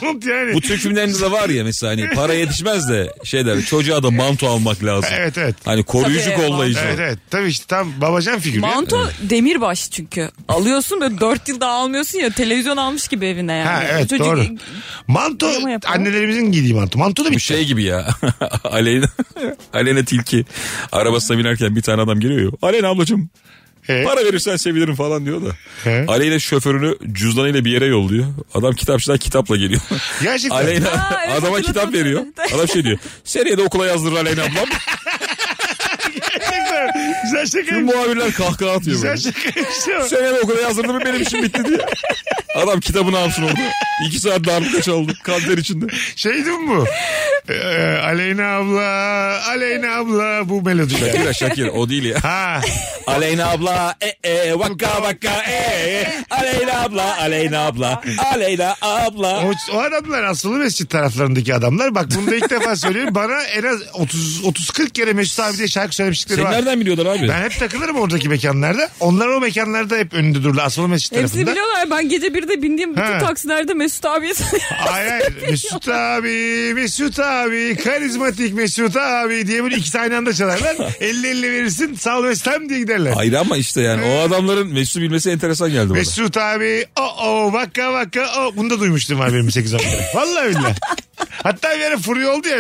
Speaker 2: mont yani.
Speaker 3: Bu Türk filmlerinde de var ya mesela hani para yetişmez de şey der çocuğa da manto almak lazım.
Speaker 2: Evet evet.
Speaker 3: Hani koruyucu
Speaker 4: Tabii,
Speaker 3: kollayıcı.
Speaker 2: Evet evet. Tabii işte tam babacan figürü. ya.
Speaker 4: Manto demirbaş çünkü. Alıyorsun böyle 4 yılda almıyorsun ya televizyon almış gibi evine yani.
Speaker 2: Ha evet
Speaker 4: Çocuk-
Speaker 2: doğru. Manto
Speaker 4: Arama yapalım.
Speaker 2: annelerimizin giydiği manto. Manto da
Speaker 3: Bu
Speaker 2: bir
Speaker 3: şey gibi ya. Aleyna, Aleyna Tilki arabasına binerken bir tane adam geliyor ya. Aleyna ablacığım
Speaker 4: E?
Speaker 2: He.
Speaker 3: para verirsen sevinirim falan diyor da.
Speaker 2: He.
Speaker 3: Aleyna şoförünü cüzdanıyla bir yere yolluyor. Adam kitapçıdan kitapla geliyor.
Speaker 2: Gerçekten.
Speaker 3: Aleyna
Speaker 4: Aa, evet,
Speaker 3: adama
Speaker 4: hatırladım,
Speaker 3: kitap veriyor.
Speaker 4: hatırladım.
Speaker 3: Adam şey diyor. Seneye de okula yazdırır Aleyna ablam.
Speaker 2: Gerçekten. Güzel
Speaker 3: Tüm
Speaker 2: şakaymış.
Speaker 3: muhabirler kahkaha atıyor.
Speaker 2: Güzel
Speaker 3: böyle.
Speaker 4: şey.
Speaker 2: şakaymış ama.
Speaker 3: Seneye de okula yazdırdım benim işim bitti diye. Adam kitabını alsın oldu. İki saat darbuka çaldı. Kalter içinde.
Speaker 2: Şey değil mi bu? Ee, Aleyna abla, Aleyna abla bu melodi. yani.
Speaker 3: Şakir Şakir o değil ya.
Speaker 2: Ha.
Speaker 3: Aleyna abla e e vaka vaka e e. Aleyna abla Aleyna abla Aleyna abla.
Speaker 2: O, o adamlar asılı mescit taraflarındaki adamlar. Bak bunu da ilk defa söylüyorum. Bana en az 30-40 kere Mesut abi diye şarkı söylemişlikleri
Speaker 4: şey
Speaker 3: Sen
Speaker 2: var.
Speaker 3: nereden biliyorlar abi?
Speaker 2: Ben hep takılırım oradaki mekanlarda. Onlar o mekanlarda hep önünde dururlar. Asılı mescit
Speaker 4: Hepsini
Speaker 2: tarafında.
Speaker 4: biliyorlar. Ben gece 1'de bindiğim bütün
Speaker 2: Ha.
Speaker 4: taksilerde Mesut abiye
Speaker 2: Hayır hayır. Mesut abi, Mesut abi, karizmatik Mesut abi diye böyle iki aynı anda çalarlar. 50-50 verirsin sağ ol Mesut'um diye giderler.
Speaker 3: Hayır ama işte yani o adamların Mesut'u bilmesi enteresan geldi bana.
Speaker 2: Mesut abi o o vaka vaka o. Bunu da duymuştum var benim 8 kere. Vallahi billahi. Hatta bir ara furya oldu ya.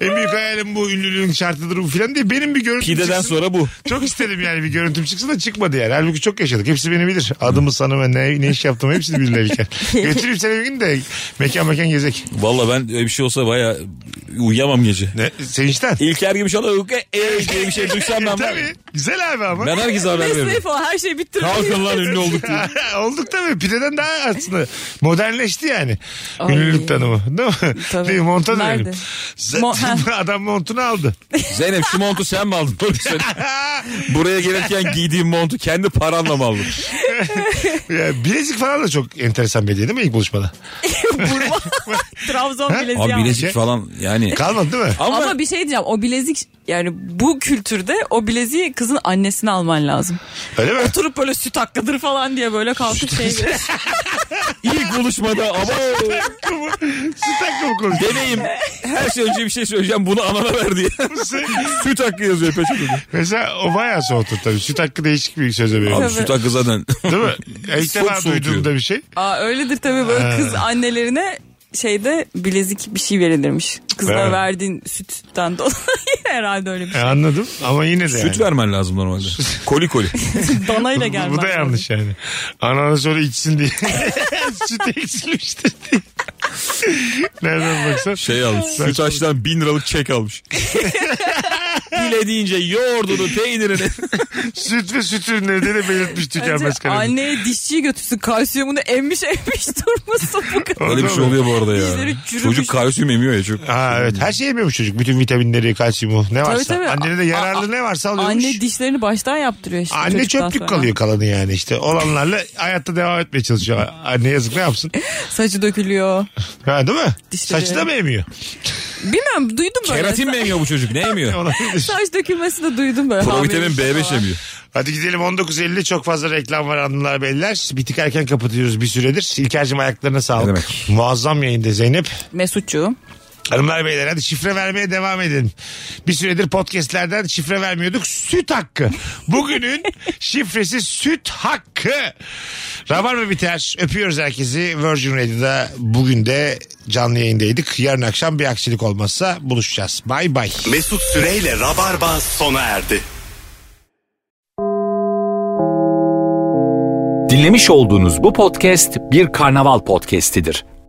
Speaker 2: En büyük hayalim bu ünlülüğün şartıdır bu filan diye. Benim bir görüntüm
Speaker 3: Pideden
Speaker 2: çıksın.
Speaker 3: sonra bu.
Speaker 2: Çok istedim yani bir görüntüm çıksın da çıkmadı yani. Halbuki çok yaşadık. Hepsi beni bilir. Adımı, sanımı, ne, ne iş yaptığımı hepsini bilirler İlker. Götüreyim seni bir gün de mekan mekan gezek.
Speaker 3: Valla ben öyle bir şey olsa baya uyuyamam gece.
Speaker 2: Ne? Sevinçten.
Speaker 3: İlker gibi şey olur. E, e diye bir şey duysam ben.
Speaker 2: Tabii. Güzel abi ama.
Speaker 3: Ben herkese haber
Speaker 4: Mesleği
Speaker 3: veririm.
Speaker 4: falan her şeyi bitti.
Speaker 3: Kalkın lan ünlü olduk diye.
Speaker 2: Olduk tabii. Pideden daha aslında modernleşti yani.
Speaker 4: Ay.
Speaker 2: Ünlülük tanımı. Değil mi? Mutluyum monta
Speaker 4: Nerede?
Speaker 2: dönelim. Zaten adam montunu aldı.
Speaker 3: Zeynep şu montu sen mi aldın? Doğru söyle. Buraya gelirken giydiğim montu kendi paranla mı aldın?
Speaker 2: Ya, bilezik falan da çok enteresan bir hediye değil mi ilk buluşmada?
Speaker 4: Burma. Trabzon bileziği.
Speaker 3: Abi
Speaker 4: almış.
Speaker 3: bilezik falan yani.
Speaker 2: Kalmadı değil mi?
Speaker 3: Ama,
Speaker 4: Ama bir şey diyeceğim o bilezik yani bu kültürde o bileziği kızın annesine alman lazım.
Speaker 2: Öyle mi?
Speaker 4: Oturup böyle süt hakkıdır falan diye böyle kalkıp şey
Speaker 3: ilk buluşmada ama
Speaker 2: Süt hakkı mı konuşuyor?
Speaker 3: deneyim. Her şey önce bir şey söyleyeceğim bunu anana ver diye. Süt hakkı yazıyor peşinde.
Speaker 2: Mesela o bayağı soğutur tabii. Süt hakkı değişik bir söze
Speaker 3: Abi
Speaker 2: veriyor.
Speaker 3: süt hakkı zaten.
Speaker 2: Değil mi? Ya İlk
Speaker 3: Çok
Speaker 2: defa
Speaker 3: soğutuyor.
Speaker 2: duyduğumda bir şey.
Speaker 4: Aa, öyledir tabii böyle kız annelerine şeyde bilezik bir şey verilirmiş. Kızına
Speaker 2: Evet.
Speaker 4: verdiğin sütten dolayı herhalde öyle bir
Speaker 2: E,
Speaker 4: şey.
Speaker 2: anladım ama yine de yani.
Speaker 3: Süt vermen lazım normalde. Koli koli.
Speaker 4: Danayla
Speaker 2: Bu-
Speaker 4: gelmez.
Speaker 2: Bu da yanlış yani. Ananı sonra içsin diye. Süt eksilmiştir diye. Nereden baksan.
Speaker 3: Şey almış. Süt açtan bin liralık çek almış. Dilediğince yoğurdunu, peynirini.
Speaker 2: Süt ve süt ürünleri de belirtmiş tükenmez
Speaker 4: Bence
Speaker 2: kalemi.
Speaker 4: anneye dişçiyi götürsün kalsiyumunu emmiş emmiş durmasın bu kadar.
Speaker 3: Öyle bir şey oluyor bu arada ya.
Speaker 4: Dizleri çürümüş.
Speaker 3: Çocuk kalsiyum emiyor ya çok.
Speaker 2: Ha evet her şeyi yemiyormuş çocuk. Bütün vitaminleri, kalsiyumu ne varsa.
Speaker 4: tabii.
Speaker 2: Annene de yararlı
Speaker 4: A- a-
Speaker 2: ne varsa alıyormuş.
Speaker 4: Anne
Speaker 2: Anne,
Speaker 4: dişlerini baştan yaptırıyor işte. çocuktan
Speaker 2: şey. çöplük
Speaker 4: sonra.
Speaker 2: kalıyor kalanı yani işte. Olanlarla hayatta devam etmeye çalışıyor. Anne yazık ne yapsın?
Speaker 4: Saçı dökülüyor.
Speaker 2: Ha değil mi?
Speaker 4: Dişleri.
Speaker 2: Saçı da mı emiyor?
Speaker 4: Bilmiyorum duydum böyle.
Speaker 3: Keratin mi emiyor bu çocuk? Ne emiyor?
Speaker 2: Olabilir.
Speaker 4: Saç dökülmesi de duydum böyle. şey
Speaker 3: Provitamin
Speaker 4: Hamilelik
Speaker 3: B5
Speaker 4: falan.
Speaker 3: emiyor.
Speaker 2: Hadi gidelim 19.50 çok fazla reklam var anılar beyler. Bitik erken kapatıyoruz bir süredir. İlker'cim ayaklarına sağlık.
Speaker 3: Ne demek?
Speaker 2: Muazzam yayında Zeynep.
Speaker 4: Mesutçuğum.
Speaker 2: Hanımlar beyler hadi şifre vermeye devam edin. Bir süredir podcastlerden şifre vermiyorduk. Süt hakkı. Bugünün şifresi süt hakkı. Rabarba biter. Öpüyoruz herkesi. Virgin Radio'da bugün de canlı yayındaydık. Yarın akşam bir aksilik olmazsa buluşacağız. Bay bay.
Speaker 1: Mesut Süreyle Rabarba sona erdi.
Speaker 10: Dinlemiş olduğunuz bu podcast bir karnaval podcastidir.